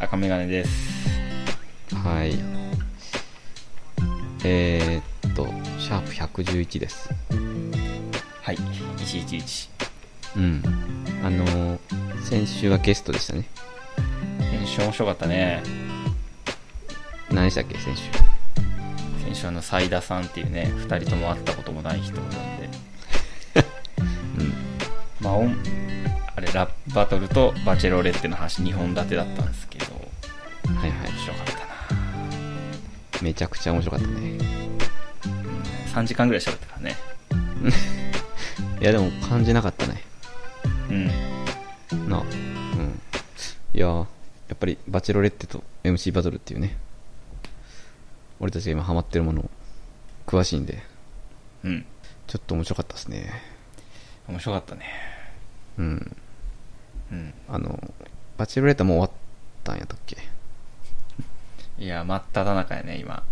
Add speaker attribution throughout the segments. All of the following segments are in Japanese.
Speaker 1: 赤眼鏡です。
Speaker 2: はいえー、っとシャープ111です
Speaker 1: はい、111。
Speaker 2: うんあのー先週はゲストでしたね
Speaker 1: 先週面白かったね。
Speaker 2: 何でしたっけ先週
Speaker 1: 先週あの、斉田さんっていうね、二人とも会ったこともない人なんで、
Speaker 2: うん
Speaker 1: まあ、オンあれ、ラップバトルとバチェロレッテの話、2本立てだったんですけど、面
Speaker 2: はいはい
Speaker 1: 白かったな。
Speaker 2: めちゃくちゃ面白かったね
Speaker 1: 3時間ぐらい喋ったからね。
Speaker 2: いやでも感じなかったね
Speaker 1: うん。
Speaker 2: なあうんいやーやっぱりバチェロレッテと MC バトルっていうね俺たちが今ハマってるもの詳しいんで
Speaker 1: うん。
Speaker 2: ちょっと面白かったですね
Speaker 1: 面白かったね。
Speaker 2: うん
Speaker 1: うん。
Speaker 2: あのバチェロレッテはもう終わったんやったっけ
Speaker 1: いや、真っ只中やね、今。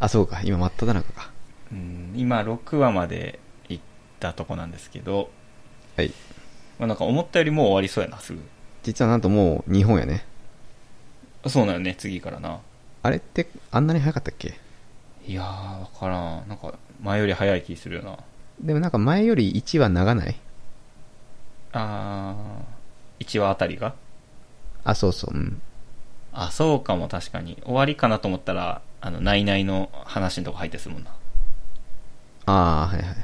Speaker 2: あそうか今真っ只中か
Speaker 1: うん、今、6話まで行ったとこなんですけど、
Speaker 2: はい
Speaker 1: まあ、なんか思ったよりもう終わりそうやな、すぐ。
Speaker 2: 実はなんともう日本やね
Speaker 1: そうなのね、次からな。
Speaker 2: あれってあんなに早かったっけ
Speaker 1: いやー、わからん。なんか、前より早い気するよな。
Speaker 2: でもなんか前より1は長ない
Speaker 1: あー、1話あたりが
Speaker 2: あそうそううん
Speaker 1: あ、そうかも、確かに。終わりかなと思ったら、あの、ナイナイの話のとこ入ってすもんな。
Speaker 2: ああはいはい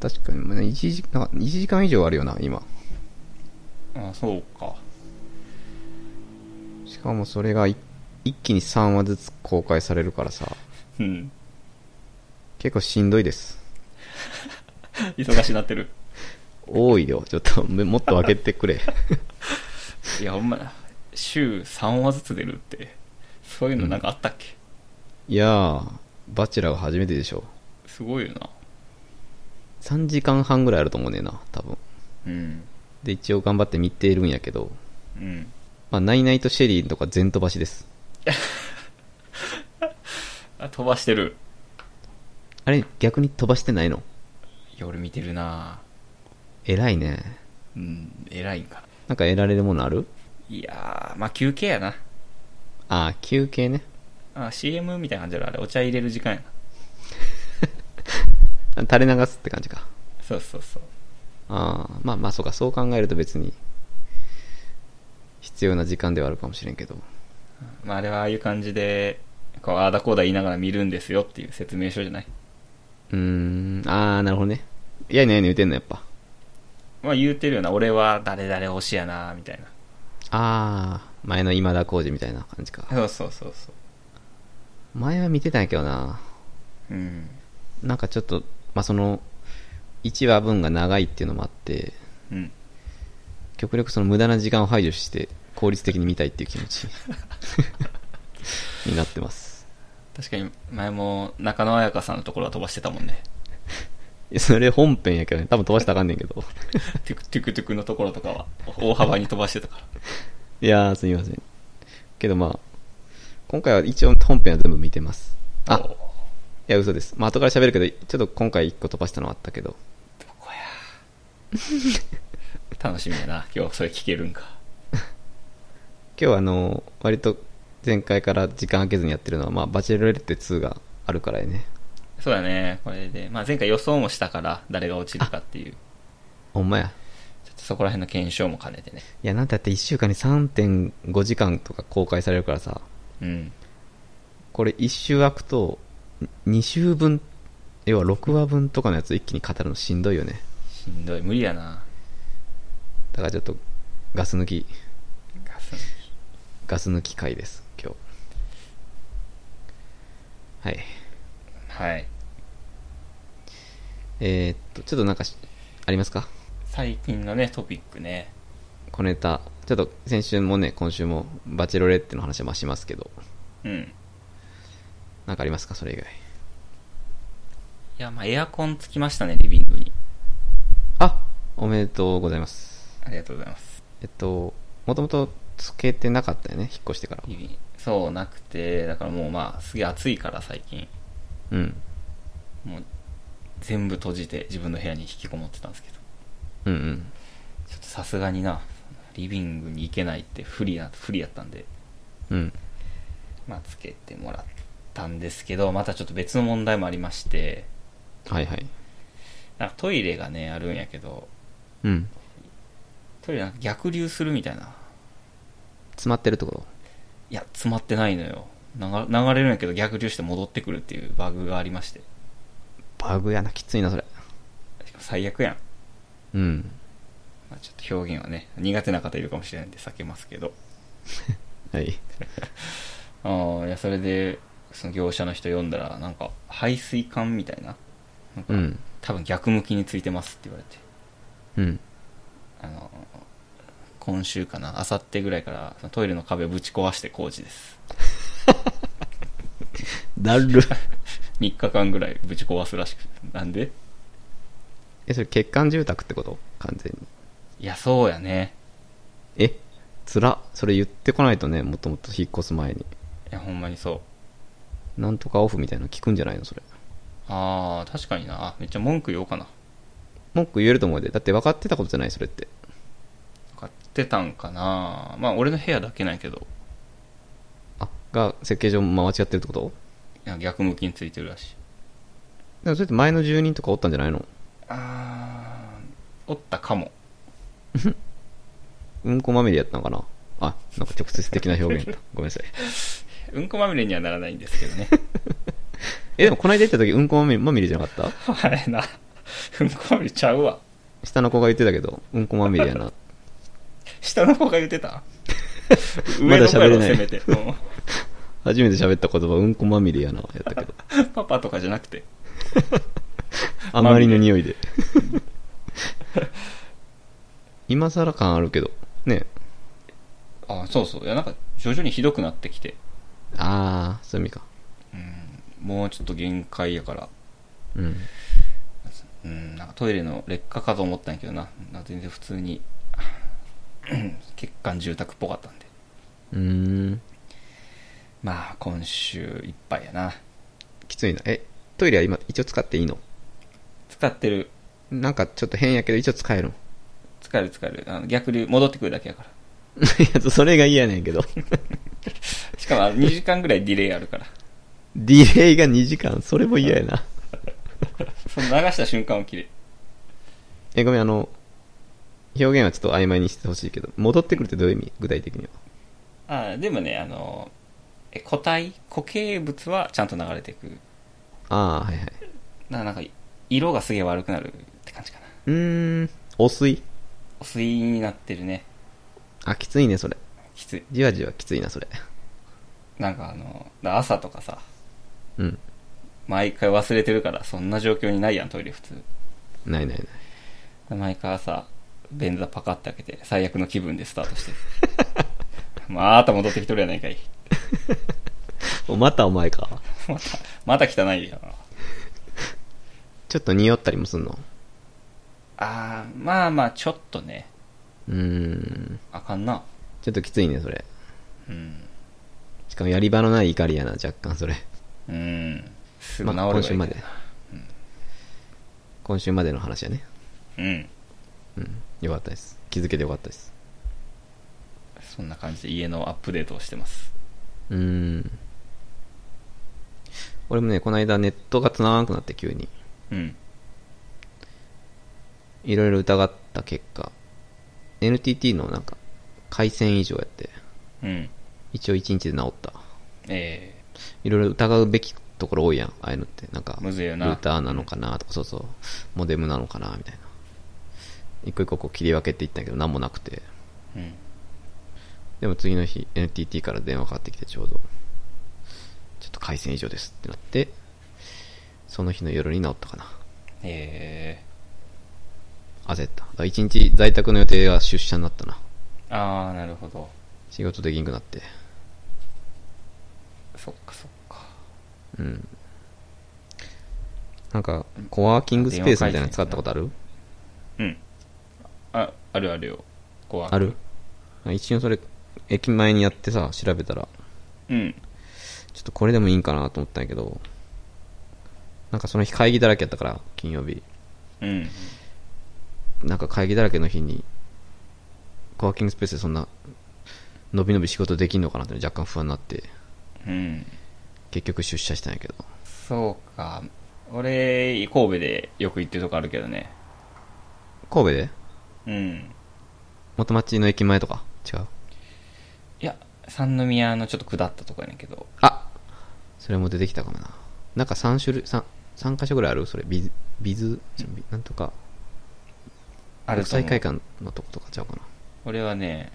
Speaker 2: 確かにまあ1時間1時間以上あるよな今
Speaker 1: あ、そうか。
Speaker 2: しかもそれがい一気に3話ずつ公開されるからさ
Speaker 1: うん。
Speaker 2: 結構しんどいです
Speaker 1: 忙しなってる。
Speaker 2: 多いよちょっとめもっと分けてくれ
Speaker 1: いや、ほんま、週3話ずつ出るって、そういうのなんかあったっけ、
Speaker 2: いやーバチェラーが初めてでしょ
Speaker 1: すごいよな。
Speaker 2: 3時間半ぐらいあると思うねんな多分
Speaker 1: うん。
Speaker 2: で一応頑張って見ているんやけど
Speaker 1: うん。
Speaker 2: まあナイナイとシェリーとか全飛ばしです
Speaker 1: あ、飛ばしてる。
Speaker 2: あれ逆に飛ばしてないの
Speaker 1: いや、俺見てるな
Speaker 2: 偉いね
Speaker 1: うん、偉いんかな。
Speaker 2: なんか得られるものある
Speaker 1: いやー、まあ、休憩やな。
Speaker 2: ああ休憩ね
Speaker 1: あ、CM みたいな感じだろ、あれ。お茶入れる時間やな。
Speaker 2: 垂れ流すって感じか
Speaker 1: そうそうそう。
Speaker 2: ああまあまあそうかそう考えると別に必要な時間ではあるかもしれんけど
Speaker 1: まあ、あれはああいう感じで、こう、ああだこうだ言いながら見るんですよっていう説明書じゃない。
Speaker 2: うーんああなるほどねいやいやいや言うてんのやっぱ
Speaker 1: まあ、言うてるような、俺は誰々推しやなみたいな。
Speaker 2: ああ前の今田耕司みたいな感じか
Speaker 1: そうそうそうそ
Speaker 2: 前は見てたんやけどな
Speaker 1: う。うん。
Speaker 2: なんかちょっとまあその1話分が長いっていうのもあって
Speaker 1: うん。
Speaker 2: 極力その無駄な時間を排除して効率的に見たいっていう気持ちになってます
Speaker 1: 確かに、前も中野彩香さんのところは飛ばしてたもんね。
Speaker 2: いやそれ本編やけどね多分飛ばしたらあかんねんけど
Speaker 1: トゥクトゥクトゥクのところとかは、大幅に飛ばしてたから。
Speaker 2: いやー、すみません。けどまあ、今回は一応本編は全部見てます。あ、い
Speaker 1: おうど
Speaker 2: や、嘘です。まあ、後から喋るけど、ちょっと今回一個飛ばしたのはあったけど、
Speaker 1: こや。楽しみやな。今日それ聞けるんか。
Speaker 2: 今日はあのー、割と前回から時間空けずにやってるのは、まあ、バチェロレッテ2があるからやね。
Speaker 1: そうだね。これで、まあ、前回予想もしたから、誰が落ちるかっていう。
Speaker 2: ほんまや。
Speaker 1: ちょっとそこら辺の検証も兼ねてね。
Speaker 2: いや、なんてやって1週間に3.5時間とか公開されるからさ、
Speaker 1: うん。
Speaker 2: これ1週空くと、2週分、要は6話分とかのやつ一気に語るのしんどいよね。
Speaker 1: しんどい。無理やな。
Speaker 2: だからちょっと、ガス抜き、
Speaker 1: ガス
Speaker 2: ガス抜き回です、今日。はい。
Speaker 1: はい。
Speaker 2: えー、っと、ちょっとなんかし、ありますか
Speaker 1: 最近のね、トピックね。
Speaker 2: 小ネタ。ちょっと先週もね、今週も、バチェロレッテの話はまあしますけど、
Speaker 1: うん。い
Speaker 2: なんかありますかそれ以外。
Speaker 1: や、まあ、エアコンつきましたね、リビングに。
Speaker 2: あおめでとうございます。
Speaker 1: ありがとうございます。
Speaker 2: えっと、もともとつけてなかったよね、引っ越してから。
Speaker 1: リビング。そう、なくて、だからもうまあ、すげえ暑いから最近。
Speaker 2: うん。
Speaker 1: もう、全部閉じて自分の部屋に引きこもってたんですけど。
Speaker 2: うんうん。
Speaker 1: ちょっとさすがにな、リビングに行けないって不利な、不利やったんで、
Speaker 2: うん。
Speaker 1: まあ、つけてもらったんですけど、またちょっと別の問題もありまして、
Speaker 2: はいはい。
Speaker 1: なんかトイレがね、あるんやけど、
Speaker 2: うん。
Speaker 1: トイレなんか逆流するみたいな。
Speaker 2: 詰まってるってこと
Speaker 1: いや、詰まってないのよ。流流れるんやけど逆流して戻ってくるっていうバグがありまして。
Speaker 2: バグやな、きついな、それ。
Speaker 1: しかも最悪やん。
Speaker 2: うん。
Speaker 1: まあ、ちょっと表現はね、苦手な方いるかもしれないんで避けますけど。
Speaker 2: はい。
Speaker 1: ああ、いや、それで、その業者の人読んだら、なんか、排水管みたいな。なんか、
Speaker 2: うん。
Speaker 1: 多分逆向きについてますって言われて。
Speaker 2: うん。
Speaker 1: あの、今週かな、あさってぐらいから、そのトイレの壁をぶち壊して工事です。
Speaker 2: だる。
Speaker 1: 3日間ぐらいぶち壊すらしくなんで
Speaker 2: え、それ欠陥住宅ってこと完全に。
Speaker 1: いや、そうやね。
Speaker 2: えつら。それ言ってこないとね、もっともっと引っ越す前に。
Speaker 1: いや、ほんまにそう。
Speaker 2: なんとかオフみたいなの聞くんじゃないのそれ。
Speaker 1: ああ、確かにな。めっちゃ文句言おうかな。
Speaker 2: 文句言えると思うで。だって分かってたことじゃない、それって。
Speaker 1: 買ってたんかな。まあ、俺の部屋だけなんやけど、
Speaker 2: あ、が、設計上間違ってるってこと
Speaker 1: いや逆向きについてるらしい。
Speaker 2: でもそれって前の住人とかおったんじゃないの
Speaker 1: あーおったかも。
Speaker 2: うんこまみれやったのかなあ、なんか直接的な表現だ。ごめんなさい。
Speaker 1: うんこまみれにはならないんですけど ね。
Speaker 2: え、でもこの間行った時、うんこまみれまみれじゃなかった
Speaker 1: あれな。うんこまみれちゃうわ。
Speaker 2: 下の子が言ってたけど、うんこまみれやな。
Speaker 1: 下の子が言ってた
Speaker 2: ま
Speaker 1: 上
Speaker 2: だ
Speaker 1: の子
Speaker 2: 喋
Speaker 1: や
Speaker 2: れ
Speaker 1: ろ、
Speaker 2: ない
Speaker 1: せめて。も
Speaker 2: 初めて喋った言葉、うんこまみれやな、やったけど。
Speaker 1: うパパとかじゃなくて。
Speaker 2: あまりの匂いで。今更感あるけど。ね。
Speaker 1: あそうそう。いや、なんか、徐々にひどくなってきて。
Speaker 2: あー、そういう意味か。
Speaker 1: うん。もうちょっと限界やから。
Speaker 2: うん。
Speaker 1: うん、なんかトイレの劣化かと思ったんやけどな。なんか全然普通に、 うん欠陥住宅っぽかったんで。
Speaker 2: うーん。
Speaker 1: まあ、今週いっぱいやな。
Speaker 2: きついな。え、トイレは今、一応使っていいの
Speaker 1: 使ってる。
Speaker 2: なんかちょっと変やけど、一応使えるの
Speaker 1: 使える使える。あの逆流、戻ってくるだけやから。
Speaker 2: いや、それが嫌やねんけど。
Speaker 1: しかもあの2時間ぐらいディレイあるから。
Speaker 2: ディレイが2時間、それも嫌やな。
Speaker 1: その流した瞬間を切れ。
Speaker 2: え、ごめん、あの、表現はちょっと曖昧にしてほしいけど、戻ってくるってどういう意味具体的には。
Speaker 1: ああ、でもね、あの、え固体、固形物はちゃんと流れていく。
Speaker 2: ああ、はいはい。
Speaker 1: ななんか、色がすげえ悪くなるって感じかな。
Speaker 2: うーん、汚水
Speaker 1: お水になってるね。
Speaker 2: あ、きついね、それ。
Speaker 1: きつい。
Speaker 2: じわじわきついな、それ。
Speaker 1: なんかあの、だ朝とかさ、
Speaker 2: うん。
Speaker 1: 毎回忘れてるから、そんな状況にないやん、トイレ普通。
Speaker 2: ないないない。
Speaker 1: 毎回朝、便座パカって開けて、最悪の気分でスタートしてる。 まあ、あた戻ってきとるやないかい。
Speaker 2: お、またお前か。
Speaker 1: また、また汚いやな。
Speaker 2: ちょっと匂ったりもすんの。
Speaker 1: あー、まあまあ、ちょっとね、
Speaker 2: うーん。
Speaker 1: あかんな。
Speaker 2: ちょっときついね、それ。
Speaker 1: うん。
Speaker 2: しかもやり場のない怒りやな、若干、それ。
Speaker 1: うん。す
Speaker 2: ま
Speaker 1: ぐ治る
Speaker 2: あ、今
Speaker 1: がいいけ
Speaker 2: 週
Speaker 1: ど
Speaker 2: まで。今週までの話やね。
Speaker 1: うん。
Speaker 2: うん。よかったです。気づけてよかったです。
Speaker 1: そんな感じで家のアップデートをしてます。
Speaker 2: うーん。俺もね、この間ネットが繋がなくなって急に。
Speaker 1: うん。
Speaker 2: いろいろ疑った結果、NTT のなんか、回線異常やって、
Speaker 1: うん。
Speaker 2: 一応1日で治った。
Speaker 1: え
Speaker 2: いろいろ疑うべきところ多いやん、ああいうのって。なんか、
Speaker 1: むずいよな
Speaker 2: ルーターなのかなとか、そうそう、モデムなのかなみたいな。一個一個こう切り分けていったんやけど、なんもなくて。
Speaker 1: えうん。
Speaker 2: でも次の日、NTT から電話かかってきてちょうど、ちょっと回線異常ですってなって、その日の夜に治ったかな。
Speaker 1: え
Speaker 2: 焦った。だから一日在宅の予定が出社になったな。
Speaker 1: ー、あー、なるほど。
Speaker 2: 仕事できんくなって。
Speaker 1: そっかそっか。
Speaker 2: うん。なんか、コワーキングスペースみたいなの使ったことある
Speaker 1: うん。あ、あるあるよ。こう
Speaker 2: ある一応それ、駅前にやってさ、調べたら、
Speaker 1: うん。
Speaker 2: ちょっとこれでもいいんかなと思ったんやけど、なんかその日会議だらけやったから、金曜日。
Speaker 1: うん。
Speaker 2: なんか会議だらけの日に、コワーキングスペースでそんな、のびのび仕事できんのかなって若干不安になって、
Speaker 1: うん。
Speaker 2: 結局出社したんやけど。
Speaker 1: そうか。俺、神戸でよく行ってるとこあるけどね。
Speaker 2: 神戸で
Speaker 1: うん。
Speaker 2: 元町の駅前とか違う。
Speaker 1: いや、三宮のちょっと下ったとこやねんけど。
Speaker 2: あそれも出てきたかもな。なんか3種類、3、三箇所ぐらいあるそれ、ビズ、ビズ、ちょビなんとか、
Speaker 1: ある
Speaker 2: 国
Speaker 1: と思
Speaker 2: 際
Speaker 1: う
Speaker 2: 会館のとことかちゃうかな。
Speaker 1: 俺はね、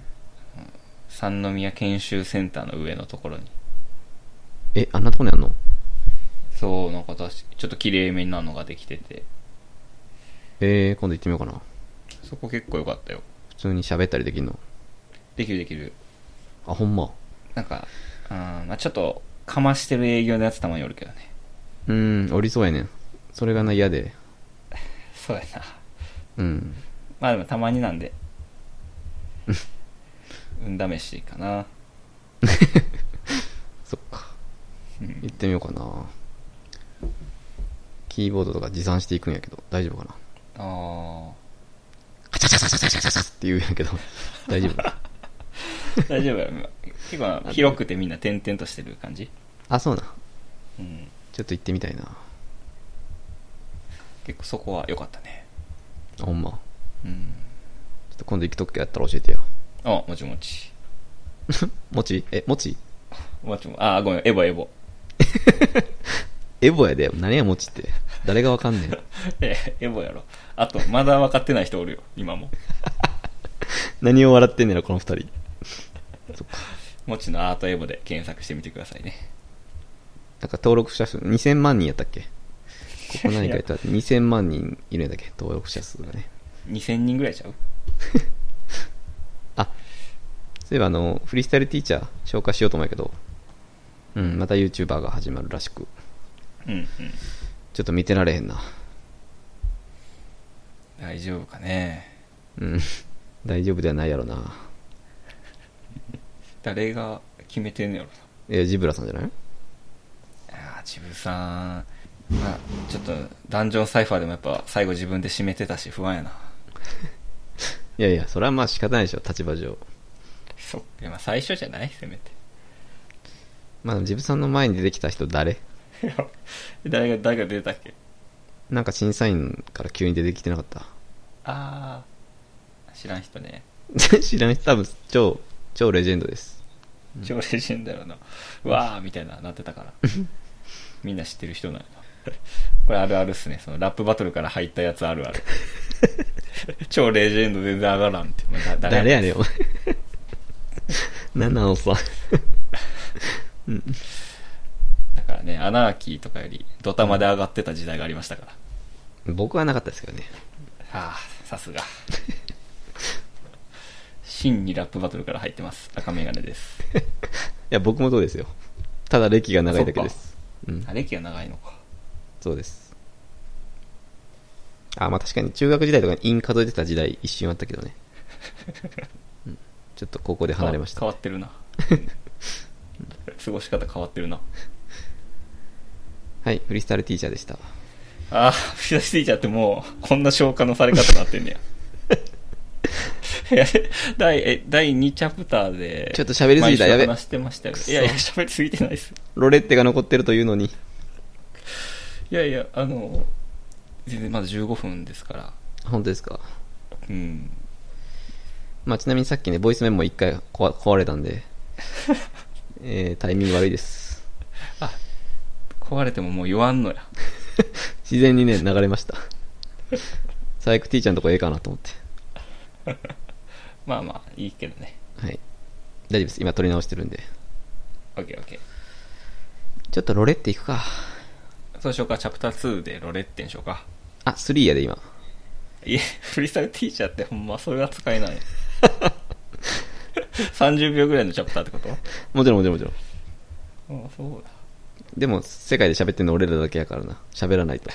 Speaker 1: うん三宮研修センターの上のところに。
Speaker 2: え、あんなとこにあんの
Speaker 1: そう、なんか私、ちょっと綺麗めなのができてて。
Speaker 2: えー、今度行ってみようかな。
Speaker 1: そこ結構良かったよ。
Speaker 2: 普通に喋ったりできんの
Speaker 1: できるできる。
Speaker 2: あ、ほんま。
Speaker 1: なんか、うん、まあちょっと、かましてる営業のやつたまにおるけどね。
Speaker 2: うーん、おりそうやねん。それがな、嫌で。
Speaker 1: そうやな。
Speaker 2: うん。
Speaker 1: まあでもたまになんで。運試しかな。
Speaker 2: そっか。
Speaker 1: うん
Speaker 2: 行ってみようかな。キーボードとか持参していくんやけど、大丈夫かな。
Speaker 1: あ
Speaker 2: カチャカチャカチャカチャカチャカチャって言うんやけど、大丈夫。
Speaker 1: ー大丈夫や。結構広くてみんな点々としてる感じ。
Speaker 2: あ、そうな。
Speaker 1: うん。
Speaker 2: ちょっと行ってみたいな。
Speaker 1: 結構そこは良かったね。
Speaker 2: あほんま。ちょ
Speaker 1: うん。
Speaker 2: っと今度行くときやったら教えてよ。
Speaker 1: あ、もちもち。
Speaker 2: もちえ、もち
Speaker 1: もちも、あ、ごめん、エボエ ボ。
Speaker 2: エボやで。何やもちって。誰がわかんねん。
Speaker 1: え、エボやろ。あと、まだ分かってない人おるよ、今も。
Speaker 2: 何を笑ってんねやろ、この二人。
Speaker 1: もちのアートエボで検索してみてくださいね。
Speaker 2: なんか登録者数2000万人やったっけここ何か言ったら2000万人いるんだっけ登録者数がね。
Speaker 1: 2000人ぐらいちゃう
Speaker 2: あ、そういえばあの、フリースタイルティーチャー紹介しようと思うんやけど、うん、また YouTuber が始まるらしく、
Speaker 1: うんうん。
Speaker 2: ちょっと見てられへんな。
Speaker 1: 大丈夫かね。
Speaker 2: うん、 大丈夫ではないやろな。
Speaker 1: 誰が決めてんのやろ
Speaker 2: え、ジブラさんじゃない
Speaker 1: な。あー、自分さん。まあ、ちょっと、ダンジョンサイファーでもやっぱ最後自分で締めてたし不安やな。
Speaker 2: いやいや、それはまあ仕方ないでしょ、立場上。
Speaker 1: そっか、まあ最初じゃないせめて。
Speaker 2: まあ、ジブさんの前に出てきた人誰
Speaker 1: いや誰が、誰が出たっけ
Speaker 2: なんか審査員から急に出てきてなかった。
Speaker 1: あー、知らん人ね。
Speaker 2: 知らん人、多分超、超レジェンドです。
Speaker 1: 超レジェンドやろな。うわーみたいな、なってたから。 みんな知ってる人な の。これあるあるっすね。そのラップバトルから入ったやつあるあ る。超レジェンド全然上がらんって。まあだ
Speaker 2: 誰やねん、お前。 なんなのさ。
Speaker 1: だからね、アナーキーとかよりドタマで上がってた時代がありましたから。
Speaker 2: 僕はなかったですけどね。
Speaker 1: はあ、さすが。 真にラップバトルから入ってます。赤メガネです。
Speaker 2: いや、僕もそうですよ。ただ歴が長いだけです。うん
Speaker 1: あ、。歴が長いのか。
Speaker 2: そうです。あ、まあ確かに中学時代とかに陰数えてた時代一瞬あったけど ね。うんちょっと高校で離れました。
Speaker 1: 変わ変わってるな。 うん過ごし方変わってるな。
Speaker 2: はい、フリースタイルティーチャーでした。
Speaker 1: ああ、吹き出していちゃってもう、こんな消化のされ方になってんねや。い や第、え、第2チャプターで、
Speaker 2: ちょっと喋りすぎた
Speaker 1: 毎週
Speaker 2: やべ
Speaker 1: 話してましたよ
Speaker 2: く。そ
Speaker 1: いやいや、喋りすぎてないっす。
Speaker 2: ロレッテが残ってるというのに。
Speaker 1: いやいや、あの、全然まだ15分ですから。
Speaker 2: 本当ですか。
Speaker 1: うん。
Speaker 2: まあちなみにさっきね、ボイスメモ一回壊壊れたん で、えー、タイミング悪いです。
Speaker 1: 壊れてももう言わんのや。
Speaker 2: 自然にね、流れました。サイクティーチャーのとこええかなと思って。
Speaker 1: まあまあ、いいけどね。
Speaker 2: はい。大丈夫です。今撮り直してるんで。
Speaker 1: オッケーオッケー。
Speaker 2: ちょっとロレッテ行くか。
Speaker 1: そうしようか、チャプター2でロレッテンしようか。
Speaker 2: あ、3やで今。
Speaker 1: いえ、フリースタイルティーチャーってほんまそれが使え ない。30秒ぐらいのチャプターってこと
Speaker 2: もちろんもちろんもちろん。
Speaker 1: ああ、そうだ。
Speaker 2: でも、世界で喋ってんの俺らだけやからな。喋らないと。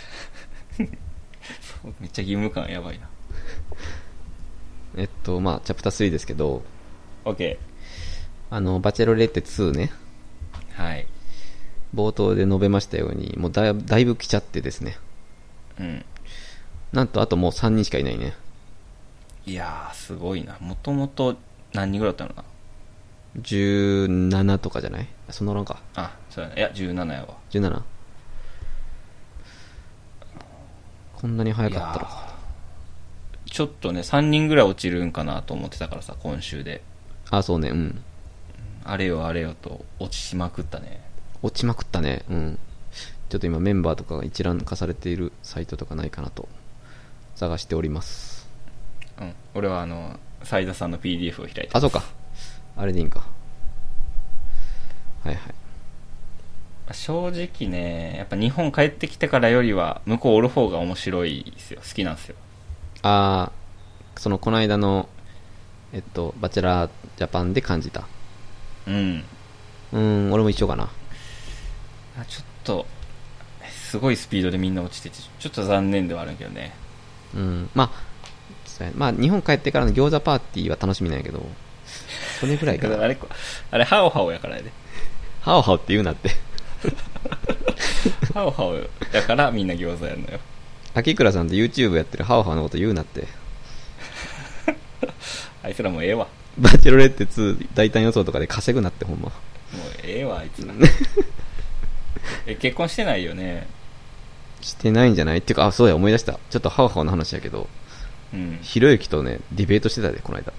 Speaker 1: めっちゃ義務感やばいな。
Speaker 2: えっと、まあチャプター3ですけど、
Speaker 1: OK。
Speaker 2: あの、バチェロレッテ2ね、
Speaker 1: はい。
Speaker 2: 冒頭で述べましたように、もうだいだいぶ来ちゃってですね。
Speaker 1: うん。
Speaker 2: なんと、あともう3人しかいないね。
Speaker 1: いやー、すごいな。もともと何人ぐらいだったのか
Speaker 2: 17とかじゃないそんなおらんか
Speaker 1: なあ、そうやね。いや、17やわ。
Speaker 2: 17こんなに早
Speaker 1: い
Speaker 2: かったら
Speaker 1: やーちょっとね、3人ぐらい落ちるんかなと思ってたからさ、今週で。
Speaker 2: あそうねうん
Speaker 1: あれよあれよと落ちしまくったね。
Speaker 2: 落ちまくったねうんちょっと今メンバーとかが一覧化されているサイトとかないかなと探しております
Speaker 1: うん。俺はあの、斉田さんの PDF を開いて。
Speaker 2: あそうかあれでいいんかはいはい
Speaker 1: 正直ね、やっぱ日本帰ってきてからよりは、向こうおる方が面白いですよ。好きなんですよ。
Speaker 2: ああそのこの間のえっとバチェラージャパンで感じた
Speaker 1: うん。
Speaker 2: うん俺も一緒かな
Speaker 1: あちょっと、すごいスピードでみんな落ちてて、ちょっと残念ではあるけどね。
Speaker 2: うんまあそうやまあ日本帰ってからの餃子パーティーは楽しみなんやけどそれぐらいか
Speaker 1: だ
Speaker 2: な
Speaker 1: から あれ、あれ、ハオハオやからやで。
Speaker 2: ハオハオって言うなって
Speaker 1: ハオハオやからみんな餃子やるのよ。
Speaker 2: 秋倉さんと YouTube やってるハオハオのこと言うなって
Speaker 1: あいつらもうええわ。
Speaker 2: バチェロレッテ2大胆予想とかで稼ぐなってほんま
Speaker 1: もうええわ、あいつら。 え、結婚してないよね。
Speaker 2: してないんじゃないっていうかあそうや思い出したちょっとハオハオの話やけど
Speaker 1: うん。
Speaker 2: ひろゆきとねディベートしてたでこの間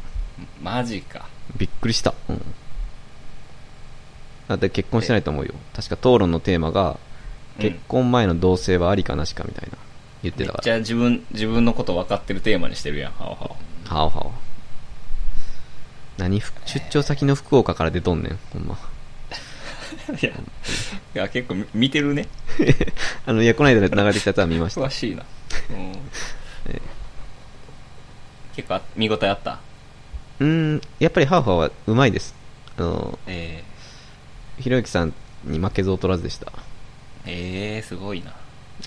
Speaker 1: マジか。
Speaker 2: びっくりした。うん。だって結婚してないと思うよ。確か討論のテーマが、
Speaker 1: うん
Speaker 2: 結婚前の同棲はありかなしかみたいな。言って
Speaker 1: めった
Speaker 2: か
Speaker 1: ち
Speaker 2: ら。
Speaker 1: ゃ自分、自分のこと分かってるテーマにしてるやん、ハオハオ。
Speaker 2: はおはお。何ふ出張先の福岡から出とんねん、ほんま。
Speaker 1: いや、いや結構み見てるね。
Speaker 2: あの、いや、この間流れてきたやつは見ま した。
Speaker 1: 詳しいな。うん。結構あ見応えあった。
Speaker 2: うーん、やっぱりハオハオはうまいです。あの、
Speaker 1: え
Speaker 2: ひろゆきさんに負けず劣らずでした。
Speaker 1: ー、えー、すごいな。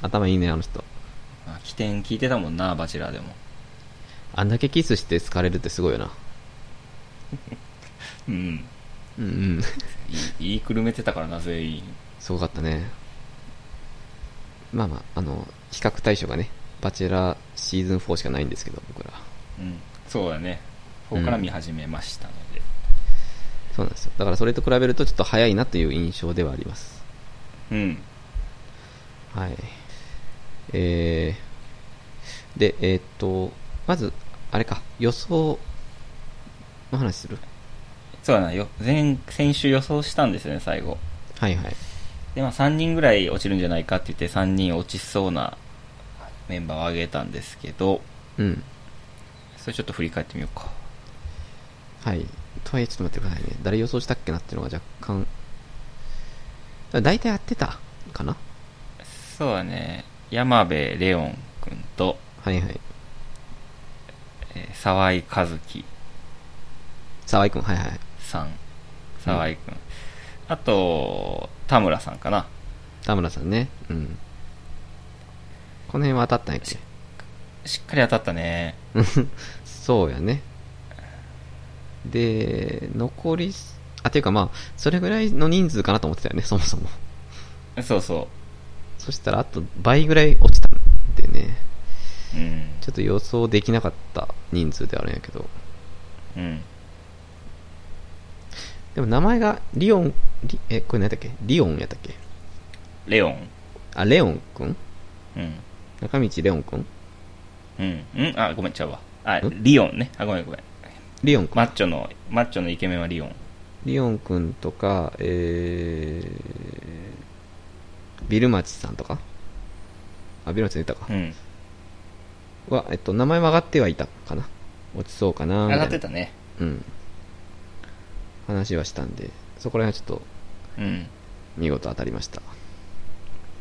Speaker 2: 頭いいね、あの人。
Speaker 1: あ起点聞いてたもんな、バチェラーでも。
Speaker 2: あんだけキスして好かれるってすごいよな。
Speaker 1: うん。
Speaker 2: うんうん。
Speaker 1: いいいいくるめてたからな、全員。
Speaker 2: すごかったね。まあまあ、あの、比較対象がね、バチェラーシーズン4しかないんですけど、僕ら。
Speaker 1: うん。そうだね。ここから見始めましたので。
Speaker 2: そうなんですよ。だからそれと比べるとちょっと早いなという印象ではあります。
Speaker 1: うん。
Speaker 2: はい。えー、で、えーっと、まず、あれか、予想の話する
Speaker 1: そうだな、よ、前、先週予想したんですよね、最後。
Speaker 2: はいはい。
Speaker 1: で、まあ3人ぐらい落ちるんじゃないかって言って、3人落ちそうなメンバーを挙げたんですけど、
Speaker 2: うん。
Speaker 1: それちょっと振り返ってみようか。
Speaker 2: はい。とはいえ、ちょっと待ってくださいね。誰予想したっけなっていうのが若干、だ大体合ってたかな
Speaker 1: そうだね、山部レオン君と、
Speaker 2: はいはい。
Speaker 1: えー沢井和樹
Speaker 2: 沢井くん、はいはい。
Speaker 1: さん。沢井君。あと、田村さんかな。
Speaker 2: 田村さんね。うん。この辺は当たったんやっけ
Speaker 1: しっかり当たったね。
Speaker 2: そうやね。で、残りす、あ、ていうかまあ、それぐらいの人数かなと思ってたよね、そもそも。
Speaker 1: そうそ
Speaker 2: そしたら、あと倍ぐらい落ちたんでね、
Speaker 1: う。うん。
Speaker 2: ちょっと予想できなかった人数ではあるんやけど。
Speaker 1: うん。
Speaker 2: でも名前が、リオン、リえ、これ何やったっけリオンやったっけ
Speaker 1: レオン。
Speaker 2: あ、レオンくん
Speaker 1: うん。
Speaker 2: 中道レオンくん
Speaker 1: うん。うんあ、ごめん、ちゃうわ。あ、
Speaker 2: ん
Speaker 1: リオンね。あ、ごめんごめん。
Speaker 2: リオンくん。
Speaker 1: マッチョの、マッチョのイケメンはリオン。
Speaker 2: リオンくんとか、えー、ビルマチさんとかあ、ビルマチさん言った
Speaker 1: う
Speaker 2: か。
Speaker 1: ん。
Speaker 2: は、えっと、名前は上がってはいたかな。落ちそうかな。み
Speaker 1: 上
Speaker 2: いな
Speaker 1: がってたね。
Speaker 2: うん。話はしたんで、そこら辺はちょっと
Speaker 1: うん。
Speaker 2: 見事当たりました。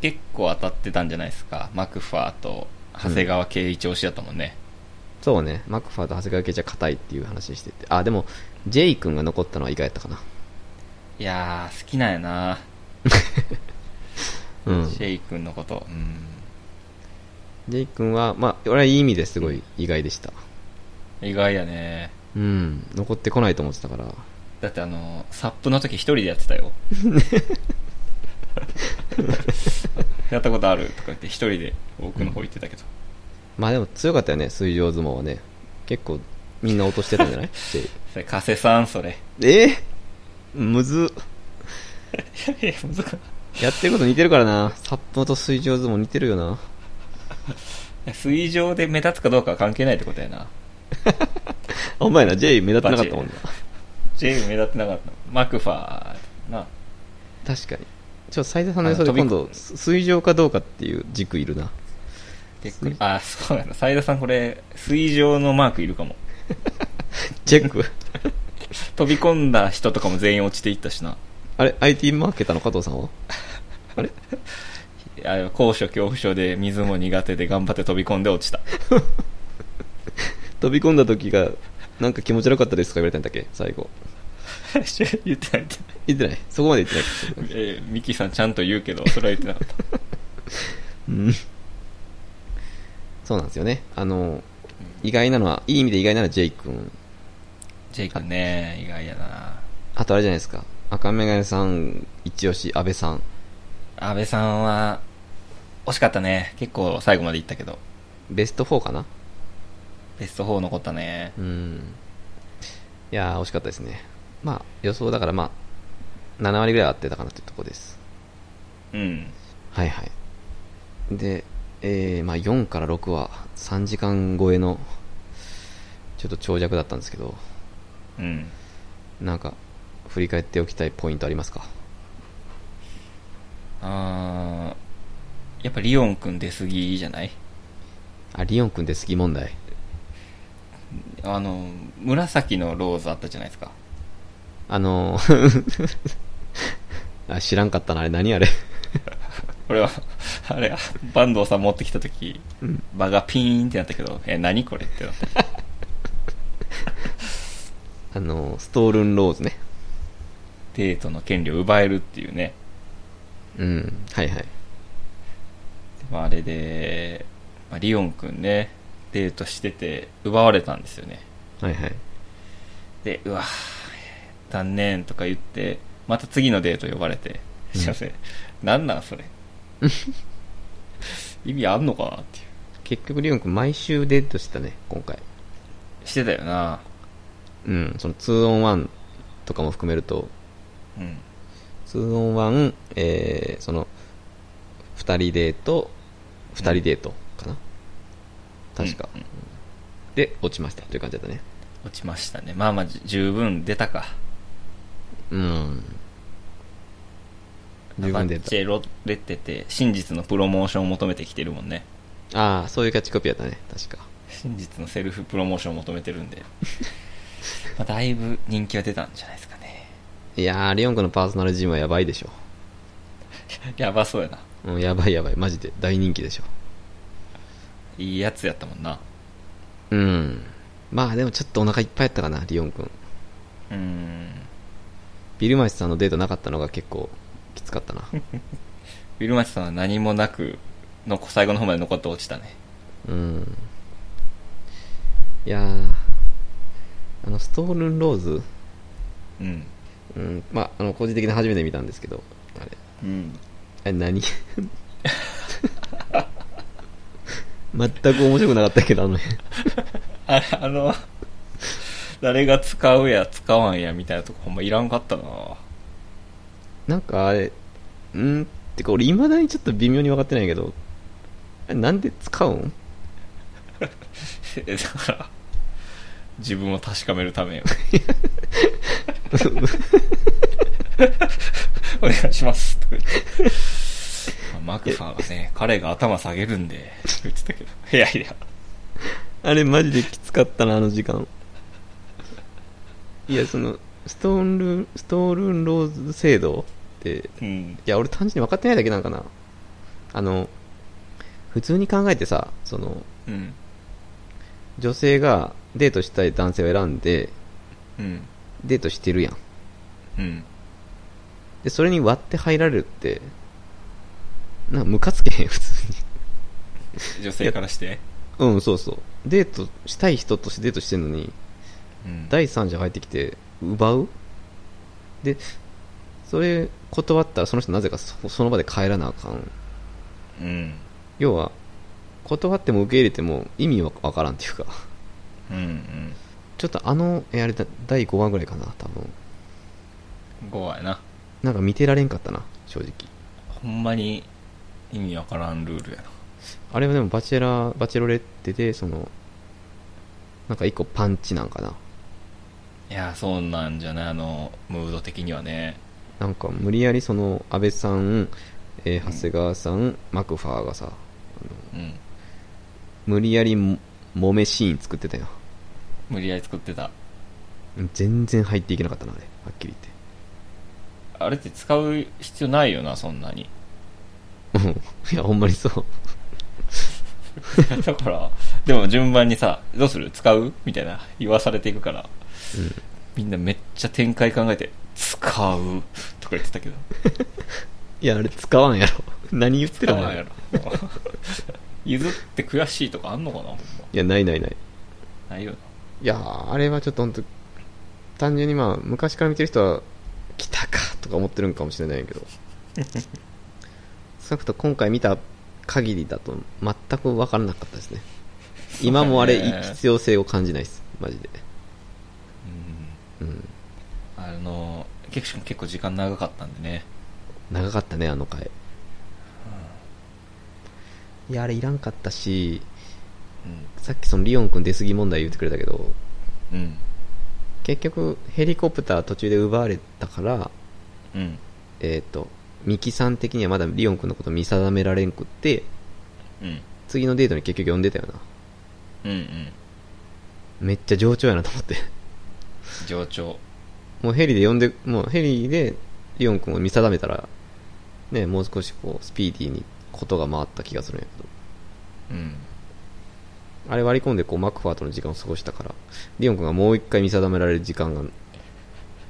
Speaker 1: 結構当たってたんじゃないですか。マクファーと長谷川圭一推しだったもんね。
Speaker 2: そうね、マクファーと長谷川圭一は硬いっていう話してて。あ、でも、ジェイ君が残ったのは意外やったかな。
Speaker 1: いやー、好きなんやな、
Speaker 2: うん。
Speaker 1: シ
Speaker 2: ジ
Speaker 1: ェイ君のこと。うん。
Speaker 2: ェイ君は、まあ、俺はいい意味ですごい意外でした。
Speaker 1: 意外やね。
Speaker 2: うん。残ってこないと思ってたから。
Speaker 1: だってあの、サップの時一人でやってた よ。やったことあるとか言って一人で奥の方行ってたけど。
Speaker 2: まあでも強かったよね、水上相撲はね。結構みんな落としてたんじゃない J
Speaker 1: それ、加瀬さん、それ。
Speaker 2: えー、むずっ
Speaker 1: いや、 難し。
Speaker 2: やってること似てるからなサップと水上相撲似てるよない
Speaker 1: 水上で目立つかどうかは関係ないってことやな。
Speaker 2: あお前な J 目立ってなかったもんな
Speaker 1: J 目立ってなかった。マクファー、な。
Speaker 2: 確かにちょ斉田さんの予想
Speaker 1: あ
Speaker 2: で
Speaker 1: の飛
Speaker 2: 今
Speaker 1: び
Speaker 2: 度す水上かどうかっていう軸いるな
Speaker 1: であ、そうやな。斉田さん、これ、水上のマークいるかも。
Speaker 2: チェッ ク
Speaker 1: 飛び込んだ人とかも全員落ちていったしな。
Speaker 2: あれ IT マーケターの加藤さんは
Speaker 1: あ高所恐怖症で水も苦手で頑張って飛び込んで落ちた。
Speaker 2: 飛び込んだ時がなんか気持ち悪かったですとか言われたんだっけ最後
Speaker 1: 言ってない、
Speaker 2: 言ってないそこまで言ってない
Speaker 1: 言ってない。えーミキさんちゃんと言うけど、それは言ってなかった。
Speaker 2: うんそうなんですよねあの意外なのはいい意味で意外なのは J 君
Speaker 1: ジェイ君ね、意外やな。
Speaker 2: あとあれじゃないですか赤眼鏡さん一押し安倍さん
Speaker 1: 安倍さんは、惜しかったね。結構最後までいったけど。
Speaker 2: ベスト4かな
Speaker 1: ベスト4残ったね。
Speaker 2: うんいやー惜しかったですねまあ予想だからまあ7割ぐらい合ってたかなっていうとこです
Speaker 1: うん。
Speaker 2: はいはいで、えーまあ、4から6は3時間超えのちょっと長尺だったんですけど
Speaker 1: うん。
Speaker 2: なんか振り返っておきたいポイントありますか
Speaker 1: あーやっぱリオン君出過ぎじゃない
Speaker 2: あリオン君で好き問題
Speaker 1: あの、紫のローズあったじゃないですか。
Speaker 2: あのー あ知らんかったなあれ何あれ
Speaker 1: これは、 あれ、坂東さん持ってきた時
Speaker 2: うん
Speaker 1: 場がピーンってなったけど、え、何これってなった。
Speaker 2: あのーストールンローズね
Speaker 1: デートの権利を奪えるっていうね。
Speaker 2: うんはいはい
Speaker 1: まあ、あれで、まあ、リオン君ね、デートしてて、奪われたんですよね。
Speaker 2: はいはい
Speaker 1: で、うわ残念とか言って、また次のデート呼ばれて、
Speaker 2: うん
Speaker 1: すいません、なんな んそれ。意味あんのかなってい
Speaker 2: 結局リオン君毎週デートしてたね今回
Speaker 1: う。してたよな。
Speaker 2: うんその 2on1 とかも含めると
Speaker 1: うん。
Speaker 2: 2on1、えー、その2人デート2人デートかな、確か、
Speaker 1: うんうん
Speaker 2: で落ちましたという感じだったね
Speaker 1: 落ちましたね。まあまあ、じ十分出たか。
Speaker 2: うん十分出
Speaker 1: バッチェロレッテって、真実のプロモーションを求めてきてるもんね。
Speaker 2: たああそういうキャッチコピーだったね確か
Speaker 1: 真実のセルフプロモーションを求めてるん で。まあ、だいぶ人気は出たんじゃないですかね。
Speaker 2: いやーリオン君のパーソナルジムはやばいでしょ
Speaker 1: やばそうやな。
Speaker 2: うんやばいやばいマジで大人気でしょ
Speaker 1: いいやつやったもんな。
Speaker 2: うんまあでもちょっとお腹いっぱいやったかなリオン君
Speaker 1: うーん。
Speaker 2: ビルマシさんのデートなかったのが結構きつかったな
Speaker 1: ビルマチさんは何もなくの最後の方まで残って落ちたね
Speaker 2: うんいやーあのストールンローズ、
Speaker 1: うん
Speaker 2: うん、まああの個人的に初めて見たんですけどあれ
Speaker 1: うん
Speaker 2: あれ何全く面白くなかったけどあの辺
Speaker 1: ああの誰が使うや使わんやみたいなとこほんまいらんかったな
Speaker 2: なんかあれうんってか俺いまだにちょっと微妙に分かってないけどあれなんで使うん
Speaker 1: え だから自分を確かめるためよ お願いしますとか言ってマクファーがね彼が頭下げるんでとか言ってたけどいやいや
Speaker 2: あれマジできつかったな、あの時間。いや、その、ストーンルーン、ストールンローズ制度って、
Speaker 1: うん
Speaker 2: いや、俺単純に分かってないだけなんかな。あの、普通に考えてさ、その、
Speaker 1: うん
Speaker 2: 女性がデートしたい男性を選んで、
Speaker 1: うん
Speaker 2: デートしてるやん。
Speaker 1: うん
Speaker 2: で、それに割って入られるって、なんかムカつけへん、 普通に。
Speaker 1: 女性からして
Speaker 2: うん、そうそう。デートしたい人としてデートしてんのに、
Speaker 1: うん
Speaker 2: 第三者が入ってきて奪うでそれ断ったらその人なぜかそその場で帰らなあかん
Speaker 1: うん
Speaker 2: 要は断っても受け入れても意味は分からんっていうか
Speaker 1: うん
Speaker 2: ちょっとあの、え、あれだ、第5話ぐらいかな、多分。
Speaker 1: うん5話やな
Speaker 2: なんか見てられんかったな、正直。
Speaker 1: ほんまに意味わからんルールやな
Speaker 2: あれはでもバチェラー、バチェロレッテで、その、なんか一個パンチなんかな。
Speaker 1: いやそうなんじゃないあのムード的にはね
Speaker 2: なんか無理やりその、安倍さん、えー長谷川さん、マクファーがさ、あの
Speaker 1: うん
Speaker 2: 無理やりも揉めシーン作ってたよ。
Speaker 1: 無理やり作ってた
Speaker 2: 全然入っていけなかったな、あれ。はっきり
Speaker 1: あれって使う必要ないよなそんなに
Speaker 2: 言って。 うん。いや、ほんまにそう。
Speaker 1: だからでも順番にさどうする使うみたいな言わされていくから
Speaker 2: うん。
Speaker 1: みんなめっちゃ展開考えて使うとか言ってたけど
Speaker 2: いや、あれ使わんやろ。 何言ってるの
Speaker 1: 使わんやろ 譲って悔しいとかあんのかなほんま
Speaker 2: いや、ないないない。
Speaker 1: ないよない
Speaker 2: やー、あれはちょっと本当単純にまあ、昔から見てる人は、来たかとか思ってるんかもしれないけど。少なくとも今回見た限りだと、全く分からなかったですね。今もあれ、
Speaker 1: そうだね
Speaker 2: 必要性を感じないです。マジで。
Speaker 1: うん
Speaker 2: うん。
Speaker 1: あの結構結構時間長かったんでね
Speaker 2: 長かったね、あの回。いや、あれいらんかったし、さっきそのリオン君出過ぎ問題言ってくれたけど、
Speaker 1: うんうん
Speaker 2: 結局、ヘリコプター途中で奪われたから、
Speaker 1: うん
Speaker 2: えっ、と、ミキさん的にはまだリオン君のこと見定められんくって、
Speaker 1: うん
Speaker 2: 次のデートに結局呼んでたよな。
Speaker 1: うんうん
Speaker 2: めっちゃ上調やなと思って。
Speaker 1: 上長
Speaker 2: もうヘリで呼んで、もうヘリでリオン君を見定めたら、ね、もう少しこう、スピーディーにことが回った気がするんやけど。
Speaker 1: うん
Speaker 2: あれ割り込んでこう、マクファーとの時間を過ごしたから、リオン君がもう一回見定められる時間が、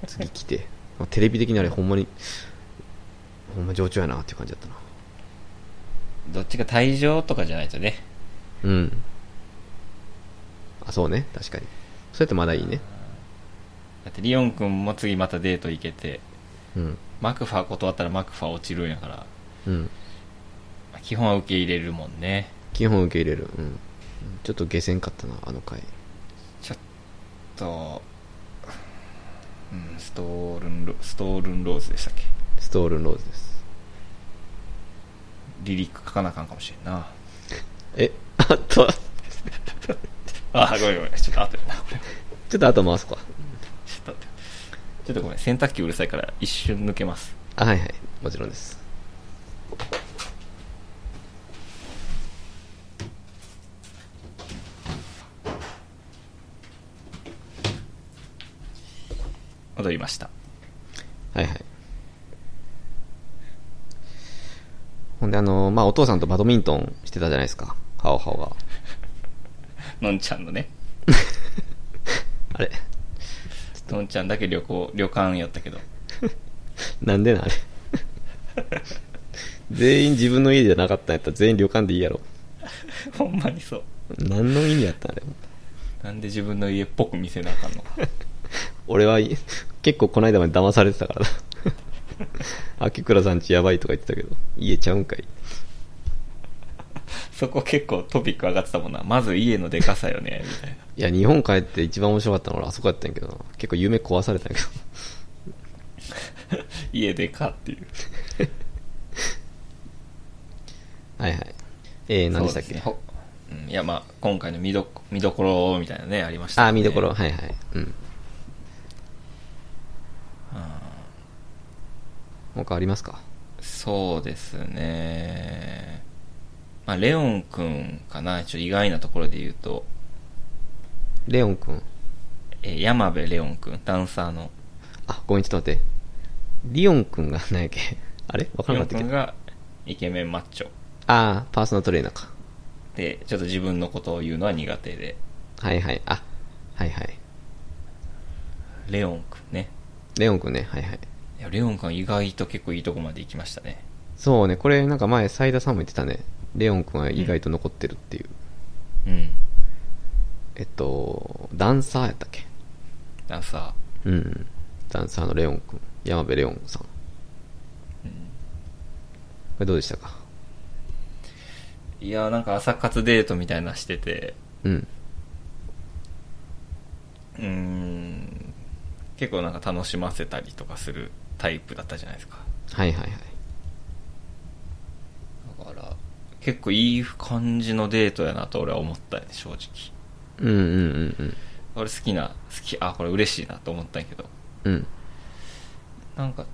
Speaker 2: 次来て、 まあテレビ的にあれほんまに、ほんま上調やなっていう感じだったな。
Speaker 1: どっちか退場とかじゃないとね
Speaker 2: うん。あ、そうね、確かに。そうやってまだいいね。
Speaker 1: だってリオン君も次またデート行けて
Speaker 2: うん。
Speaker 1: マクファー断ったらマクファー落ちるんやから
Speaker 2: うん。
Speaker 1: 基本は受け入れるもんね
Speaker 2: 基本受け入れる。うん。ちょっと下せんかったな、あの回。
Speaker 1: ちょっと、うん、ストールンロストールンローズでしたっけ
Speaker 2: ストールンローズです。
Speaker 1: リリック書かなあかんかもしれんな
Speaker 2: え、 あと、
Speaker 1: あごめんごめんちょっと後やなこれちょ
Speaker 2: ちょっと後回すか。
Speaker 1: っと後や ちょっとごめん洗濯機うるさいから一瞬抜けます
Speaker 2: あ、はいはい。もちろんです。
Speaker 1: 戻りました
Speaker 2: はいはい。ほんで、あのまあ、お父さんとバドミントンしてたじゃないですか。ハオハオが。
Speaker 1: のんちゃんのね
Speaker 2: あれ
Speaker 1: のんちゃんだけ旅行旅館やったけど
Speaker 2: なんでな、あれ。 全員自分の家じゃなかったんやったら全員旅館でいいやろ。
Speaker 1: ほんまにそう
Speaker 2: 何の意味やったんあれ。
Speaker 1: なんで自分の家っぽく見せなあかん のか
Speaker 2: 俺は結構この間まで騙されてたからな 秋倉さんちやばいとか言ってたけど家ちゃうんかい
Speaker 1: そこ結構トピック上がってたもんなまず家のでかさよねみたいない
Speaker 2: や日本帰って一番面白かったのは俺あそこやったんやけどな結構夢壊されたんやけど
Speaker 1: 家でかっていう
Speaker 2: はいはいえー、何でしたっけ、
Speaker 1: そうですねほうんいやまあ今回の見どこ見どころみたいなねありました
Speaker 2: あ
Speaker 1: ね
Speaker 2: あ見どころはいはいうん他ありますか
Speaker 1: そうですねまあレオンくんかなちょっと意外なところで言うと、
Speaker 2: レオン君
Speaker 1: えー山辺レオンくんダンサーの
Speaker 2: あごめんちょっと待ってリオン君が何やっけ あれわか
Speaker 1: レ
Speaker 2: ら
Speaker 1: オ
Speaker 2: な
Speaker 1: ン
Speaker 2: かった
Speaker 1: く
Speaker 2: っ
Speaker 1: ん
Speaker 2: けあ
Speaker 1: がイケメンマッチョ
Speaker 2: あーパーソナルトレーナーか
Speaker 1: でちょっと自分のことを言うのは苦手で
Speaker 2: はいはいあはいはい
Speaker 1: レオンくんね
Speaker 2: レオン君ねはいはい
Speaker 1: いやレオンくん意外と結構いいとこまで行きましたね
Speaker 2: そうね、これなんか前、斉田さんも言ってたね。レオン君は意外と残ってるっていう。
Speaker 1: うん
Speaker 2: えっと、ダンサーやったっけ
Speaker 1: ダンサ
Speaker 2: うん。ダンサーのレオン君。山辺レオンさん。こ
Speaker 1: ー、うん
Speaker 2: れどうでしたか
Speaker 1: いやなんか朝活デートみたいなのしてて
Speaker 2: うん。
Speaker 1: うーん結構なんか楽しませたりとかするタイプだったじゃないですか
Speaker 2: はいはいはい
Speaker 1: だから結構いい感じのデートやなと俺は思ったよね正直
Speaker 2: うんうんうん
Speaker 1: 俺好きな好きあこれ嬉しいなと思ったんやけど
Speaker 2: うんうん
Speaker 1: なんか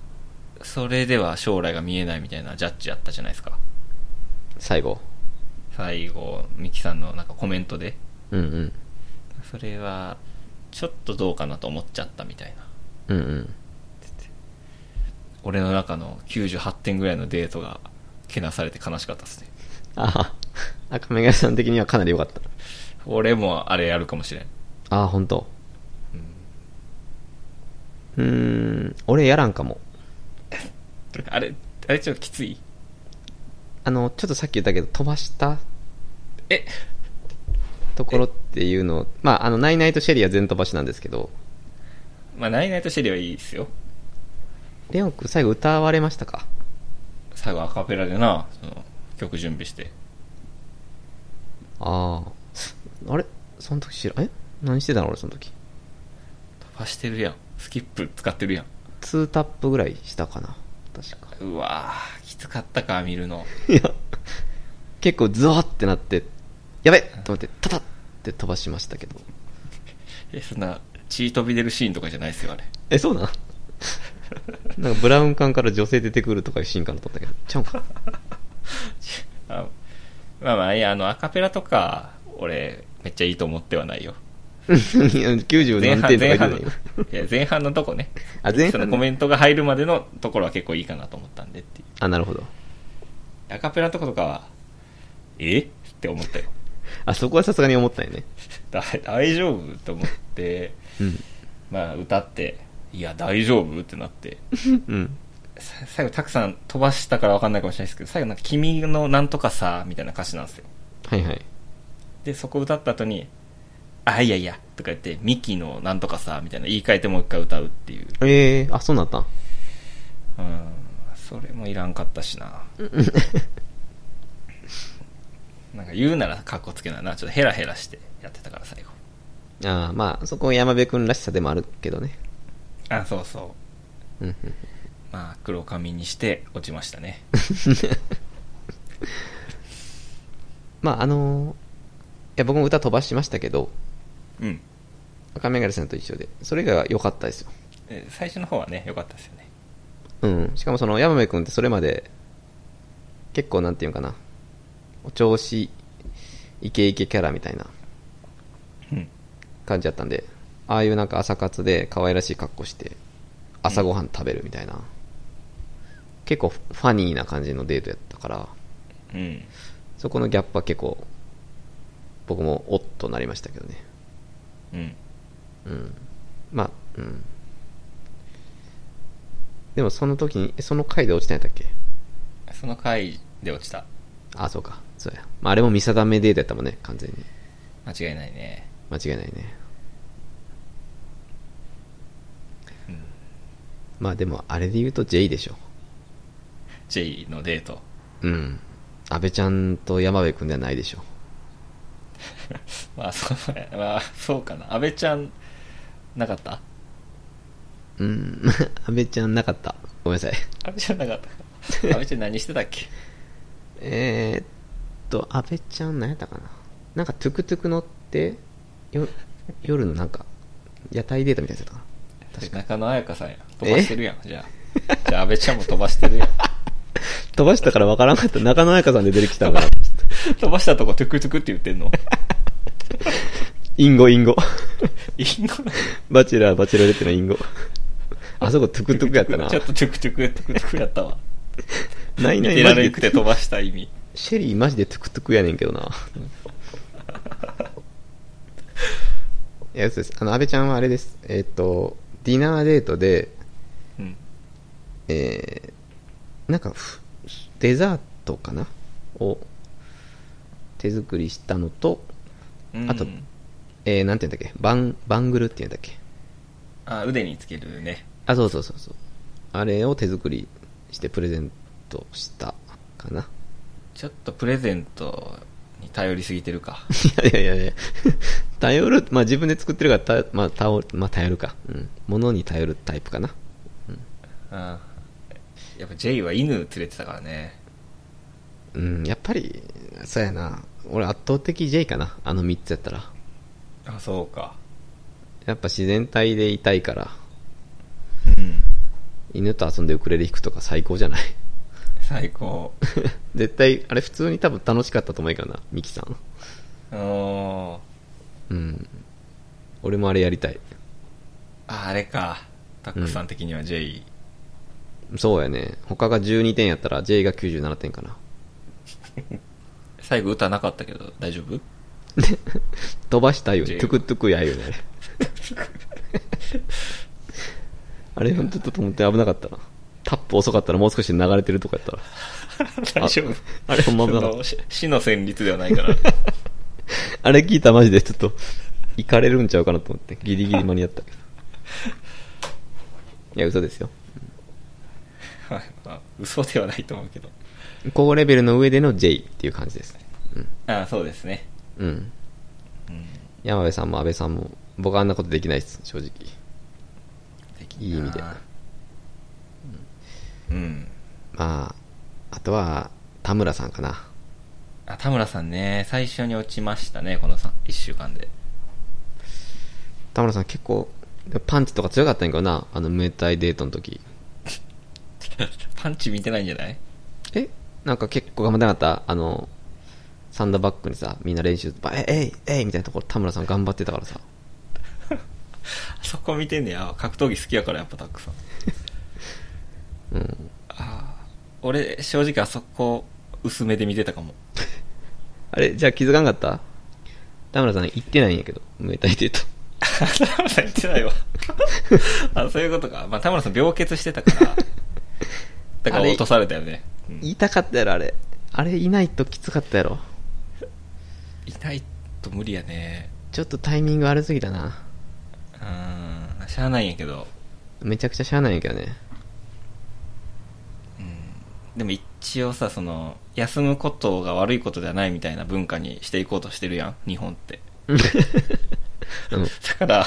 Speaker 1: それでは将来が見えないみたいなジャッジやったじゃないですか
Speaker 2: 最後
Speaker 1: 最後ミキさんのなんかコメントで
Speaker 2: うんうん
Speaker 1: それはちょっとどうかなと思っちゃったみたいな
Speaker 2: うんうん
Speaker 1: 俺の中の98点ぐらいのデートがけなされて悲しかったですね
Speaker 2: ああ赤目がさん的にはかなり良かった
Speaker 1: 俺もあれやるかもしれん、
Speaker 2: ああ本当
Speaker 1: うん
Speaker 2: うーん俺やらんかも
Speaker 1: あれあれちょっときつい
Speaker 2: あのちょっとさっき言ったけど飛ばした
Speaker 1: え
Speaker 2: ところっていうのをまああのナイナイとシェリーは全飛ばしなんですけど
Speaker 1: まあナイナイとシェリーはいいですよ
Speaker 2: レオン君最後歌われましたか
Speaker 1: 最後アカペラでなその曲準備して
Speaker 2: あああれその時知らえ何してたの俺その時
Speaker 1: 飛ばしてるやんスキップ使ってるやん
Speaker 2: 2タップぐらいしたかな確か
Speaker 1: うわーきつかったか見るの
Speaker 2: いや結構ズワってなってやべっと思ってタタって飛ばしましたけど
Speaker 1: えそんな血飛び出るシーンとかじゃないですよあれ
Speaker 2: えそうなん なんかブラウン管から女性出てくるとかいうシーンかなと思ったけどちゃうん か
Speaker 1: あまあまあいやあのアカペラとか俺めっちゃいいと思ってはないよ
Speaker 2: いや90
Speaker 1: 前
Speaker 2: 何
Speaker 1: 半
Speaker 2: 点と
Speaker 1: 前
Speaker 2: か
Speaker 1: 半
Speaker 2: 言
Speaker 1: の
Speaker 2: って
Speaker 1: い
Speaker 2: たよ
Speaker 1: や前半のとこね
Speaker 2: あ前半ね
Speaker 1: そのコメントが入るまでのところは結構いいかなと思ったんでってい
Speaker 2: あなるほど
Speaker 1: うアカペラのとことかはえって思ったよ
Speaker 2: あそこはさすがに思ったよね
Speaker 1: だ 大丈夫と思って
Speaker 2: うん
Speaker 1: まあ歌っていや大丈夫ってなって
Speaker 2: うん
Speaker 1: さ最後たくさん飛ばしたから分かんないかもしれないですけど最後なんか「君のなんとかさ」みたいな歌詞なんですよ
Speaker 2: はいはい
Speaker 1: でそこ歌った後に「あいやいや」とか言って「ミキのなんとかさ」みたいな言い換えてもう一回歌うっていう
Speaker 2: ええー、あそうなったん
Speaker 1: うんそれもいらんかったしななんか言うならかっこつけないなちょっとヘラヘラしてやってたから最後
Speaker 2: あーまあそこ山辺君らしさでもあるけどね
Speaker 1: あそうそう
Speaker 2: うんうん
Speaker 1: まあ黒髪にして落ちましたね
Speaker 2: まああのーいや僕も歌飛ばしましたけど
Speaker 1: うん
Speaker 2: 赤眼鏡さんと一緒でそれ以外は良かったですよ
Speaker 1: え最初の方はね良かったですよね
Speaker 2: うんしかもその山辺君ってそれまで結構なんていうんかなお調子イケイケキャラみたいな
Speaker 1: うん
Speaker 2: 感じだったんでああいうなんか朝活で可愛らしい格好して朝ごはん食べるみたいな、結構ファニーな感じのデートやったから
Speaker 1: うん
Speaker 2: そこのギャップは結構僕もおっとなりましたけどね
Speaker 1: うん
Speaker 2: うんまあうんでもその時にえその回で落ちたんやったっけ
Speaker 1: その回で落ちた
Speaker 2: あそうかそうや、まあ、あれも見定めデートやったもんね完全に
Speaker 1: 間違いないね
Speaker 2: 間違いないね
Speaker 1: うん
Speaker 2: まあでもあれで言うと J でしょ
Speaker 1: J のデー ト
Speaker 2: うん安倍ちゃんと山辺君ではないでしょ
Speaker 1: まあそう,、 まあ、そうかな安倍ちゃんなかった
Speaker 2: うん 安倍ちゃんなかったごめんなさい
Speaker 1: 安倍ちゃんなかったか安倍ちゃん何してたっ け
Speaker 2: えー、っと安倍ちゃん何やったかななんかトゥクトゥク乗ってよ夜のなんか屋台デートみたいなやつやったかな確か
Speaker 1: 中野彩香さんや飛ばしてるやんじゃあじゃあ安倍ちゃんも飛ばしてるやん
Speaker 2: 飛ばしたからわからんかった中野彩香さんで出てきたから
Speaker 1: 飛ばしたとこトゥクトゥクって言って んの
Speaker 2: インゴインゴ
Speaker 1: インゴ
Speaker 2: バチェラーバチェラレッテのインゴあそこトゥクトゥクやったな
Speaker 1: ちょっとトゥクトゥクトゥクトゥクやったわ
Speaker 2: ないな
Speaker 1: 見て
Speaker 2: い
Speaker 1: ら
Speaker 2: マ
Speaker 1: れ
Speaker 2: ジ
Speaker 1: なく
Speaker 2: で
Speaker 1: て飛ばした意味
Speaker 2: シェリーマジでトゥクトゥクやねんけど ないや嘘ですあの安倍ちゃんはあれですえーっ、とディナーデートで
Speaker 1: うん
Speaker 2: えーなんかふデザートかなを手作りしたのと、
Speaker 1: うん
Speaker 2: あとえーなんて言うんだっけバンバングルって言うんだっけ
Speaker 1: あ腕につけるね
Speaker 2: あそうそうそうそうあれを手作りしてプレゼントしたかな
Speaker 1: ちょっとプレゼントに頼りすぎてるか
Speaker 2: いやいやいやいや頼る、まあ自分で作ってるからた、まあ頼まあ、頼るか。うん。物に頼るタイプかな。
Speaker 1: うん。やっぱ J は犬連れてたからね。
Speaker 2: うん、やっぱり、そうやな。俺圧倒的 J かな。あの3つやったら。
Speaker 1: あ、そうか。
Speaker 2: やっぱ自然体でいたいから、
Speaker 1: うん。
Speaker 2: 犬と遊んでウクレレ弾くとか最高じゃない
Speaker 1: 最高。
Speaker 2: 絶対、あれ普通に多分楽しかったと思うけどな、ミキさん。
Speaker 1: あの
Speaker 2: うん。俺もあれやりたい。
Speaker 1: ーあ、あれか。タックさん的には J。
Speaker 2: そうやね。他が12点やったら J が97点かな。
Speaker 1: 最後歌なかったけど、大丈夫
Speaker 2: 飛ばしたいよね。
Speaker 1: J
Speaker 2: トゥクトゥクやよね、 あれ。あれ、ほんとちょっと思って危なかったな。タップ遅かったらもう少しで流れてるとかやったら。
Speaker 1: 大丈夫
Speaker 2: あれほんま危なかった
Speaker 1: そのし死の旋律ではな いから。
Speaker 2: あれ聞いたらマジでちょっと、行かれるんちゃうかなと思って、ギリギリ間に合ったけど。いや、嘘ですよ。
Speaker 1: はいまあ嘘ではないと思うけど。
Speaker 2: 高レベルの上での J っていう感じですね。
Speaker 1: あそうですね。
Speaker 2: うん。うん。
Speaker 1: うん。
Speaker 2: 山部さんも安倍さんも、僕はあんなことできないです、正直。いい意味で。
Speaker 1: うん。
Speaker 2: まあ、あとは、田村さんかな。
Speaker 1: あ、田村さんね、最初に落ちましたね、このさ1週間 で。
Speaker 2: 田村さん結構、パンチとか強かったんやけどな、あの、ムエタイデートの時。
Speaker 1: パンチ見てないんじゃない
Speaker 2: えなんか結構頑張ってなかったあの、サンドバッグにさ、みんな練習、ばえ、えい、えい、みたいなところ田村さん頑張ってたからさ。
Speaker 1: あそこ見てんねや。格闘技好きやから、やっぱたくさん。
Speaker 2: うん。
Speaker 1: あー俺、正直あそこ、薄めで見てたかも。
Speaker 2: あれ、じゃあ気づかんかった田村さん行ってないんやけど、ムエタイデート。
Speaker 1: 田村さん言って ないわ。あ、そういうことか。まあ、田村さん病欠してた から。だから落とされたよね。うん
Speaker 2: 言いたかったやろ、あれ。あれいないときつかったやろ。
Speaker 1: いないと無理やね。
Speaker 2: ちょっとタイミング悪すぎたな。
Speaker 1: うーん、しゃあないんやけど。
Speaker 2: めちゃくちゃしゃあないんやけど ね。
Speaker 1: でも一応さ、その、休むことが悪いことではないみたいな文化にしていこうとしてるやん、日本って。
Speaker 2: うん。
Speaker 1: だから、だか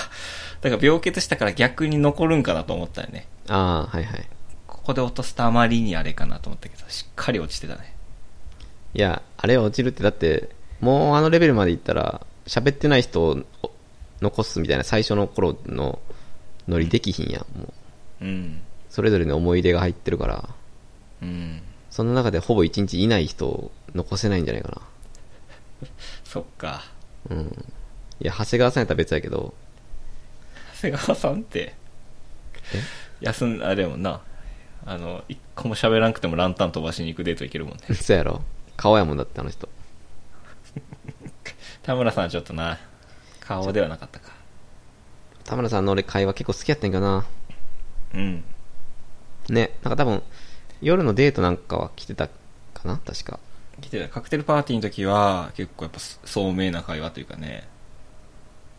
Speaker 1: ら病欠したから逆に残るんかなと思ったよね。
Speaker 2: ああ、はいはい。
Speaker 1: ここで落とすとあまりにあれかなと思ったけど、しっかり落ちてたね。
Speaker 2: いや、あれ落ちるって、だって、もうあのレベルまでいったら、喋ってない人をお残すみたいな最初の頃のノリできひんやん。もう、
Speaker 1: うん。
Speaker 2: それぞれの思い出が入ってるから、
Speaker 1: うん。
Speaker 2: その中でほぼ一日いない人を残せないんじゃないか
Speaker 1: そっか。
Speaker 2: な。うん。いや、長谷川さんやったら別やけど、
Speaker 1: 長谷川さんって、休ん、あれやもんな。あの、一個も喋らんくてもランタン飛ばしに行くデート行けるもんね。
Speaker 2: え そうやろ顔やもんだってあの人。
Speaker 1: 田村さんはちょっとな、顔ではなかったか。
Speaker 2: 田村さんの俺会話結構好きやったんやけどな。
Speaker 1: うん。
Speaker 2: ね、なんか多分、夜のデートなんかは来てたかな確か。
Speaker 1: 来てたカクテルパーティーの時は結構やっぱ聡明な会話というかね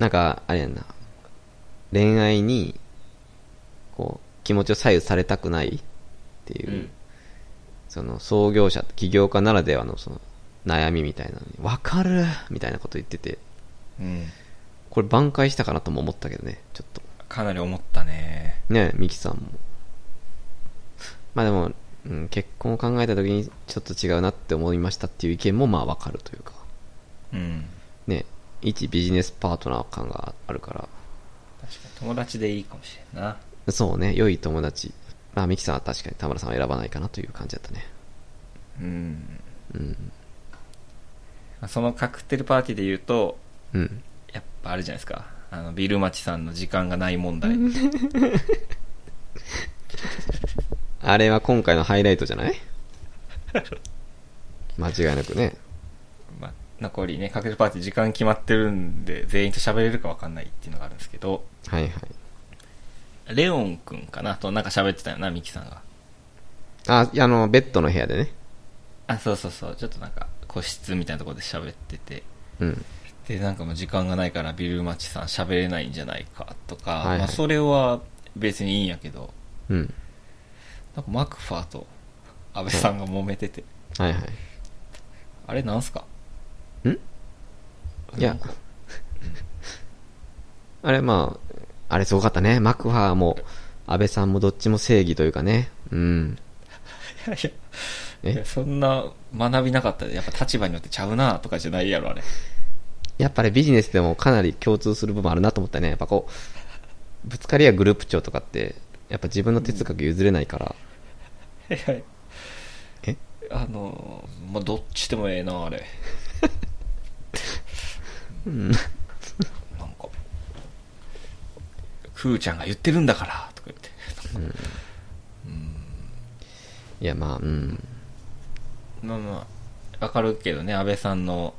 Speaker 2: なんか、あれやんな。恋愛に、こう、気持ちを左右されたくないっていう、
Speaker 1: うん
Speaker 2: その創業者、起業家ならではのその悩みみたいなのに、わかるみたいなこと言ってて、
Speaker 1: うん
Speaker 2: これ挽回したかなとも思ったけどね、ちょっと。
Speaker 1: かなり思ったね
Speaker 2: ねミキさんも。まあでも、うん、結婚を考えた時にちょっと違うなって思いましたっていう意見もまあわかるというか、
Speaker 1: うん
Speaker 2: ね、一ビジネスパートナー感があるから、
Speaker 1: 確かに友達でいいかもしれんな
Speaker 2: そうね、良い友達。まあ、ミキさんは確かに田村さんは選ばないかなという感じだったね。
Speaker 1: うん
Speaker 2: うん。
Speaker 1: そのカクテルパーティーで言うと
Speaker 2: うん。
Speaker 1: やっぱあるじゃないですかあのビルマチさんの時間がない問 題
Speaker 2: あれは今回のハイライトじゃない 間違いなくね。
Speaker 1: まあ残りねカクテルパーティー時間決まってるんで全員と喋れるか分かんないっていうのがあるんですけど
Speaker 2: はいはい。
Speaker 1: レオンくんかなとなんか喋ってたよなミキさんが
Speaker 2: あ、いやあの、ベッドの部屋でね。
Speaker 1: あそうそうそうちょっとなんか個室みたいなところで喋ってて
Speaker 2: うん。
Speaker 1: でなんかもう時間がないからビルマチさん喋れないんじゃないかとか、
Speaker 2: はいはい
Speaker 1: まあ、それは別にいいんやけど
Speaker 2: うん。
Speaker 1: なんかマクファーと安倍さんが揉めてて、
Speaker 2: はいはい。
Speaker 1: あれなんすか
Speaker 2: んいや、あれ、まあ、あれすごかったね。マクファーも、安倍さんもどっちも正義というかね。うん。
Speaker 1: いやいや
Speaker 2: え
Speaker 1: いやそんな学びなかったでやっぱ立場によってちゃうなとかじゃないやろあれ
Speaker 2: やっぱりビジネスでもかなり共通する部分あるなと思ったね。やっぱこう、ぶつかり合うグループ長とかって、やっぱ自分の哲学譲れないから。
Speaker 1: はいはい
Speaker 2: え
Speaker 1: あのまあどっちでもええなあ れ
Speaker 2: うん。
Speaker 1: なんか「くーちゃんが言ってるんだから」とか言って
Speaker 2: いや、まあ、うん。
Speaker 1: まあまあわかるけどね安倍さんの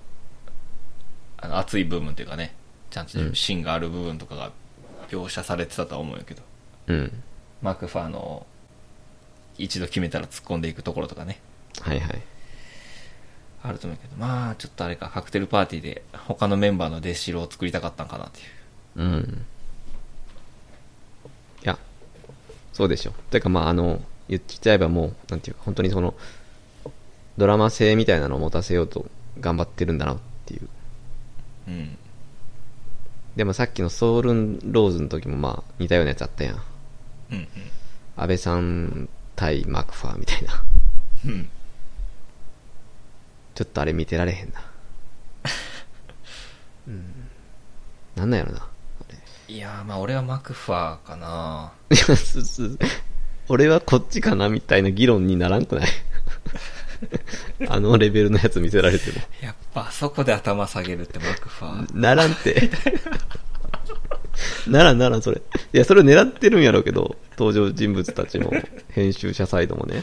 Speaker 1: あの熱い部分というかねちゃんと
Speaker 2: うん
Speaker 1: 芯がある部分とかが描写されてたとは思うんやけど、
Speaker 2: うん。
Speaker 1: マクファーの一度決めたら突っ込んでいくところとかね
Speaker 2: はいはい。
Speaker 1: あると思うけどまあちょっとあれかカクテルパーティーで他のメンバーの出しろを作りたかったんかなっていう
Speaker 2: うん。いや、そうでしょ。というか、まあ、あの、言っちゃえばもう、なんていうか、本当にその、ドラマ性みたいなのを持たせようと頑張ってるんだなっていう。
Speaker 1: うん
Speaker 2: でもさっきのソウルンローズの時もまあ、似たようなやつあったやん。
Speaker 1: うん
Speaker 2: 安倍さん対マクファーみたいな。
Speaker 1: うんうん
Speaker 2: ちょっとあれ見てられへんな。うん。なんなんやろな。あれ
Speaker 1: いやーまあ俺はマクファーかない
Speaker 2: やすす俺はこっちかなみたいな議論にならんくない あのレベルのやつ見せられても。
Speaker 1: やっぱあそこで頭下げるってマクファー
Speaker 2: ならんって。ならんならん、それ。いや、それを狙ってるんやろうけど、登場人物たちも、編集者サイドもね。い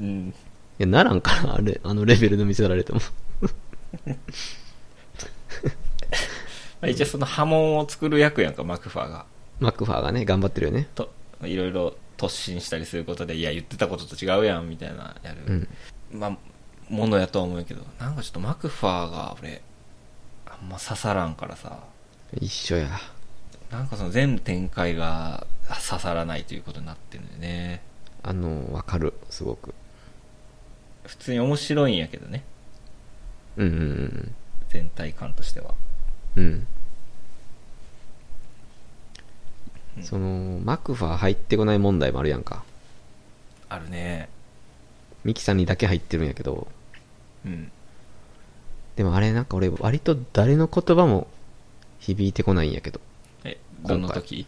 Speaker 1: うん
Speaker 2: や、ならんかな、あれ、あのレベルの見せられても。
Speaker 1: まあ一応その波紋を作る役やんかマクファーが
Speaker 2: マクファーがね、頑張ってるよね。
Speaker 1: といろいろ突進したりすることでいや言ってたことと違うやんみたいなやる、
Speaker 2: うん。
Speaker 1: まあものやとは思うけどなんかちょっとマクファーが俺あんま刺さらんからさ
Speaker 2: 一緒や。
Speaker 1: なんかその全展開があ刺さらないということになってるんだよね
Speaker 2: あの、わかる、すごく。
Speaker 1: 普通に面白いんやけどね
Speaker 2: うんうん
Speaker 1: 全体感としては
Speaker 2: うん。うん。
Speaker 1: うん
Speaker 2: その、マクファー入ってこない問題もあるやんか。
Speaker 1: あるね
Speaker 2: ミキさんにだけ入ってるんやけど、
Speaker 1: うん
Speaker 2: でもあれなんか俺割と誰の言葉も響いてこないんやけど。
Speaker 1: え
Speaker 2: 今
Speaker 1: ど
Speaker 2: 回
Speaker 1: の時
Speaker 2: い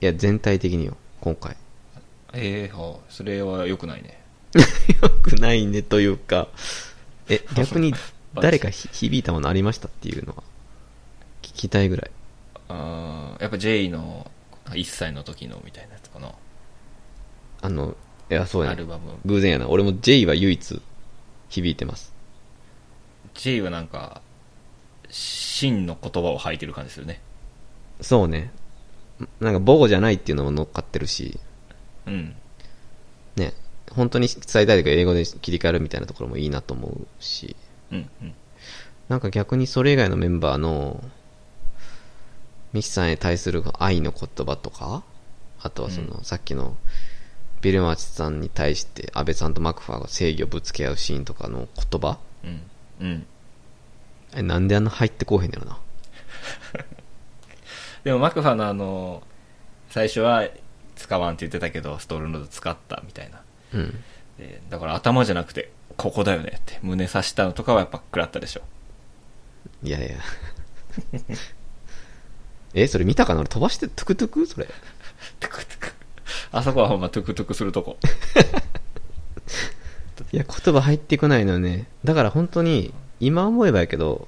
Speaker 2: や、全体的によ、今回。
Speaker 1: ええはあそれは良くないね
Speaker 2: よくないねというか、 え、逆に誰かひ響いたものありましたっていうのは聞きたいぐらい。
Speaker 1: あーやっぱ J の1歳の時のみたいなやつかな、
Speaker 2: あの、いや、そうや
Speaker 1: ア
Speaker 2: な
Speaker 1: ル。バム
Speaker 2: 偶然やな。俺も J は唯一響いてます。
Speaker 1: J はなんか真の言葉を吐いてる感じするね
Speaker 2: そうね。なんか母語じゃないっていうのも乗っかってるし、
Speaker 1: うん
Speaker 2: ね、本当に伝えたいとか英語で切り替えるみたいなところもいいなと思うし、
Speaker 1: うんうん
Speaker 2: なんか逆にそれ以外のメンバーの、ミキさんへ対する愛の言葉とか、あとはその、
Speaker 1: う
Speaker 2: さっきの、ビルマーチさんに対して、安倍さんとマクファーが正義をぶつけ合うシーンとかの言葉
Speaker 1: うんうん
Speaker 2: え、なんであんな入ってこうへんのやろな。
Speaker 1: でもマクファのあの最初は使わんって言ってたけどストールノード使ったみたいな
Speaker 2: うん。
Speaker 1: でだから頭じゃなくてここだよねって胸刺したのとかはやっぱ食らったでしょ
Speaker 2: いやい や。え、それ見たかな俺飛ばして、トゥクトゥクそれ。
Speaker 1: トゥクトゥクあそこはほんまトゥクトゥクするとこ
Speaker 2: いや、言葉入ってこないのよね。だから本当に、今思えばやけど、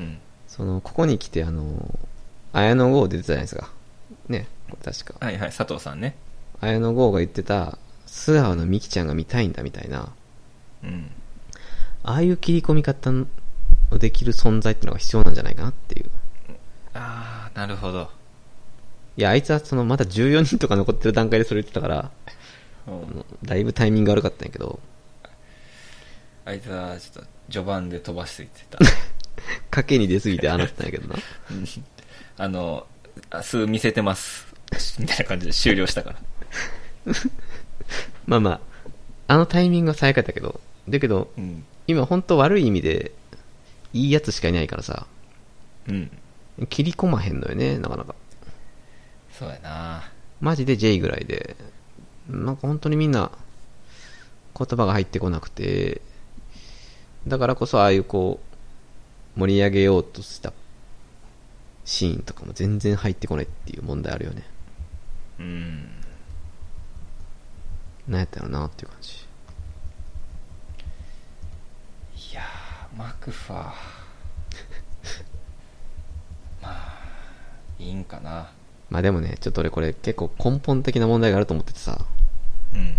Speaker 1: うん
Speaker 2: その、ここに来て、あの、綾野剛出てたじゃないですか。ね、これ確か。
Speaker 1: はいはい佐藤さんね
Speaker 2: 綾野剛が言ってた、素顔のミキちゃんが見たいんだみたいな、
Speaker 1: うん
Speaker 2: ああいう切り込み方のできる存在ってのが必要なんじゃないかなっていう。
Speaker 1: ああなるほど
Speaker 2: いや、あいつはその、まだ14人とか残ってる段階でそれ言ってたから、
Speaker 1: うん
Speaker 2: あのだいぶタイミング悪かったんやけど、
Speaker 1: あいつはちょっと序盤で飛ばしていってた
Speaker 2: 賭けに出すぎてああなったんやけどな。
Speaker 1: うん あの明日見せてますみたいな感じで終了したから
Speaker 2: まあまあ、あのタイミングは最悪やったけど、だけど、
Speaker 1: うん
Speaker 2: 今本当悪い意味で、いいやつしかいないからさ、
Speaker 1: うん
Speaker 2: 切り込まへんのよね、なかなか。
Speaker 1: そうやな
Speaker 2: マジで J ぐらいで、なんか本当にみんな、言葉が入ってこなくて、だからこそああいうこう、盛り上げようとしたシーンとかも全然入ってこないっていう問題あるよね。
Speaker 1: うん
Speaker 2: なんやったのなっていう感じ。
Speaker 1: いやー マクファまあいいんかな
Speaker 2: まあでもね、ちょっと俺これ結構根本的な問題があると思っててさ、
Speaker 1: うん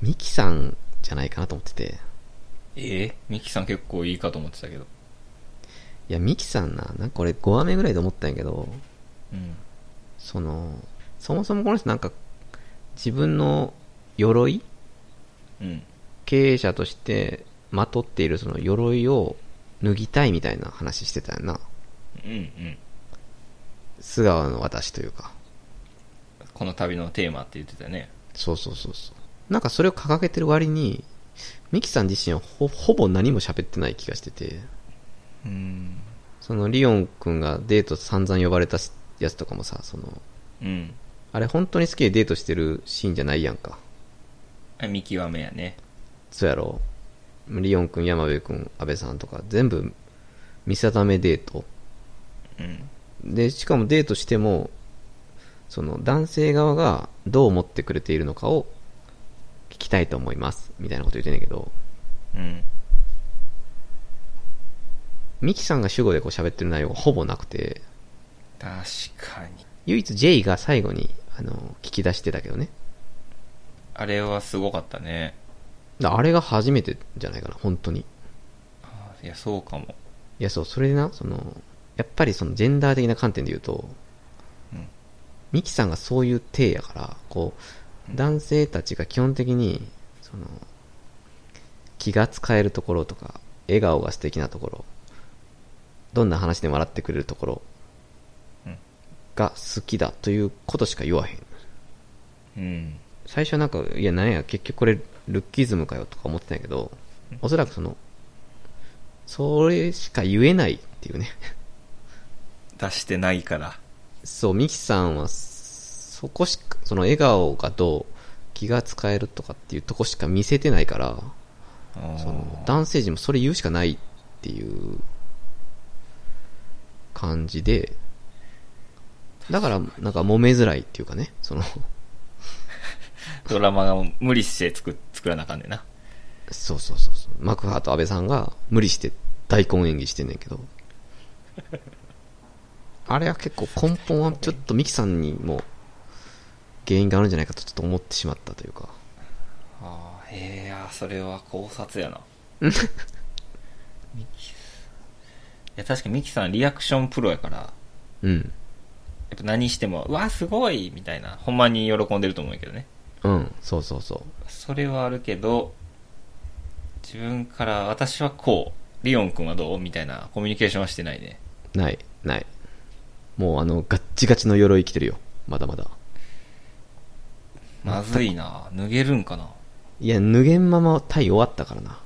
Speaker 2: ミキさんじゃないかなと思ってて、
Speaker 1: ええミキさん結構いいかと思ってたけど
Speaker 2: いや、ミキさんな、なんか俺5話目ぐらいで思ったんやけど、
Speaker 1: うん
Speaker 2: その、そもそもこの人なんか、自分の鎧
Speaker 1: うん
Speaker 2: 経営者としてまとっているその鎧を脱ぎたいみたいな話してたよな。
Speaker 1: うんうん
Speaker 2: 素顔の私というか。
Speaker 1: この旅のテーマって言ってたよね
Speaker 2: そうそうそうそう。なんかそれを掲げてる割に、ミキさん自身はほほぼ何も喋ってない気がしてて、
Speaker 1: うん
Speaker 2: そのリオンくんがデート散々呼ばれたしやつとかもさ、その、
Speaker 1: うん
Speaker 2: あれ本当に好きでデートしてるシーンじゃないやんか。
Speaker 1: あ見極めやね
Speaker 2: そうやろリオンくん、山部くん、安倍さんとか、全部見定めデート。
Speaker 1: うん
Speaker 2: で、しかもデートしても、その男性側がどう思ってくれているのかを聞きたいと思います。みたいなこと言ってんねんけど、
Speaker 1: うん
Speaker 2: ミキさんが主語でこう喋ってる内容がほぼなくて、
Speaker 1: 確かに
Speaker 2: 唯一 J が最後に、あの、聞き出してたけどね。
Speaker 1: あれはすごかったね
Speaker 2: だあれが初めてじゃないかな、本当に。
Speaker 1: あいやそうかも
Speaker 2: いや、そう、それでな、その、やっぱりそのジェンダー的な観点で言うと、
Speaker 1: うん
Speaker 2: ミキさんがそういう体やから、こ
Speaker 1: う
Speaker 2: う、
Speaker 1: ん
Speaker 2: 男性たちが基本的に、その、気が使えるところとか、笑顔が素敵なところ、どんな話でも笑ってくれるところ
Speaker 1: うん
Speaker 2: が好きだということしか言わへん。
Speaker 1: うん
Speaker 2: 最初はなんか、いや、なんや、結局これ、ルッキズムかよとか思ってたんやけど、おそらくその、それしか言えないっていうね。
Speaker 1: 出してないから
Speaker 2: そう、ミキさんは、そこしか、その笑顔がどう、気が使えるとかっていうとこしか見せてないから、
Speaker 1: あ
Speaker 2: その
Speaker 1: ー
Speaker 2: 男性陣もそれ言うしかないっていう感じで、だから、なんか揉めづらいっていうかね、その、
Speaker 1: ドラマが無理して作作らなあかんねんな
Speaker 2: そうそうそうそう、マクハと安倍さんが無理して大根演技してんねんけど、あれは結構根本はちょっとミキさんにも原因があるんじゃないかとちょっと思ってしまったというか、
Speaker 1: ああへえあーそれは考察やなミキいや確かにミキさんリアクションプロやからや
Speaker 2: うん。
Speaker 1: っぱ何しても「うわすごい!」みたいなほんまに喜んでると思うけどね
Speaker 2: うん、そうそうそ
Speaker 1: それはあるけど自分から「私はこうリオン君はどう?」みたいなコミュニケーションはしてないね
Speaker 2: う。ない、ない。もうあの、ガッチガチの鎧着てるよ。まだまだ。
Speaker 1: まずいな脱げるんかない
Speaker 2: や、脱げんまま対終わったからな。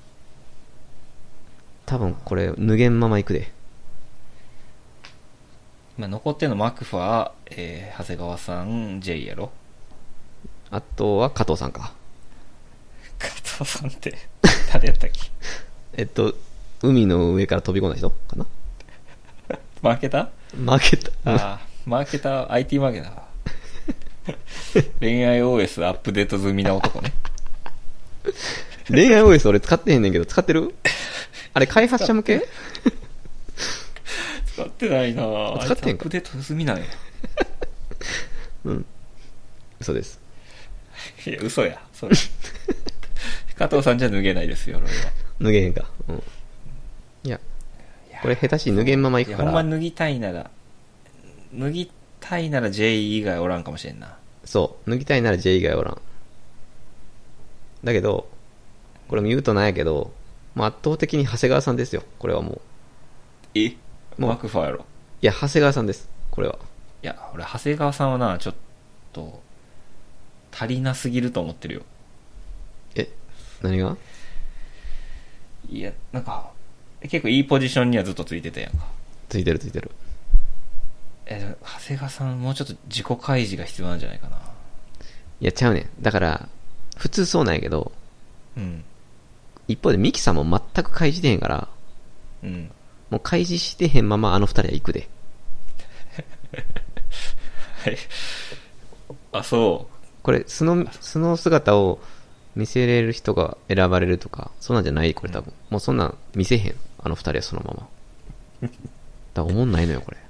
Speaker 2: 多分これ、脱げんまま行くで。
Speaker 1: 今残ってるのマクファー、えー長谷川さん J やろ
Speaker 2: あとは加藤さんか。
Speaker 1: 加藤さんって誰やったっけ
Speaker 2: えっと、海の上から飛び込んだ人かな
Speaker 1: マーケター
Speaker 2: 負けた。
Speaker 1: あーマーケター IT マーケター 恋愛 OS アップデート済みな男ね
Speaker 2: 恋愛 OS 俺使ってへんねんけど、使ってる あれ、開発者向け
Speaker 1: 使ってないなぁ
Speaker 2: 使ってん
Speaker 1: あいつアッ
Speaker 2: か
Speaker 1: プデート済みなんや
Speaker 2: うん。嘘です。
Speaker 1: いや嘘やそ れ加藤さんじゃ脱げないですよ俺は
Speaker 2: 脱げへんか。うん。いや、これ下手し脱げんまま行
Speaker 1: い
Speaker 2: く
Speaker 1: や
Speaker 2: か
Speaker 1: ほんま
Speaker 2: ら。
Speaker 1: 脱ぎたいなら脱ぎたいなら J 以外おらんかもしれんな
Speaker 2: そう。脱ぎたいなら J 以外おらん。だけど、これも言うとなんやけど、もう圧倒的に長谷川さんですよ。これはもう。
Speaker 1: え
Speaker 2: もう
Speaker 1: マクファーやろ
Speaker 2: いや、長谷川さんです。これは。
Speaker 1: いや俺長谷川さんはなちょっと足りなすぎると思ってるよ
Speaker 2: え何が
Speaker 1: いやなんか結構いいポジションにはずっとついてたやんか
Speaker 2: ついてるついてる。
Speaker 1: えでも長谷川さんもうちょっと自己開示が必要なんじゃないかない
Speaker 2: や、ちゃうねん。だから、普通そうなんやけど、
Speaker 1: うん
Speaker 2: 一方でミキさんも全く開示でへんから、
Speaker 1: うん
Speaker 2: もう開示してへんままあの二人は行くで。
Speaker 1: はい あそ
Speaker 2: これ、素の、素の姿を見せれる人が選ばれるとか、そんなんじゃないこれ多分。もうそんなん見せへん。あの二人はそのま ま。だから思んないのよ、これ。
Speaker 1: う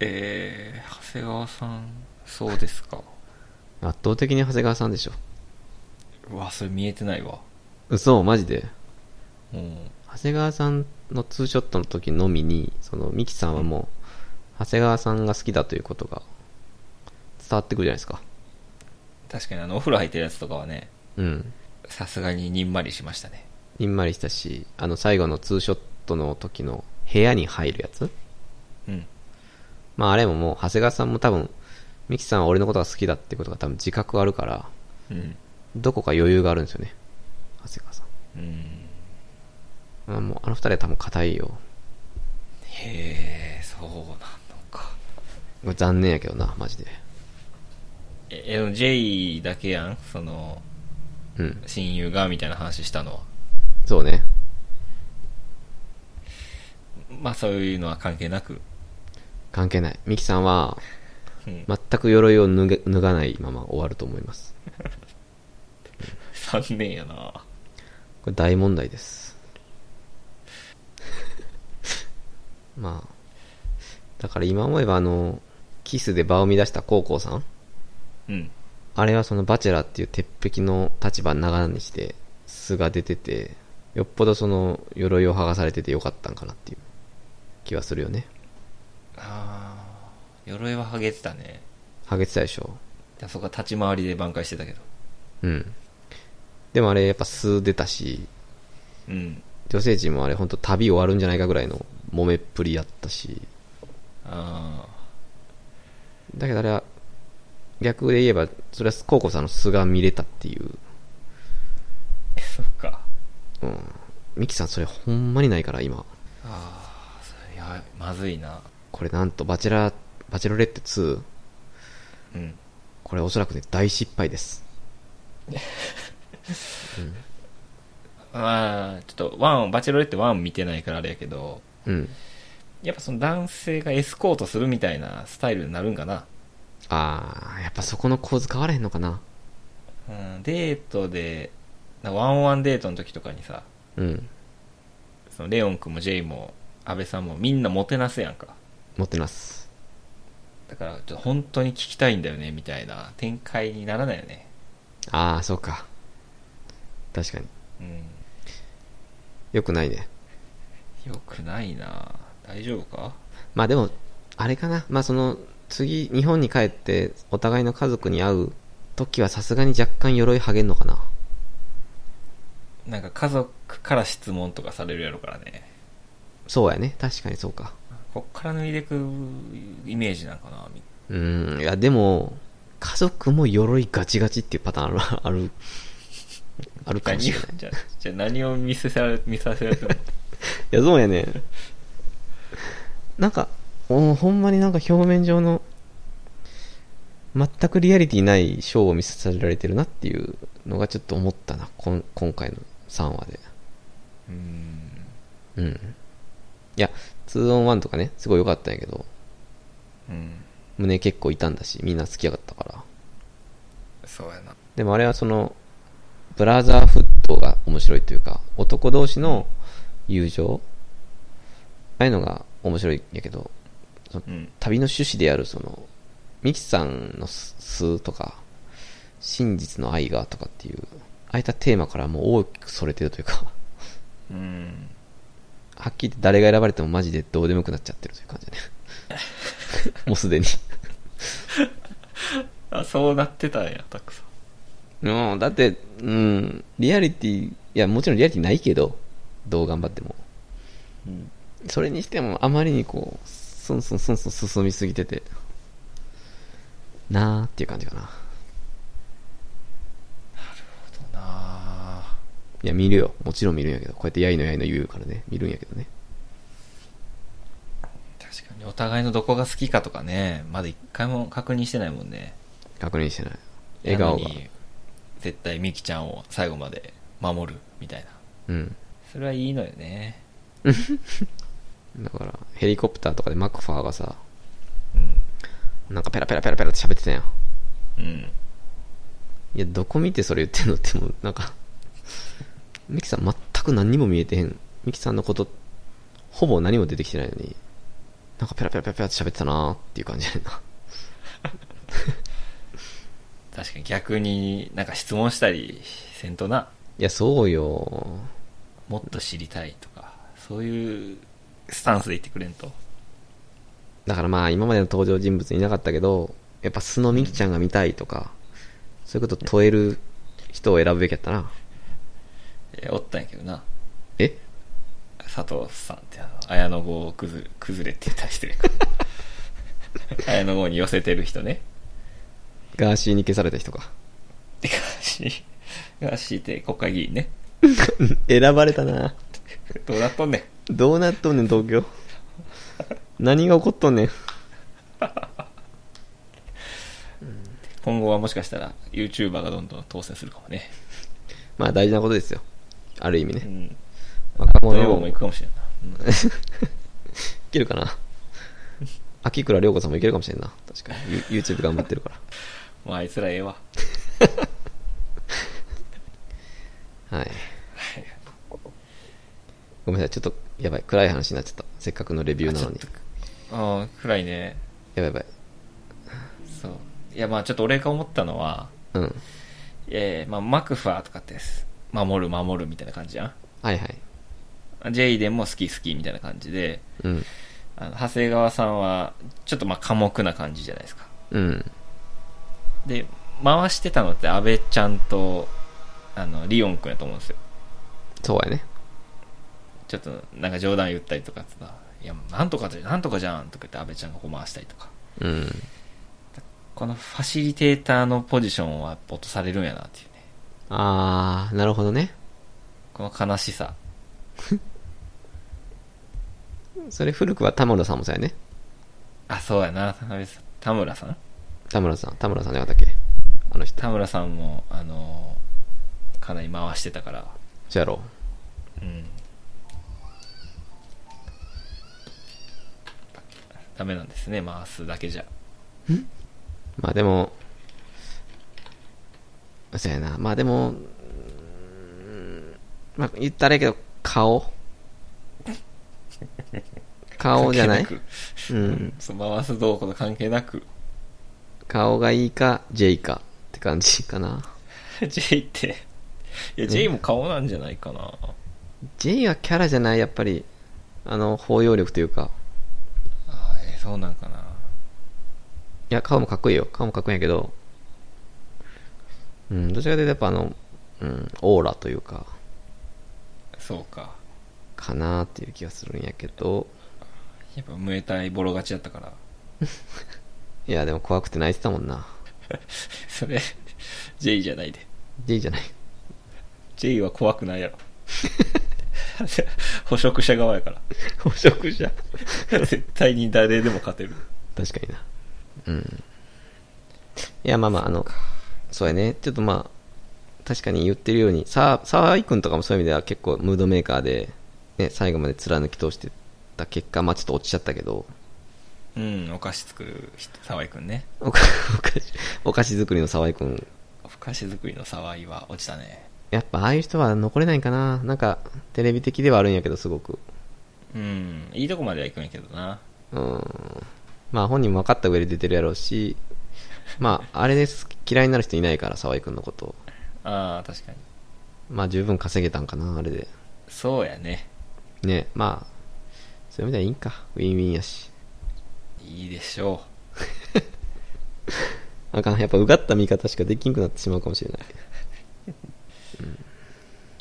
Speaker 1: えー、長谷川さんそうですか
Speaker 2: 圧倒的に長谷川さんでしょ。
Speaker 1: うわそれ見えてないわ
Speaker 2: 嘘、マジで。
Speaker 1: うん
Speaker 2: 長谷川さんのツーショットの時のみに、その、ミキさんはもう、長谷川さんが好きだということが、伝わってくるじゃないですか。
Speaker 1: 確かにあのお風呂入ってるやつとかはね
Speaker 2: うん。
Speaker 1: さすがににんまりしましたね
Speaker 2: にんまりしたし、あの、最後のツーショットの時の部屋に入るやつ
Speaker 1: うん
Speaker 2: まああれももう、長谷川さんも多分、ミキさんは俺のことが好きだってことが多分自覚あるから、
Speaker 1: うん
Speaker 2: どこか余裕があるんですよね。長谷川さん。
Speaker 1: うん
Speaker 2: まあもう、あの二人は多分硬いよ。
Speaker 1: へえそうなのか
Speaker 2: 残念やけどな、マジで。
Speaker 1: ええでも J だけやんその
Speaker 2: うん。
Speaker 1: 親友がみたいな話したのは
Speaker 2: そうね。
Speaker 1: まあそういうのは関係なく
Speaker 2: 関係ない。ミキさんは、
Speaker 1: うん
Speaker 2: 全く鎧を脱げ脱がないまま終わると思います。
Speaker 1: 残念やな
Speaker 2: これ大問題です。 まあ。だから今思えばあの、キスで場を乱した高校さん
Speaker 1: うん
Speaker 2: あれはそのバチェラーっていう鉄壁の立場長にして、素が出てて、よっぽどその鎧を剥がされててよかったんかなっていう気はするよね。
Speaker 1: ああ鎧は剥げてたね
Speaker 2: 剥げてたでしょ。
Speaker 1: でもそこは立ち回りで挽回してたけど
Speaker 2: うん。でもあれやっぱ素出たし、
Speaker 1: うん
Speaker 2: 女性陣もあれ本当旅終わるんじゃないかぐらいの揉めっぷりやったし、
Speaker 1: あ
Speaker 2: だけどあれは逆で言えば、それはコウコさんの素が見れたっていう、
Speaker 1: あそっか
Speaker 2: うん。ミキさんそれほんまにないから今。
Speaker 1: ああそれやまずいな
Speaker 2: これなんとバチェラー、バチェロレッテ2、
Speaker 1: うん
Speaker 2: これおそらくね大失敗です。
Speaker 1: まあちょっとワンバチェロレってワン見てないからあれやけど
Speaker 2: うん。
Speaker 1: やっぱその男性がエスコートするみたいなスタイルになるんかな
Speaker 2: あー、やっぱそこの構図変わらへんのかな。
Speaker 1: うんデートでなワンオンワンデートの時とかにさ
Speaker 2: うん。
Speaker 1: そのレオン君もジェイも安倍さんもみんなもてなすやんか
Speaker 2: 持ってます。
Speaker 1: だからちょっと本当に聞きたいんだよねみたいな展開にならないよね
Speaker 2: あー、そうか。確かに。
Speaker 1: うん
Speaker 2: よくないね。
Speaker 1: よくないな大丈夫か
Speaker 2: まあでも、あれかな。まあその、次、日本に帰って、お互いの家族に会う時はさすがに若干鎧剥げんのかな。
Speaker 1: なんか家族から質問とかされるやろからね
Speaker 2: そうやね。確かにそうか。
Speaker 1: こっから脱いでくイメージなんかなみ
Speaker 2: うーん。いや、でも、家族も鎧ガチガチっていうパターンある、ある、あるかもし
Speaker 1: 何
Speaker 2: れない。
Speaker 1: を じゃあじゃあ何を見せられ見させられても
Speaker 2: いや、そうやね。なんか、おほんまになんか表面上の、全くリアリティないショーを見せられてるなっていうのがちょっと思ったな、こん今回の3話で。
Speaker 1: うん
Speaker 2: うん。いや、2on1 とかね、すごい良かったんやけど、
Speaker 1: うん
Speaker 2: 胸結構痛んだし、みんな好きやかったから。
Speaker 1: そうやな
Speaker 2: でもあれはその、ブラザーフットが面白いというか、男同士の友情ああいうのが面白いんやけど、その
Speaker 1: うん
Speaker 2: 旅の趣旨でやるその、ミキさんのす素とか、真実の愛がとかっていう、ああいったテーマからもう大きくそれてるというか、
Speaker 1: うん
Speaker 2: はっきり言って誰が選ばれてもマジでどうでもよくなっちゃってるという感じ だね。もうすでに。
Speaker 1: あそうなってたんやたくさん
Speaker 2: うん、だって、うん、リアリティ、いや、もちろんリアリティないけど、どう頑張っても。
Speaker 1: うん
Speaker 2: それにしても、あまりにこう、スンスンスンスン進みすぎてて、なーっていう感じかな。
Speaker 1: そうだない
Speaker 2: や、見るよ。もちろん見るんやけど、こうやってやいのやいの言うからね、見るんやけどね。
Speaker 1: 確かにお互いのどこが好きかとかね、まだ一回も確認してないもんね。
Speaker 2: 確認してない。笑顔
Speaker 1: な
Speaker 2: が
Speaker 1: の。に絶対ミキちゃんを最後まで守るみたいな。
Speaker 2: うん。
Speaker 1: それはいいのよね。
Speaker 2: だから、ヘリコプターとかでマクファーがさ、
Speaker 1: うん。
Speaker 2: なんかペラペラペラペラって喋ってたやん。
Speaker 1: うん。
Speaker 2: いや、どこ見てそれ言ってんのってもう、なんか、ミキさん全く何にも見えてへん。ミキさんのこと、ほぼ何も出てきてないのに、なんかペラペラペラペラって喋ってたなーっていう感じやねんな。
Speaker 1: 確かに逆になんか質問したりせんとな、
Speaker 2: いや、そうよ
Speaker 1: もっと知りたいとか、そういうスタンスで言ってくれんと。
Speaker 2: だからまあ、今までの登場人物にいなかったけど、やっぱ素のミキちゃんが見たいとか、そういうこと問える人を選ぶべきやったな。
Speaker 1: えーおったんやけどな。
Speaker 2: え
Speaker 1: 佐藤さんってあの綾野剛を崩れ崩れって言ったりしてるから 綾野剛に寄せてる人ね
Speaker 2: ガーシーに消された人か。
Speaker 1: でガーシーガーシーって国会議員ね
Speaker 2: 選ばれたな
Speaker 1: どうなっとんねん
Speaker 2: どうなっとんねん、東京。 何が起こっとんねん。
Speaker 1: 今後はもしかしたら YouTuber がどんどん当選するかもね
Speaker 2: まあ大事なことですよ。ある意味
Speaker 1: う
Speaker 2: ね。
Speaker 1: ん
Speaker 2: 若
Speaker 1: ドラ
Speaker 2: 者
Speaker 1: ゴンも
Speaker 2: も
Speaker 1: 行
Speaker 2: い
Speaker 1: くかもしれんな、うん
Speaker 2: けるかな。秋倉涼子さんもいけるかもしれんな。確かに。ユ YouTube 頑張ってるから。
Speaker 1: まああいつらええわ
Speaker 2: はい。ごめんなさい。ちょっと、やばい。暗い話になっちゃった。せっかくのレビューなのに。
Speaker 1: あちょっとうん暗いね
Speaker 2: やばいやばい。
Speaker 1: そういやまあちょっと俺が思ったのは
Speaker 2: うん。
Speaker 1: えーまあ、マクファーとかって守る守るみたいな感じじゃ
Speaker 2: はいはい。
Speaker 1: んジェイデンも好き好きみたいな感じで
Speaker 2: うん。
Speaker 1: あの長谷川さんはちょっとまあ寡黙な感じじゃないですか
Speaker 2: うん。
Speaker 1: で回してたのって安倍ちゃんとあのリオン君やと思うんですよ
Speaker 2: そうやね。
Speaker 1: ちょっとなんか冗談言ったりとかってさ「いやなんとかじゃなんとかじゃん」とか言って安倍ちゃんがこう回したりとか
Speaker 2: うん。
Speaker 1: このファシリテーターのポジションは落とされるんやなっていうね
Speaker 2: あー、なるほどね。
Speaker 1: この悲しさ
Speaker 2: それ古くは田村さんもそうやね。
Speaker 1: あそうやな安倍さん田村さん
Speaker 2: 田村さん。田村さんじゃなかったっけあの人。
Speaker 1: 田村さんもあのかなり回してたから
Speaker 2: そうやろ
Speaker 1: うんダメなんですね回すだけじゃ
Speaker 2: まあでも、そうやな。まあでも、うーんまあ言ったらいいけど、顔顔じゃない
Speaker 1: 関係
Speaker 2: うん。
Speaker 1: くそう回すどうこと関係なく
Speaker 2: 顔がいいか、J かって感じかな。
Speaker 1: J っていや J も顔なんじゃないかな、
Speaker 2: J はキャラじゃない、やっぱり、あの、包容力というか。
Speaker 1: ああえーそうなんかない
Speaker 2: や、顔もかっこいいよ。顔もかっこいいんやけど、うん、どちらかというとやっぱあの、うん、オーラというか、
Speaker 1: そうか
Speaker 2: かなっていう気がするんやけど、
Speaker 1: やっぱムエタイボロ勝ちだったから
Speaker 2: いや、でも怖くて泣いてたもんな。
Speaker 1: それ J じゃないで
Speaker 2: J じゃない。
Speaker 1: J は怖くないやろ 捕食者側やから
Speaker 2: 捕食者。
Speaker 1: 絶対に誰でも勝てる
Speaker 2: 確かにな。うん。いや、まあまあ、あの、そうやね。ちょっとまあ、確かに言ってるように、さ沢井くんとかもそういう意味では結構ムードメーカーで、ね、最後まで貫き通してた結果、まあちょっと落ちちゃったけど、
Speaker 1: うんお菓子作る人沢井くんね
Speaker 2: おか お菓子、お菓子作りの沢井くん、
Speaker 1: お菓子作りの沢井は落ちたね
Speaker 2: やっぱああいう人は残れないんかな。なんか、テレビ的ではあるんやけど、すごく。
Speaker 1: うんいいとこまでは行くんやけどな
Speaker 2: うん。まあ本人も分かった上で出てるやろうし、まあ、あれです。嫌いになる人いないから、沢井くんのこと。
Speaker 1: ああ確かに
Speaker 2: まあ十分稼げたんかな、あれで。
Speaker 1: そうやね
Speaker 2: ね、まあ、そういう意味ではいいんか。ウィンウィンやし。
Speaker 1: いいでしょ
Speaker 2: あかん、やっぱうがった見方しかできんくなってしまうかもしれない。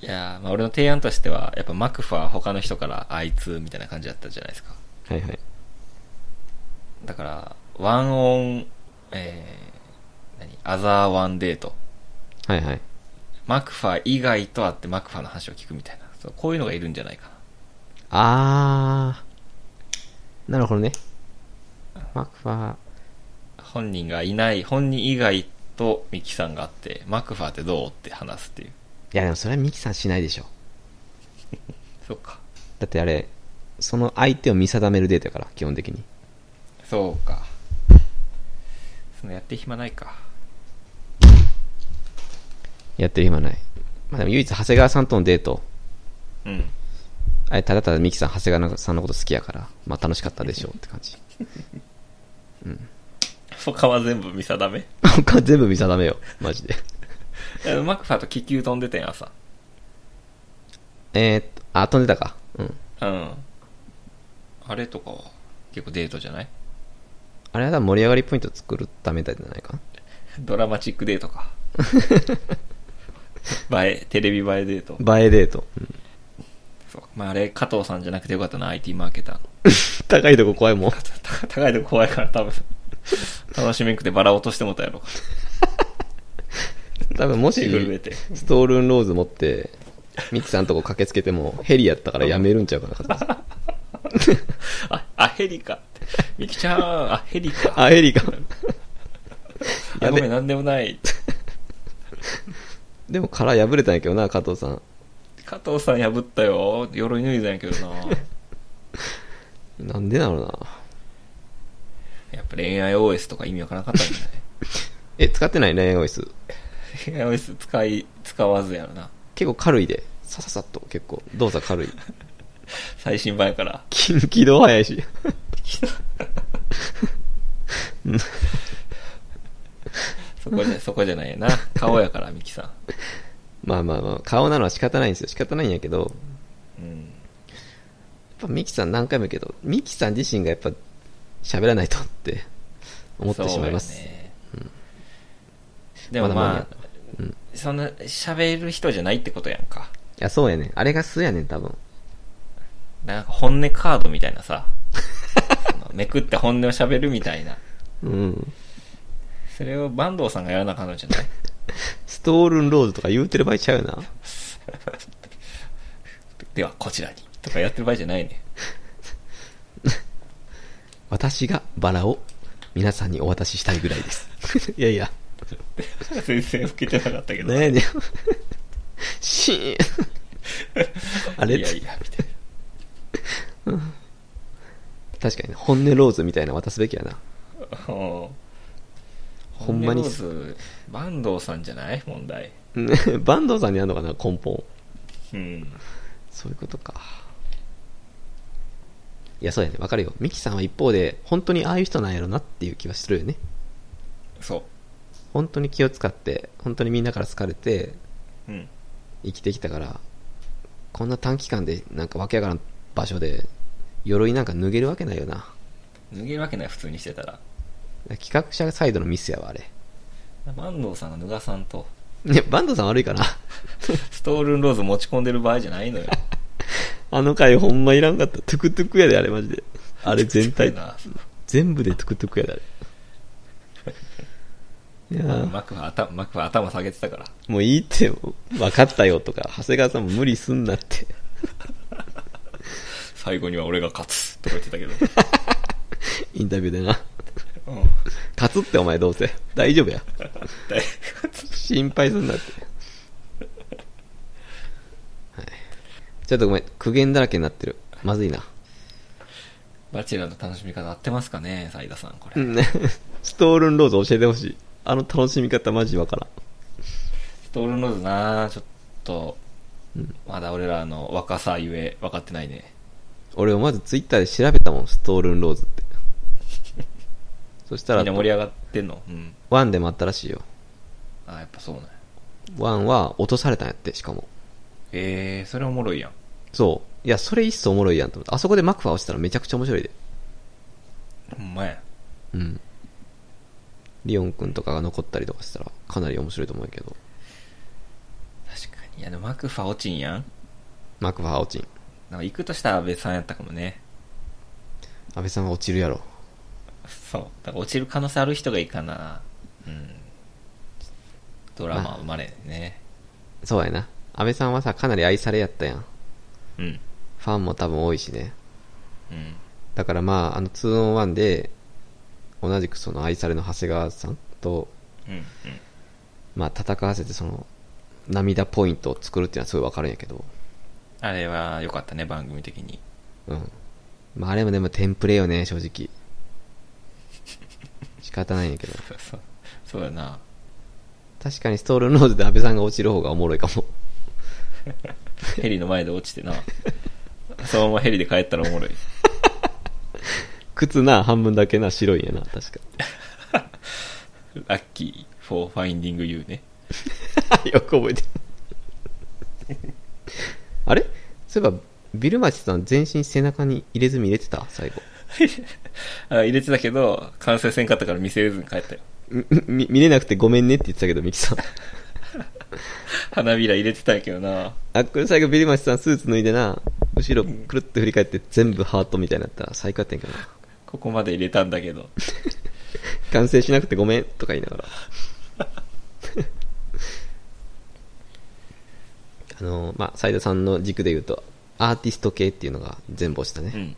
Speaker 1: ういやー、まあ、俺の提案としてはやっぱマクファー他の人からあいつみたいな感じだったじゃないですか
Speaker 2: はいはい。
Speaker 1: だからワンオンえー、何アザーワンデート
Speaker 2: はいはい。
Speaker 1: マクファー以外と会ってマクファーの話を聞くみたいなそうこういうのがいるんじゃないかな
Speaker 2: あー。なるほどね。マクファー、
Speaker 1: 本人がいない、本人以外とミキさんがあって、マクファーってどうって話すっていう。
Speaker 2: いやでもそれはミキさんしないでしょ。
Speaker 1: そっか。
Speaker 2: だってあれ、その相手を見定めるデートやから、基本的に。
Speaker 1: そうか。そのやってる暇ないか。
Speaker 2: やってる暇ない。まあでも唯一長谷川さんとのデート、
Speaker 1: うん。
Speaker 2: あれただただミキさん、長谷川さんのこと好きやから、まあ楽しかったでしょうって感 じ。
Speaker 1: 他は全部見定め。
Speaker 2: 他全部見定めよ、マジで。
Speaker 1: えマクファーと気球飛んでたやん、朝。
Speaker 2: えーっと、あ、飛んでたか。うん。
Speaker 1: うん。あれとかは結構デートじゃない
Speaker 2: あれは多分盛り上がりポイント作るためだったんじゃないかな。
Speaker 1: ドラマチックデー トか。映え、テレビ映えデート。
Speaker 2: 映えデート。うん、
Speaker 1: そうまああれ、加藤さんじゃなくてよかったな、IT マーケター の。
Speaker 2: 高いとこ怖いもん。
Speaker 1: 高高いとこ怖いから多分、楽しみんくてバラ落としてもたやろ。
Speaker 2: 多分もし
Speaker 1: し、ぐるめて。
Speaker 2: ストールンローズ持って、ミキさんとこ駆けつけても、ヘリやったからやめるんちゃうかな勝手に、
Speaker 1: あ、あ、ヘリかって。みきちゃん、あ、ヘリか。
Speaker 2: あ、ヘリか。
Speaker 1: あ
Speaker 2: や
Speaker 1: ご
Speaker 2: べ
Speaker 1: めん、なんでもない。
Speaker 2: でも殻破れたんやけどな、加藤さん。
Speaker 1: 加藤さん破ったよ。鎧脱いだんやけどな。
Speaker 2: なんでなのな。
Speaker 1: やっぱ恋愛 OS とか意味わからなかったんじゃない
Speaker 2: え、使ってない恋愛オイス。
Speaker 1: 恋愛 OS 使い、使わずやろな。
Speaker 2: 結構軽いで。さささっと結構動作 軽い。
Speaker 1: 最新版やから。
Speaker 2: 筋起動早いし。
Speaker 1: そこじゃ、そこじゃないやな。顔やから、ミキさ
Speaker 2: まあまあまあ、顔なのは仕方ないんですよ。仕方ないんやけど、やっ
Speaker 1: ん。うん。
Speaker 2: ぱミキさん何回も言うけど、ミキさん自身がやっぱ喋らないとって思ってしまいます。
Speaker 1: そうやねでも
Speaker 2: ま
Speaker 1: ま
Speaker 2: だ
Speaker 1: あ、
Speaker 2: 間に合ったうん
Speaker 1: そんな喋る人じゃないってことやんか。
Speaker 2: いや、そうやねん。あれが素やねん、多分。
Speaker 1: なんか本音カードみたいな さ、そのめくって本音を喋るみたいな。
Speaker 2: うん。
Speaker 1: それを坂東さんがやらなあかんのじゃない
Speaker 2: ストールンローズとか言うてる場合ちゃうよな。
Speaker 1: では、こちらに。とかやってる場合じゃないね。
Speaker 2: 私がバラを皆さんにお渡ししたいぐらいです。 いやいや。
Speaker 1: 全然受けてなかったけど。
Speaker 2: ねえ ねえ。シーン。あれ
Speaker 1: いやいや、みたいな。
Speaker 2: 確かにね、本音ローズみたいなの渡すべきやな。
Speaker 1: うん
Speaker 2: ほんまに
Speaker 1: 本音ローズ坂東さんじゃない問題。
Speaker 2: ね 坂東さんにあるのかな、根本。
Speaker 1: うん。
Speaker 2: そういうことか。いや、そうやね。わかるよ。ミキさんは一方で、本当にああいう人なんやろなっていう気はするよね。
Speaker 1: そ
Speaker 2: 本当に気を使って、本当にみんなから好かれて、
Speaker 1: う。うん。
Speaker 2: 生きてきたから、こんな短期間で、なんかわけわからん場所で、鎧なんか脱げるわけないよな。
Speaker 1: 脱げるわけない、普通にしてたら。
Speaker 2: 企画者サイドのミスやわ、あれ。
Speaker 1: 坂東さんが脱がさんと、
Speaker 2: ね、バンドさん悪いかな。
Speaker 1: ストールンローズ持ち込んでる場合じゃないのよ。
Speaker 2: あの回ほんまいらんかった。トゥクトゥクやで、あれマジで。 あれ全体、
Speaker 1: な。
Speaker 2: 全部でトゥクトゥクやで、あれ。いやー
Speaker 1: マクファー頭、マクファー頭下げてたから。
Speaker 2: もういいって、分かったよとか、長谷川さんも無理すんなって。
Speaker 1: 最後には俺が勝つとか言ってたけど。
Speaker 2: インタビューでな。
Speaker 1: うん。
Speaker 2: 勝つってお前どうせ。大丈夫や。
Speaker 1: 大
Speaker 2: 心配すんなって。はい。ちょっとごめん、苦言だらけになってる。まずいな。
Speaker 1: バチェラーの楽しみ方合ってますかね、サイダさん、こ
Speaker 2: う
Speaker 1: れ。
Speaker 2: んね。 ストールンローズ教えてほしい。あの楽しみ方マジわからん。
Speaker 1: ストールノーズなちょっと、
Speaker 2: うん
Speaker 1: まだ俺らの若さゆえ分かってないね。
Speaker 2: 俺もまずツイッターで調べたもん、ストールンローズ って。そした
Speaker 1: み
Speaker 2: ら
Speaker 1: んな、盛り上がってんのうん。
Speaker 2: ワンでもあったらしいよ。
Speaker 1: あ、やっぱそうなんや。
Speaker 2: ワンは落とされたんやって、しかも。
Speaker 1: えー、それおもろいやん。
Speaker 2: そう。いや、それ一層おもろいやんと思って。あそこでマクファー落ちたらめちゃくちゃ面白いで。
Speaker 1: ほんまや。
Speaker 2: うん。リオンくんとかが残ったりとかしたら、かなり面白いと思うけど。
Speaker 1: 確かに。いや、でもマクファー落ちんやん。
Speaker 2: マクファー落ちん。
Speaker 1: なんか行くとしたら安倍さんやったかもね。
Speaker 2: 安倍さんは落ちるやろ。
Speaker 1: そう。だから落ちる可能性ある人がいいかな。うん。ドラマは生まれね。
Speaker 2: そうやな。安倍さんはさ、かなり愛されやったやん。
Speaker 1: うん。
Speaker 2: ファンも多分多いしね。
Speaker 1: うん。
Speaker 2: だからまあ、あの、2 on 1で、同じくその愛されの長谷川さんと、
Speaker 1: うんうん
Speaker 2: まあ、戦わせてその涙ポイントを作るっていうのはすごいわかるんやけど、
Speaker 1: あれは良かったね番組的に
Speaker 2: うんまあ、あれもでもテンプレよね正直仕方ないんやけど
Speaker 1: そうそうだな
Speaker 2: 確かにストールノーズで安倍さんが落ちる方がおもろいかも
Speaker 1: ヘリの前で落ち てなそのままヘリで帰ったらおもろい
Speaker 2: 靴な半分だけな白いんやな確
Speaker 1: ラッキーフォーファインディングユ ーね
Speaker 2: か よく覚えてる あれそういえばビルマチさん全身背中に入れ墨入れてた最後
Speaker 1: あ入れてたけど完成せんかったから見せずに帰ったよ
Speaker 2: みみ見れなくてごめんねって言ってたけどミキさん
Speaker 1: 花びら入れてたんやけどな
Speaker 2: あこれ最後ビルマチさんスーツ脱いでな後ろくるっと振り返って全部ハートみたいになったら最高やったんやけどな
Speaker 1: ここまで入れたんだけど
Speaker 2: 完成しなくてごめんとか言いながら あのまあ斉田さんの軸で言うとアーティスト系っていうのが全部落ちたね、
Speaker 1: うん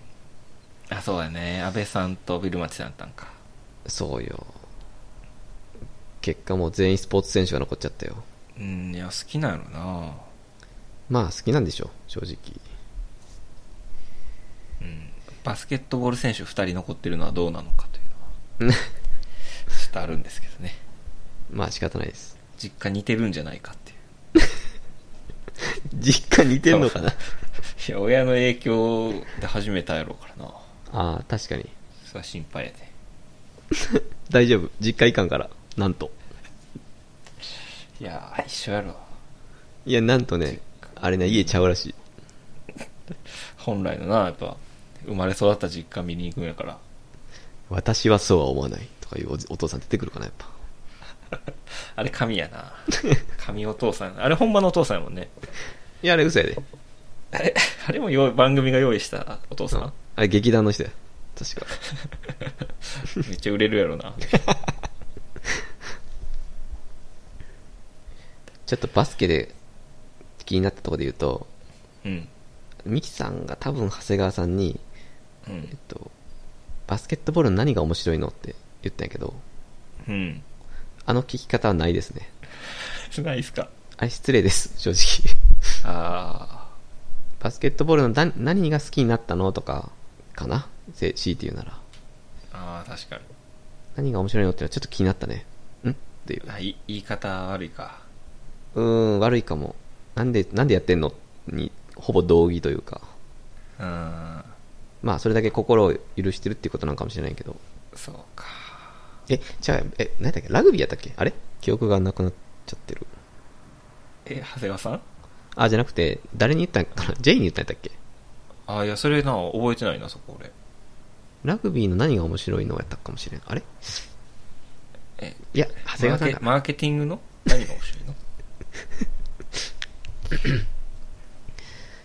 Speaker 1: あそうだね安倍さんとビルマチさんやったんか
Speaker 2: そうよ結果もう全員スポーツ選手が残っちゃったよ
Speaker 1: うんいや好きなのな
Speaker 2: まあ好きなんでしょう正直
Speaker 1: うんバスケットボール選手2人残ってるのはどうなのかというのはちょっとあるんですけどね
Speaker 2: まあ仕方ないです
Speaker 1: 実家似てるんじゃないかっていう
Speaker 2: 実家似てんのかな
Speaker 1: いや親の影響で始めたやろうからな
Speaker 2: ああ確かに
Speaker 1: それは心配やで
Speaker 2: 大丈夫実家いかんからなんと
Speaker 1: いやー一緒やろ
Speaker 2: いやなんとねあれね家ちゃうらしい
Speaker 1: 本来のなやっぱ生まれ育った実家見に行くんやから
Speaker 2: 私はそうは思わないとかいうおじお父さん出てくるかなやっぱ
Speaker 1: あれ神や な神お父さんあれほんまのお父さんやもんね
Speaker 2: いやあれ嘘やで
Speaker 1: あれあれも用意番組が用意したお父さ
Speaker 2: うん
Speaker 1: ん、
Speaker 2: あれ劇団の人や確か
Speaker 1: めっちゃ売れるやろ な
Speaker 2: ちょっとバスケで気になったところで言うと
Speaker 1: うん
Speaker 2: ミキさんが多分長谷川さんに、
Speaker 1: う
Speaker 2: えっ
Speaker 1: ん
Speaker 2: と、バスケットボールの何が面白いのって言ったんやけど
Speaker 1: うん
Speaker 2: あの聞き方はないですね
Speaker 1: ないっすか
Speaker 2: あれ失礼です正直
Speaker 1: あ
Speaker 2: バスケットボールの何何が好きになったのとかかなせ強いて言うなら
Speaker 1: ーあー確か
Speaker 2: 何が面白いのってのはちょっと気になったねんっていう
Speaker 1: にあい言い方悪いか
Speaker 2: うーん悪いかもなんでなんでやってんのにほぼ同義というか
Speaker 1: うん
Speaker 2: まあそれだけ心を許してるっていうことなんかもしれないけど
Speaker 1: そうか
Speaker 2: えじゃあえ何だっけラグビーやったっけあれ記憶がなくなっちゃってる
Speaker 1: え長谷川さん
Speaker 2: あじゃなくて誰に言ったんかな J に言ったんやったっけ
Speaker 1: ああいやそれな覚えてないなそこ俺
Speaker 2: ラグビーの何が面白いのやったかもしれんあれ
Speaker 1: え
Speaker 2: いや長谷川さん
Speaker 1: マー
Speaker 2: か
Speaker 1: ケマーケティング の何が面白いの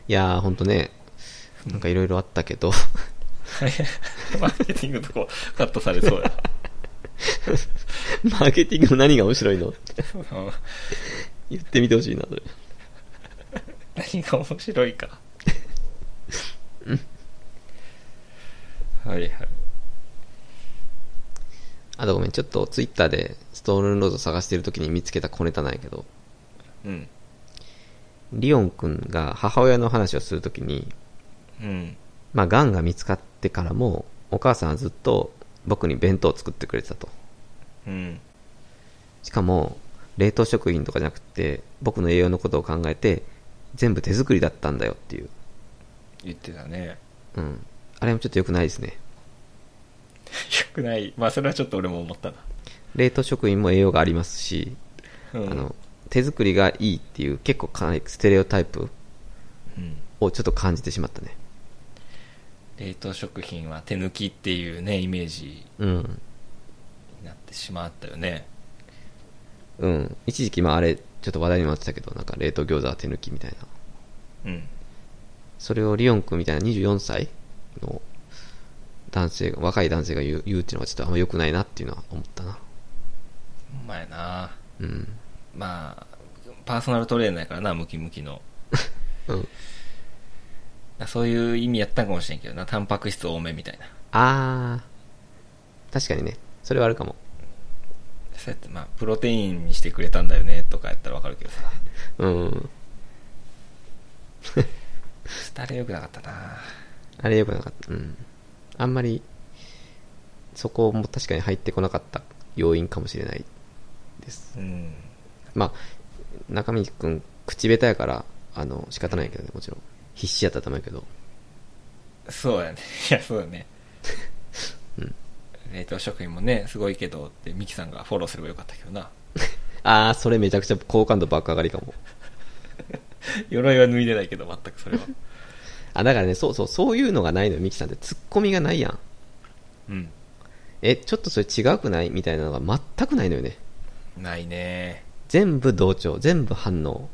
Speaker 2: いやーほんとねなんかいろいろあったけど
Speaker 1: マーケティングのとこカットされ そうや
Speaker 2: マーケティングの何が面白いのって
Speaker 1: うん
Speaker 2: 言ってみてほしいなそれ
Speaker 1: 何が面白いかはいはい
Speaker 2: あとごめんちょっとツイッターでストールンロード探してる時に見つけた小ネタなんやけど
Speaker 1: うん
Speaker 2: リオンくんが母親の話をするときに
Speaker 1: うん
Speaker 2: まあ、癌が見つかってからも、お母さんはずっと僕に弁当を作ってくれてたと。
Speaker 1: うん
Speaker 2: しかも、冷凍食品とかじゃなくて、僕の栄養のことを考えて、全部手作りだったんだよっていう。
Speaker 1: 言ってたね
Speaker 2: うん。あれもちょっと良くないですね。
Speaker 1: よくないまあそれはちょっと俺も思ったな、
Speaker 2: 冷凍食品も栄養がありますし、
Speaker 1: うん、
Speaker 2: あの、手作りがいいっていう結構かなりステレオタイプ
Speaker 1: うん
Speaker 2: をちょっと感じてしまったね。
Speaker 1: 冷凍食品は手抜きっていうねイメージ
Speaker 2: うん。
Speaker 1: になってしまったよね
Speaker 2: うん。一時期、まああれ、ちょっと話題にもなってたけど、なんか冷凍餃子は手抜きみたいな。
Speaker 1: うん
Speaker 2: それをリオン君みたいな24歳の男性が、若い男性が言う言うっていうのはちょっとあんま良くないなっていうのは思ったな。
Speaker 1: ほんまやな
Speaker 2: うん。
Speaker 1: まあパーソナルトレーナーやからなムキムキの
Speaker 2: うん。
Speaker 1: そういう意味やったんかもしれんけどなタンパク質多めみたいな
Speaker 2: あー、確かにね。それはあるかも。
Speaker 1: そうやって、まあ、プロテインにしてくれたんだよね、とかやったらわかるけどさ。
Speaker 2: うん。
Speaker 1: あれ良くなかったな
Speaker 2: あれ良くなかった。うん。あんまり、そこも確かに入ってこなかった要因かもしれないです。
Speaker 1: うん。
Speaker 2: まあ、中道くん、口下手やから、あの、仕方ないけどね、もちろん。必死やったと思うけど。
Speaker 1: そうやね。 いや、そうだね。
Speaker 2: うん。
Speaker 1: 冷凍食品もね、すごいけどって、ミキさんがフォローすればよかったけどな。
Speaker 2: あー、それめちゃくちゃ好感度爆上がりかも。
Speaker 1: 鎧は脱いでないけど、全くそれ は。
Speaker 2: あ、だからね、そうそう、そういうのがないのよ、ミキさんって。ツッコミがないやん。
Speaker 1: うん。
Speaker 2: え、ちょっとそれ違くないみたいなのが全くないのよね。
Speaker 1: ないね
Speaker 2: 全部同調、全部反応。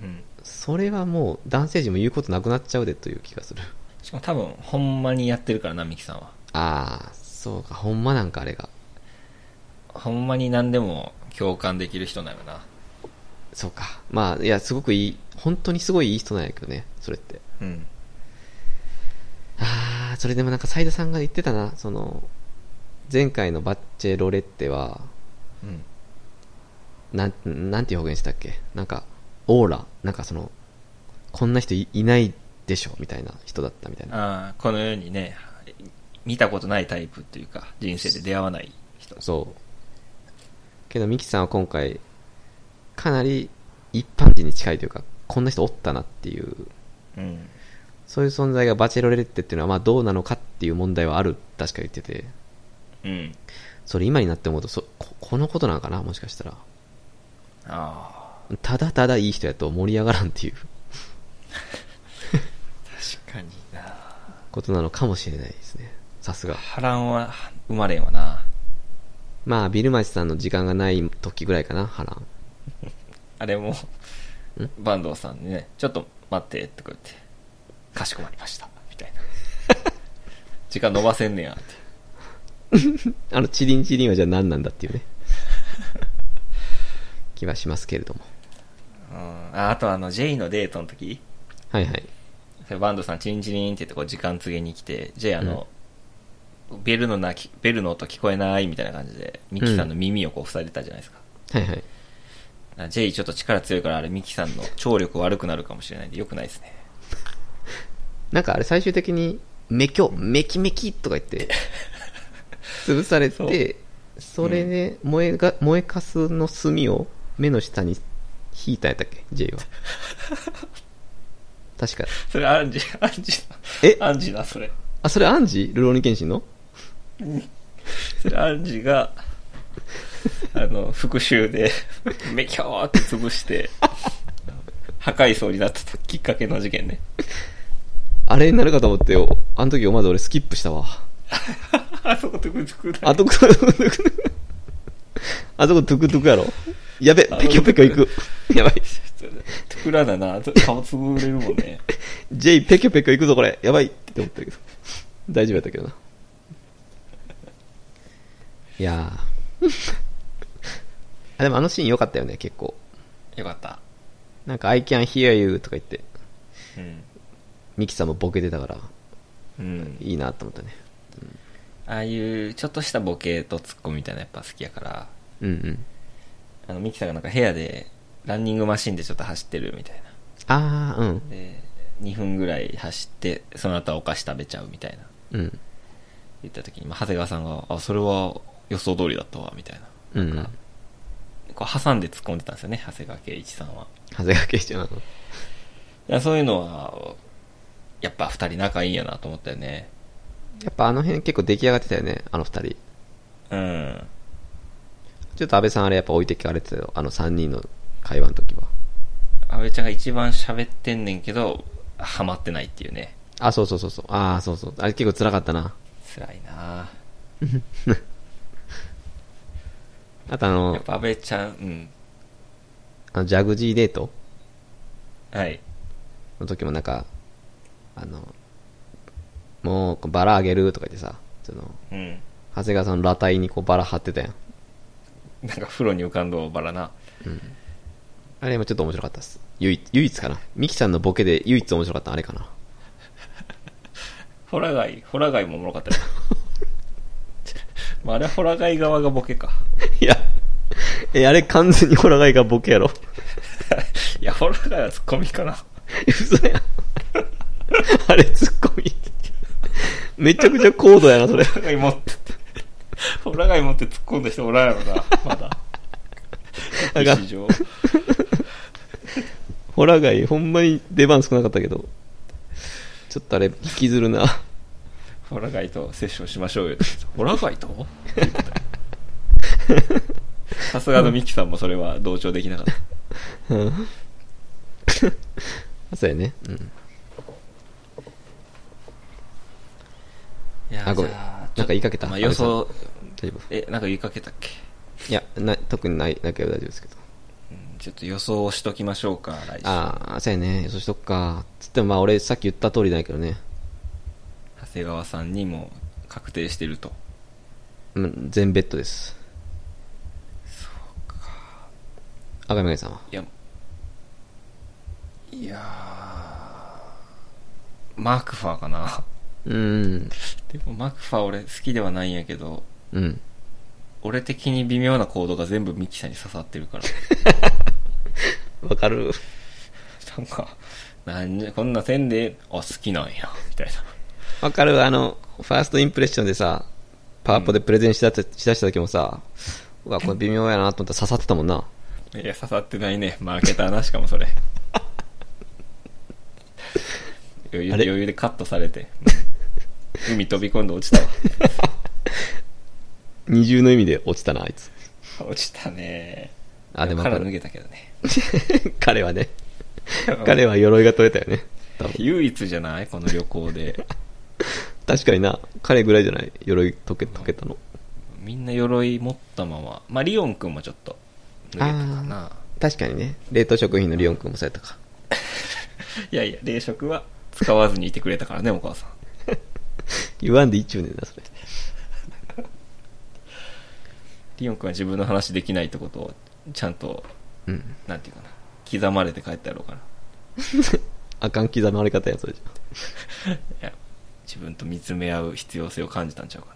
Speaker 1: うん。
Speaker 2: それはもう男性陣も言うことなくなっちゃうでという気がする。
Speaker 1: しかも多分、ほんまにやってるからな、ミキさんは。
Speaker 2: ああ、そうか、ほんまなんかあれが。
Speaker 1: ほんまに何でも共感できる人なのな。
Speaker 2: そうか。まあ、いや、すごくいい、本当にすごいいい人なんやけどね、それって。
Speaker 1: うん。
Speaker 2: ああ、それでもなんか斉田さんが言ってたな、その、前回のバッチェロレッテは、
Speaker 1: うん。
Speaker 2: なん、なんていう表現したっけなんか、オーラ、なんかその、こんな人いいないでしょ、みたいな人だったみたいな。
Speaker 1: ああ、この世にね、見たことないタイプというか、人生で出会わない人。
Speaker 2: そう。けど、ミキさんは今回、かなり一般人に近いというか、こんな人おったなっていう、
Speaker 1: うん。
Speaker 2: そういう存在がバチェロレッテっていうのは、まあどうなのかっていう問題はある、確か言ってて、
Speaker 1: うん。
Speaker 2: それ今になって思うと、そここのことなのかな、もしかしたら。
Speaker 1: ああ、
Speaker 2: ただただいい人やと盛り上がらんっていう
Speaker 1: 確かにな。
Speaker 2: ことなのかもしれないですね。さすが。
Speaker 1: 波乱は生まれんわな。
Speaker 2: まあ、ビルマチさんの時間がない時ぐらいかな、波乱。
Speaker 1: あれも、坂東さんにね、ちょっと待ってってこう言って、かしこまりました、み たいな。時間伸ばせんねや、って。
Speaker 2: あの、チリンチリンはじゃあ何なんだっていうね。 気はしますけれども。
Speaker 1: うん。ああとあの、J のデートの時、
Speaker 2: はいはい。
Speaker 1: それバンドさんチリンチリンって言ってこう時間告げに来て、J あの、ベルのなき、ベルの音聞こえないみたいな感じで、ミキさんの耳をこう塞いでたじゃないですか。
Speaker 2: はいはい。
Speaker 1: あ J ちょっと力強いからあれミキさんの聴力悪くなるかもしれないんで良くないですね。
Speaker 2: なんかあれ最終的に、メキョ、メキメキとか言って、潰されて、それで燃えが、燃えかすの炭を目の下に引いたんやったっけ ?J は。確か。
Speaker 1: それアンジ、 アンジだ。
Speaker 2: え
Speaker 1: アンジだ、それ。
Speaker 2: あ、それアンジルローニケンシンの
Speaker 1: それアン ジが、あの、復讐で、めきょーって潰して、破壊層になったきっかけの事件ね。
Speaker 2: あれになるかと思ってよ、あの時まず俺スキップしたわ。
Speaker 1: あそこ特特だ
Speaker 2: あそこ、あそこトゥクトゥクやろやべ、ペキョペキョ行く。やばい。
Speaker 1: 特らだな。顔潰れるもんね。
Speaker 2: J ペキョペキョ行くぞこれ。やばいって思ったけど。大丈夫やったけどな。いやーあ、でもあのシーン良かったよね、結構。
Speaker 1: よかった。
Speaker 2: なんか、I can hear you とか言って、
Speaker 1: うん。
Speaker 2: ミキさんもボケてたから、
Speaker 1: うん。
Speaker 2: いいなと思ったね。
Speaker 1: ああいう、ちょっとしたボケとツッコミみたいなやっぱ好きやから、
Speaker 2: うんうん。
Speaker 1: あの、ミキさんがなんか部屋で、ランニングマシンでちょっと走ってるみたいな。
Speaker 2: あー、うん。
Speaker 1: で、2分ぐらい走って、その後はお菓子食べちゃうみたいな。
Speaker 2: うん。
Speaker 1: 言った時に、まあ、長谷川さんが、あ、それは予想通りだったわ、みたいな。
Speaker 2: うんうん
Speaker 1: なんかこう挟んで突っ込んでたんですよね、長谷川圭一さんは。
Speaker 2: 長谷川圭一の。
Speaker 1: いやそういうのは、やっぱ二人仲いいんやなと思ったよね。
Speaker 2: やっぱあの辺結構出来上がってたよね、あの二人。
Speaker 1: うん。
Speaker 2: ちょっと安倍さんあれやっぱ置いてかれてたよ、あの三人の会話の時は。
Speaker 1: 安倍ちゃんが一番喋ってんねんけど、ハマってないっていうね。
Speaker 2: あ、そうそうそうそう。ああ、そうそう。あれ結構辛かったな。
Speaker 1: 辛いな
Speaker 2: あとあ
Speaker 1: やっ
Speaker 2: の、
Speaker 1: ぱ安倍ちゃん、うん。
Speaker 2: あのジャグジーデート
Speaker 1: はい。
Speaker 2: の時もなんか、あの、もうバラあげるとか言ってさ、その、
Speaker 1: うん。
Speaker 2: 長谷川さんの裸体にこうバラ貼ってたやん。
Speaker 1: なんか風呂に浮かんどうバラな。
Speaker 2: あれもちょっと面白かったっす。唯一、唯一かな。ミキさんのボケで唯一面白かったのあれかな。
Speaker 1: ホラガイ、ホラガイもおもろかったよ。まあ、あれはホラガイ側がボケか。
Speaker 2: いや、え、あれ完全にホラガイがボケやろ。
Speaker 1: いや、ホラガイはツッコミかな。
Speaker 2: 嘘やん。あれツッコミ。めちゃくちゃ高度やな、それ。
Speaker 1: ホラガイ持って、ホラガイ持って突っ込んだ人おらんやろな、まだ。
Speaker 2: あかん
Speaker 1: 日常。
Speaker 2: ホラガイ、ほんまに出番少なかったけど。ちょっとあれ、引きずるな。
Speaker 1: ホラガイとセッションしましょうよ。ホラガイ とって言ってたよさすがのミキさんもそれは同調できなかった。
Speaker 2: うん。そうやね。うん。
Speaker 1: いや
Speaker 2: あごめん
Speaker 1: じゃあ
Speaker 2: なんか言いかけた
Speaker 1: まあ、予想、
Speaker 2: 大丈夫。
Speaker 1: え、なんか言いかけたっけ、
Speaker 2: いや、な、特にない、なければ大丈夫ですけど。
Speaker 1: うん、ちょっと予想をしときましょうか、来週。
Speaker 2: ああ、そうやね。予想しとくか。つってもまあ俺さっき言った通りだけどね。
Speaker 1: 長谷川さんにも確定してると。
Speaker 2: うん、全ベッドです。そうか。赤嶺さんは。
Speaker 1: いや、いやーマークファーかな。
Speaker 2: うん。
Speaker 1: でもマークファー俺好きではないんやけど、
Speaker 2: うん。
Speaker 1: 俺的に微妙な行動が全部ミキさんに刺さって るから。
Speaker 2: わかる。
Speaker 1: なんか、なんじゃ、こんな線で、あ、好きなんや、みたいな。
Speaker 2: わかる。あの、ファーストインプレッションでさ、パワポでプレゼンしだしたしだした時もさ、うわ、これ微妙やなと思ったら刺さってたもんな。
Speaker 1: いや、刺さってないね。負けたな、しかも それ。余
Speaker 2: あ
Speaker 1: 裕で
Speaker 2: れ
Speaker 1: 余裕でカットされて。うん海飛び込んで落ちたわ。
Speaker 2: 二重の意味で落ちたな、あいつ。
Speaker 1: 落ちたね。
Speaker 2: あ、でもわか
Speaker 1: から脱
Speaker 2: る。
Speaker 1: げたけどね。
Speaker 2: 彼はね、 彼は鎧が取れたよね。多分
Speaker 1: 唯一じゃないこの旅行で。
Speaker 2: 確かにな、彼ぐらいじゃない鎧溶け、溶けたの。
Speaker 1: みんな鎧持ったまま。まあ、リオン君もちょっと脱げたかな。
Speaker 2: 確かにね、冷凍食品のリオン君もそうやったか。
Speaker 1: いやいや、冷食は使わずにいてくれたからね、お母さん。
Speaker 2: 言わんで一中ねんな、それ。
Speaker 1: リオン君は自分の話できないってことを、ちゃんと、
Speaker 2: うん。
Speaker 1: なんていうかな。刻まれて帰ったやろうから。
Speaker 2: あかん刻まれ方やん、それじゃ。
Speaker 1: いや自分と見つめ合う必要性を感じたんちゃうかな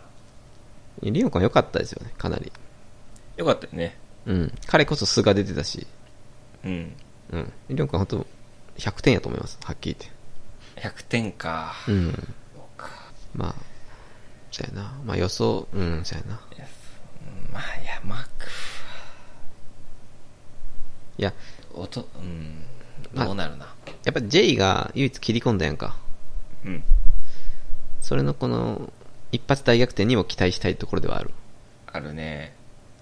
Speaker 2: えリオン君は良かったですよね、かなり。
Speaker 1: よかったよね
Speaker 2: うん。彼こそ素が出てたし、
Speaker 1: うん
Speaker 2: うん。リオン君は本当100点やと思います、はっきり
Speaker 1: 100点か、
Speaker 2: 言って。うん。
Speaker 1: そうか
Speaker 2: まあ、そうやな。まあ予想、うん、そうやな。
Speaker 1: いやそううんまあいやマック
Speaker 2: いや、
Speaker 1: 音うん
Speaker 2: まあ
Speaker 1: どうなるな
Speaker 2: やっぱ J が唯一切り込んだやんか。
Speaker 1: うん
Speaker 2: それのこの、一発大逆転にも期待したいところではある。
Speaker 1: あるね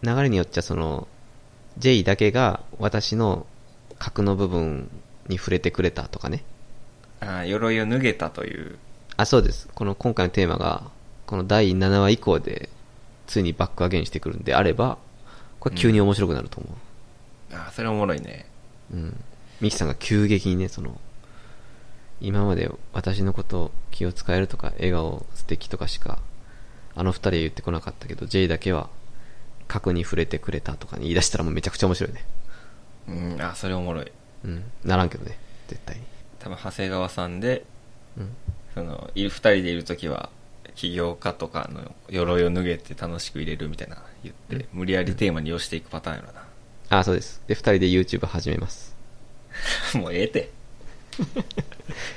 Speaker 2: 流れによっちゃその、J だけが私の核の部分に触れてくれたとかね。
Speaker 1: ああ鎧を脱げたという
Speaker 2: あ、そうです。この今回のテーマが、この第7話以降で、ついにバックアゲインしてくるんであれば、これ急に面白くなると思
Speaker 1: ああそれおもろいね
Speaker 2: う。うん。ミキさんが急激にね、その、今まで私のこと気を使えるとか、笑顔素敵とかしか、あの二人は言ってこなかったけど、J だけは、核に触れてくれたとかに言い出したらもうめちゃくちゃ面白いね。
Speaker 1: うんああそれおもろい
Speaker 2: うん。ならんけどね、絶対に。
Speaker 1: 多分長谷川さんで
Speaker 2: うん。
Speaker 1: そのいる2人でいる時は起業家とかの鎧を脱げて楽しく入れるみたいな言って、
Speaker 2: うん
Speaker 1: 無理やりテーマに寄していくパターンやろな、
Speaker 2: あ、そうです。で、二人で YouTube 始めます。
Speaker 1: もうええて。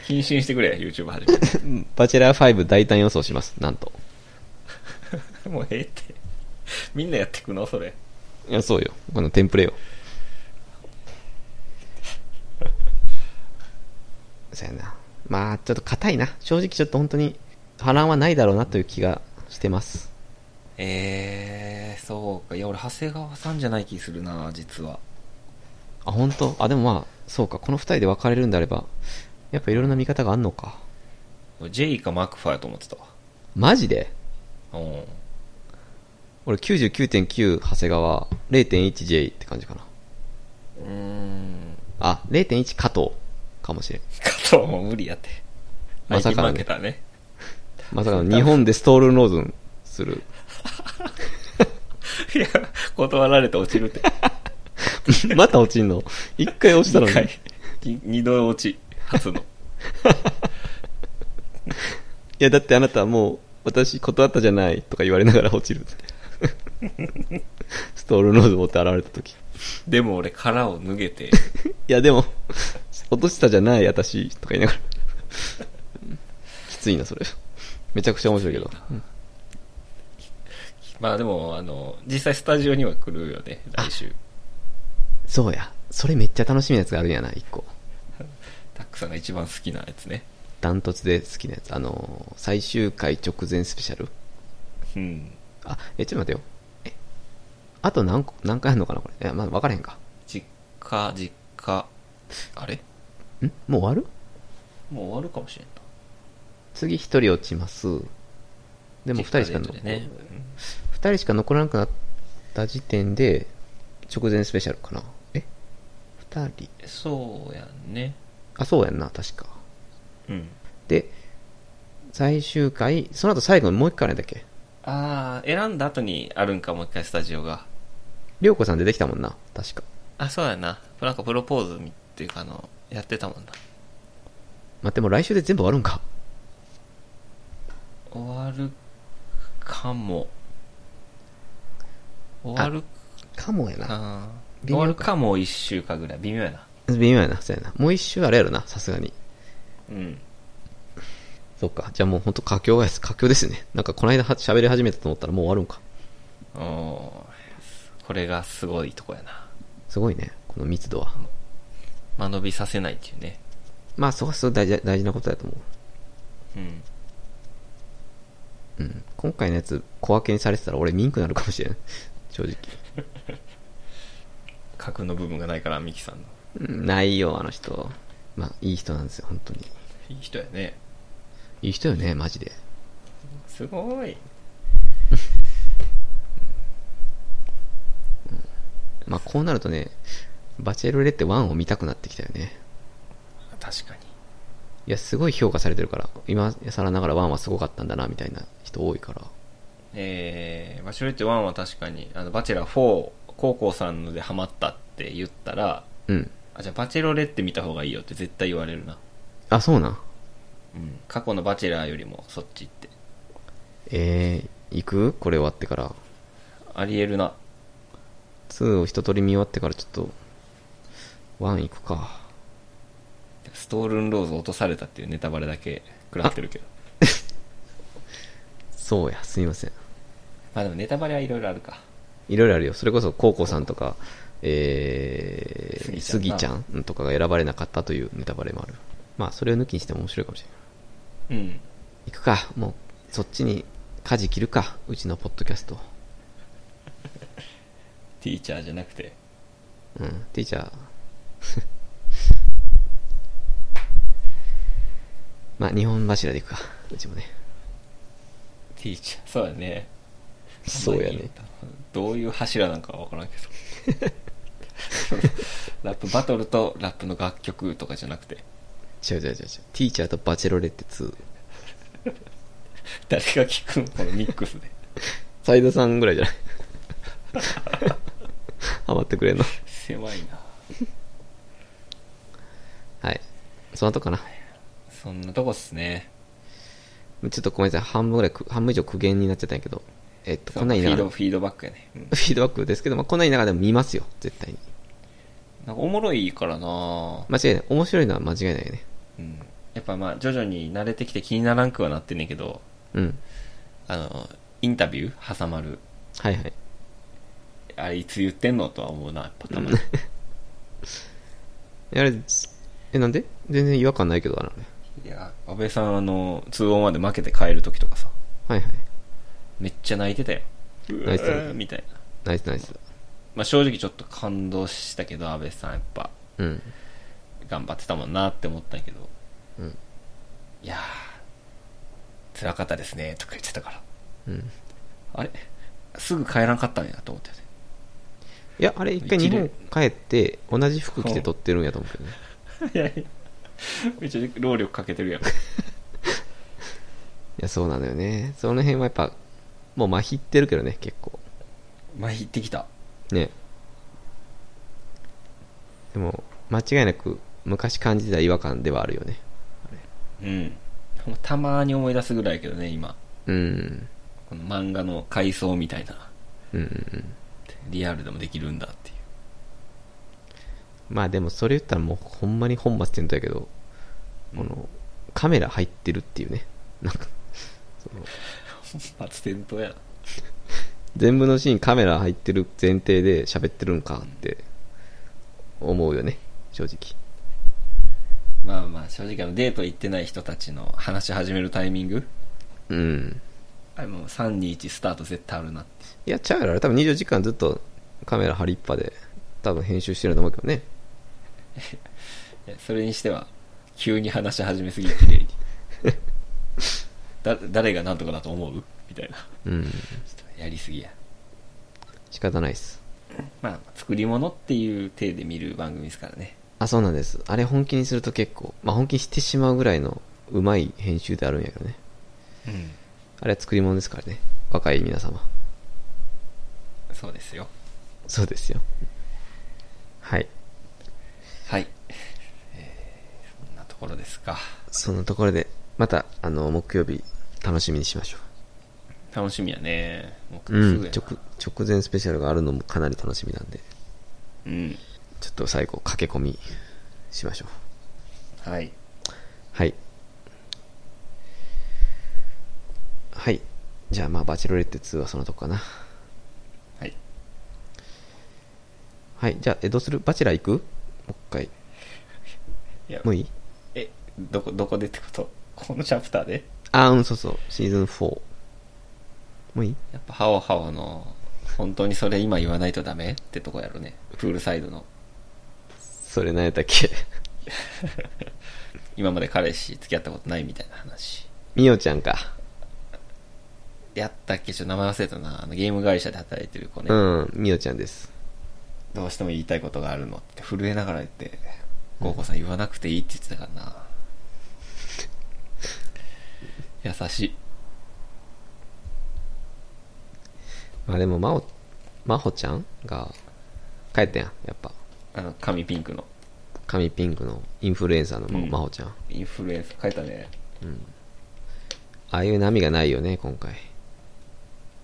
Speaker 1: 謹慎してくれ、YouTube 始めて。
Speaker 2: バチェラー5大胆予想します、なんと。
Speaker 1: もうええって。みんなやってくのそれ。
Speaker 2: いや、そうよ。このテンプレよ。 そうやな。まあ、ちょっと硬いな。正直ちょっと本当に波乱はないだろうなという気がしてます。
Speaker 1: えー、そうか。いや、俺、長谷川さんじゃない気するな、実は。
Speaker 2: あ、本当あ、でもまあ、そうか。この二人で別れるんであれば、やっぱいろいろな見方があんのか。
Speaker 1: 俺ジェイかマクファーやと思ってたわ。
Speaker 2: マジで
Speaker 1: うん。
Speaker 2: 俺99.9長谷川、0.1J って感じかな。
Speaker 1: うーん。
Speaker 2: あ、0.1加藤かもしれん。
Speaker 1: 加藤も無理やって。
Speaker 2: まさかの
Speaker 1: あいつ負けたね。
Speaker 2: まさかの日本でストールノーズンする。
Speaker 1: いや、断られて落ちるって。
Speaker 2: また落ちんの一回落ちたの
Speaker 1: 二
Speaker 2: に。
Speaker 1: 回。き二度落ち。初 の。
Speaker 2: いや、だってあなたはもう、私断ったじゃないとか言われながら落ちる。ストールノーズ持って現れた時。
Speaker 1: でも俺殻を脱げて、
Speaker 2: いや、でも、落としたじゃない、私、とか言いながら。きついな、それ。めちゃくちゃ面白いけど。うん
Speaker 1: まあでも、あの、実際スタジオには来るよね、
Speaker 2: あ
Speaker 1: 来週。
Speaker 2: そうや。それめっちゃ楽しみなやつがあるんやな、一個。
Speaker 1: タックさんが一番好きなやつね。
Speaker 2: ダントツで好きなやつ。あのー最終回直前スペシャル。
Speaker 1: うん。
Speaker 2: あ、え、ちょっと待ってよ。え、あと何個、何回あるのかな、これ。いや、まだ分からへんか。
Speaker 1: 実家、実家。あれ
Speaker 2: んもう終わる
Speaker 1: もう終わるかもしれんな。
Speaker 2: 次一人落ちます。でも二人しか
Speaker 1: 実
Speaker 2: 残
Speaker 1: 家でね。うん
Speaker 2: 二人しか残らなくなった時点で、直前スペシャルかな。え二人。
Speaker 1: そうやんね。
Speaker 2: あ、そうやんな、確か。
Speaker 1: うん。
Speaker 2: で、最終回、その後最後にもう一回あれだっけ
Speaker 1: ああ、選んだ後にあるんか、もう一回スタジオが。
Speaker 2: りょうこさん出てきたもんな、確か。
Speaker 1: あ、そうやな。なんかプロポーズみっていうか、あの、やってたもんな。
Speaker 2: 待って、もう来週で全部終わるんか。
Speaker 1: 終わるかも。終わる
Speaker 2: かもや
Speaker 1: か
Speaker 2: な。
Speaker 1: な。
Speaker 2: 微
Speaker 1: 終
Speaker 2: 妙か
Speaker 1: わるかも一週間ぐらい。微妙やな。
Speaker 2: 微妙やな、そうやな。もう一周あれやろな、さすがに。
Speaker 1: うん。
Speaker 2: そっか。じゃあもうほんと佳境です。佳境ですね。なんかこの間は喋り始めたと思ったらもう終わるんか。
Speaker 1: おーこれがすごいとこやな。
Speaker 2: すごいね、この密度は。
Speaker 1: 間延びさせないっていうね。
Speaker 2: まあ、そこはすごい大事大事なことだと思
Speaker 1: うん。
Speaker 2: う。うん。今回のやつ、小分けにされてたら俺ミンクになるかもしれない。 正直。
Speaker 1: 核の部分がないから、ミキさんの。
Speaker 2: うんないよ、あの人。まあ、いい人なんですよ、本当に。
Speaker 1: いい人やね。
Speaker 2: いい人よね、マジで。
Speaker 1: すごい。
Speaker 2: まあ、こうなるとね、バチェルレって1を見たくなってきたよね。
Speaker 1: 確かに。
Speaker 2: いや、すごい評価されてるから、今更ながら1はすごかったんだな、みたいな人多いから。
Speaker 1: えー、バチェロレッテ1は確かに、あの、バチェラー4、高校さんのでハマったって言ったら、
Speaker 2: うん。
Speaker 1: あ、じゃあバチェロレッテ見た方がいいよって絶対言われるな。
Speaker 2: あ、そうなん。
Speaker 1: うん。過去のバチェラーよりもそっちって。
Speaker 2: えー、行くこれ終わってから。
Speaker 1: ありえるな。
Speaker 2: 2を一通り見終わってからちょっと、1行くか。
Speaker 1: ストールンローズ落とされたっていうネタバレだけ食らってるけど。
Speaker 2: そうや、すみません。
Speaker 1: まあでもネタバレはいろいろあるか。
Speaker 2: いろいろあるよ。それこそ、コウコさんとか、えー、ス
Speaker 1: スギ
Speaker 2: ギち
Speaker 1: ちゃ
Speaker 2: ゃ
Speaker 1: んなん
Speaker 2: とかが選ばれなかったというネタバレもある。まあ、それを抜きにしても面白いかもしれない。
Speaker 1: うん。
Speaker 2: 行くか、もう、そっちに舵切るか、うちのポッドキャスト。
Speaker 1: ティーチャーじゃなくて。
Speaker 2: うん、ティーチャー。 まあ、日本柱で行くか、うちもね。
Speaker 1: ティーチャー。そうやね。
Speaker 2: そうやね。
Speaker 1: どういう柱なんかはわからんけど。 ラップバトルとラップの楽曲とかじゃなくて、
Speaker 2: 違う違う違う違う。ティーチャーとバチェロレッテ2。
Speaker 1: 誰が聞くのこのミックスで。
Speaker 2: サイドさんぐらいじゃない ハマってくれんの
Speaker 1: 狭いな。
Speaker 2: はい。その後かな。
Speaker 1: そんなとこっすね。
Speaker 2: ちょっとごめんなさい。半分ぐらいく、半分以上苦言になっちゃったんやけど。えっと、こんなに
Speaker 1: フィ
Speaker 2: な
Speaker 1: ー
Speaker 2: がら
Speaker 1: ド、フィードバックやね。うん
Speaker 2: フィードバックですけど、まあ、こんなにながらでも見ますよ。絶対に。
Speaker 1: なんかおもろいからな
Speaker 2: 間違いない。面白いのは間違いないよね。
Speaker 1: うん。やっぱまあ、徐々に慣れてきて気にならんくはなってんねんけど、
Speaker 2: うん。
Speaker 1: あの、インタビュー挟まる。
Speaker 2: はいはい。
Speaker 1: あれ、いつ言ってんのとは思うな、やっぱたまに。
Speaker 2: あれ、え、なんで全然違和感ないけど、あれ。
Speaker 1: いや、安倍さん、あの、通報まで負けて帰るときとかさ、
Speaker 2: はいはい。
Speaker 1: めっちゃ泣いてたよ。うわ
Speaker 2: 泣いてた
Speaker 1: ーみたいな。
Speaker 2: ナイスナイス。
Speaker 1: まあ、正直ちょっと感動したけど、安倍さん、やっぱ、
Speaker 2: うん。
Speaker 1: 頑張ってたもんなって思ったんやけど、
Speaker 2: うん。
Speaker 1: いやー、辛かったですね、とか言ってたから。
Speaker 2: うん。
Speaker 1: あれすぐ帰らんかったんやと思ってて。
Speaker 2: いや、あれ一回日本帰って、同じ服着て撮ってるんやと思うけどね。
Speaker 1: いやいや、めっちゃ労力かけてるやん。
Speaker 2: いや、そうなのよね。その辺はやっぱ、もうまひってるけどね、結構。
Speaker 1: 前行ってきた。
Speaker 2: ね。でも、間違いなく、昔感じてた違和感ではあるよね。
Speaker 1: うん。ほんまたまに思い出すぐらいやけどね、今。
Speaker 2: うん。
Speaker 1: この漫画の回想みたいな。
Speaker 2: うんうんうん
Speaker 1: リアルでもできるんだって いう
Speaker 2: まあでもそれ言ったらもうほんまに本末転倒やけど、このカメラ入ってるっていうねなんかその
Speaker 1: 本末転倒やな
Speaker 2: 全部のシーンカメラ入ってる前提で喋ってるんかって思うよね正直
Speaker 1: まあまあ正直あのデート行ってない人たちの話し始めるタイミング
Speaker 2: うん
Speaker 1: あれもう321スタート絶対あるなって
Speaker 2: いやちゃうやろあれ多分24時間ずっとカメラ張りっぱで多分編集してると思うけどね
Speaker 1: いやそれにしては急に話し始めすぎて綺麗 にだ誰が何とかだと思うみたいな
Speaker 2: うん
Speaker 1: ちょっとやりすぎや
Speaker 2: 仕方ないっす
Speaker 1: まあ作り物っていう体で見る番組ですからね
Speaker 2: あそうなんですあれ本気にすると結構まあ本気にしてしまうぐらいのうまい編集であるんやけどね
Speaker 1: うん
Speaker 2: あれは作り物ですからね若い皆様
Speaker 1: そうですよ
Speaker 2: そうですよはい
Speaker 1: はい、えーそんなところですか
Speaker 2: そのところでまたあの木曜日楽しみにしましょ
Speaker 1: 楽しみやねも
Speaker 2: う、
Speaker 1: す
Speaker 2: う
Speaker 1: ぐ
Speaker 2: ん、
Speaker 1: やな
Speaker 2: 直直前スペシャルがあるのもかなり楽しみなんで
Speaker 1: うん
Speaker 2: ちょっと最後駆け込みしましょう
Speaker 1: はい
Speaker 2: はいはいじゃあまあバチェロレッテ2はそのとこかな
Speaker 1: はい
Speaker 2: はいじゃあえどうするバチェラー行くもう一回
Speaker 1: いや
Speaker 2: もういい
Speaker 1: えどこどこでってことこのチャプターで
Speaker 2: あうんそうそうシーズン4もういい
Speaker 1: やっぱハオハオの本当にそれ今言わないとダメってとこやろねプールサイドの
Speaker 2: それ何やったっけ
Speaker 1: 今まで彼氏付き合ったことないみたいな話
Speaker 2: みおちゃんか
Speaker 1: やったっけちょっと名前忘れたなあのゲーム会社で働いてる子ね、
Speaker 2: うんみおちゃんです
Speaker 1: どうしても言いたいことがあるのって震えながら言ってゴーコさん言わなくていいって言ってたからな優しい
Speaker 2: まあでも、まお、まほちゃんが、帰ったやん、やっぱ。
Speaker 1: あの髪ピンクの
Speaker 2: 髪ピンクのインフルエンサーのま,、
Speaker 1: うん
Speaker 2: まほちゃん。あ
Speaker 1: インフルエンス書いたね
Speaker 2: あいう波がないよね、今回。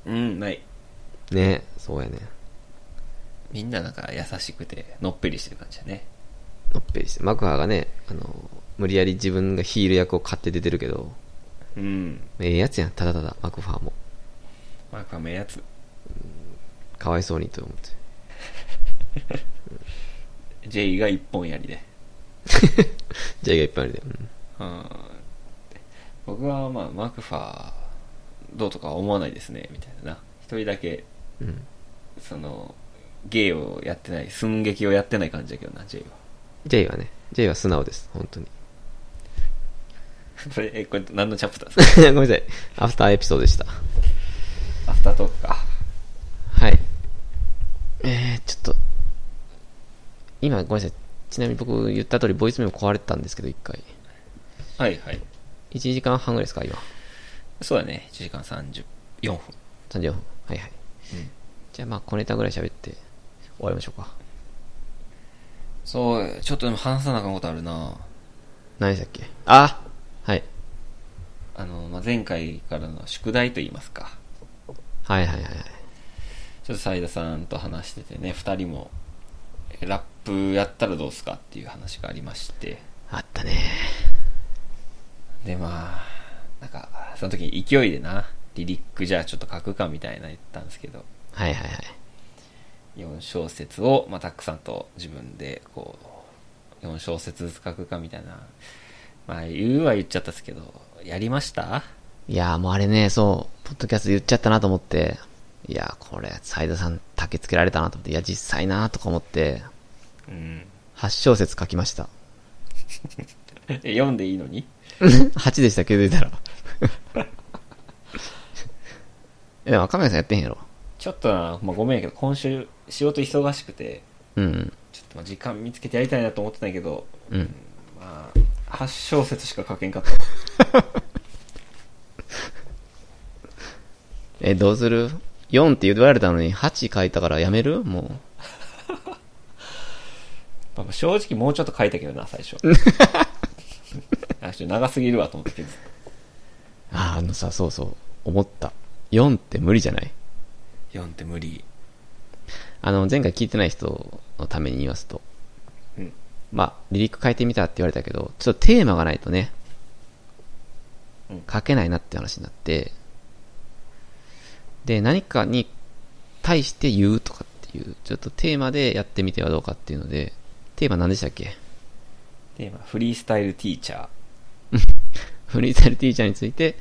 Speaker 1: うんない
Speaker 2: ねそうやね。
Speaker 1: みんななんか優しくてのっぺりしてる感じだね
Speaker 2: のっぺりして。マクハがね、あの、無理やり自分がヒール役を買って出てるけど、
Speaker 1: うん
Speaker 2: ええやつやん、ただただ、マクファーも。
Speaker 1: マークは目やつ
Speaker 2: かわいそうにと思って。
Speaker 1: J が一本やりで
Speaker 2: ジャイがいっぱいあるで。うん
Speaker 1: うん僕はまあマクファーどうとかは思わないですねみたいなな一人だけ
Speaker 2: うん。
Speaker 1: その芸をやってない寸劇をやってない感じだけどな J は
Speaker 2: ジャイはね、ジャイは素直です、本当に。
Speaker 1: これえこれ何のチャプターですか
Speaker 2: ごめんなさい。アフターエピソードでした。
Speaker 1: アフタートークか
Speaker 2: はい。えー、ちょっと、今ごめんなさい。ちなみに僕言った通りボイスメモ壊れてたんですけど、一回。
Speaker 1: はいはい
Speaker 2: 1時間半ぐらいですか、今。
Speaker 1: そうだね1時間34分
Speaker 2: 34分。はいはい。
Speaker 1: うん
Speaker 2: じゃあまあ、小ネタぐらい喋って終わりましょうか。
Speaker 1: そうちょっとでも話さなあかんことあるな
Speaker 2: 何でしたっけあはい。
Speaker 1: あの、まあ、前回からの宿題といいますか
Speaker 2: はいはいはいはい。
Speaker 1: ちょっと斉田さんと話しててね2人もえラップやったらどうすかっていう話がありまして
Speaker 2: あったね。
Speaker 1: でまあなんかその時に勢いでなリリックじゃあちょっと書くかみたいな言ったんですけど
Speaker 2: はいはいはい。
Speaker 1: 4小節を、まあ、たくさんと自分でこう4小節ずつ書くかみたいなまあ言うは言っちゃったですけどやりました
Speaker 2: いやーもうあれね、そう、ポッドキャストで言っちゃったなと思って、いやーこれ、斉田さん、たけつけられたなと思って、いや、実際なーとか思って、
Speaker 1: うん
Speaker 2: 8小節書きました。
Speaker 1: え読んでいいのに
Speaker 2: 8でしたっけ出たら。 え、若宮さんやってへんやろ。
Speaker 1: ちょっとな、まあ、ごめんやけど今週仕事忙しくて
Speaker 2: うん。
Speaker 1: ちょっとまあ時間見つけてやりたいなと思ってないけど
Speaker 2: うん。
Speaker 1: まあ8小節しか書けんかった
Speaker 2: え、どうする ?4 って言われたのに8書いたからやめるも
Speaker 1: まあまあ正直もうちょっと書いたけどな最 初あちょっと長すぎるわと思ったけど
Speaker 2: う。あー、あのさ、そうそう。思った。4って無理じゃない
Speaker 1: 4って無理。
Speaker 2: あの、前回聞いてない人のために言いますと、
Speaker 1: うん。
Speaker 2: まあ、リリック変えてみたって言われたけど、ちょっとテーマがないとね、
Speaker 1: うん
Speaker 2: 書けないなって話になって、で、何かに対して言うとかっていう、ちょっとテーマでやってみてはどうかっていうので、テーマ何でしたっけ
Speaker 1: テーマ、フリースタイルティーチャー。
Speaker 2: フリースタイルティーチャーについて、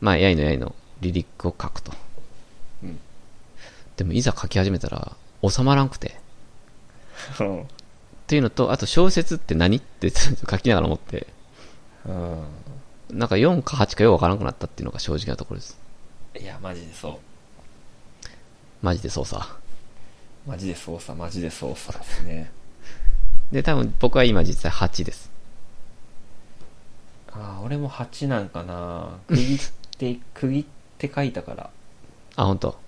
Speaker 2: まあ、やいのやいのリリックを書くと。
Speaker 1: うん。
Speaker 2: でも、いざ書き始めたら、収まらんくて。
Speaker 1: うん
Speaker 2: っていうのと、あと小説って何ってちょっと書きながら思って、
Speaker 1: うん。
Speaker 2: なんか4か8かよくわからなくなったっていうのが正直なところです。
Speaker 1: いや、マジでそ
Speaker 2: マジで操作。
Speaker 1: う。マジで操作、マジで操作ですね。
Speaker 2: で、多分僕は今実際8です。
Speaker 1: ああ、俺も8なんかな。区切って、区切って書いたから。
Speaker 2: あ、本当。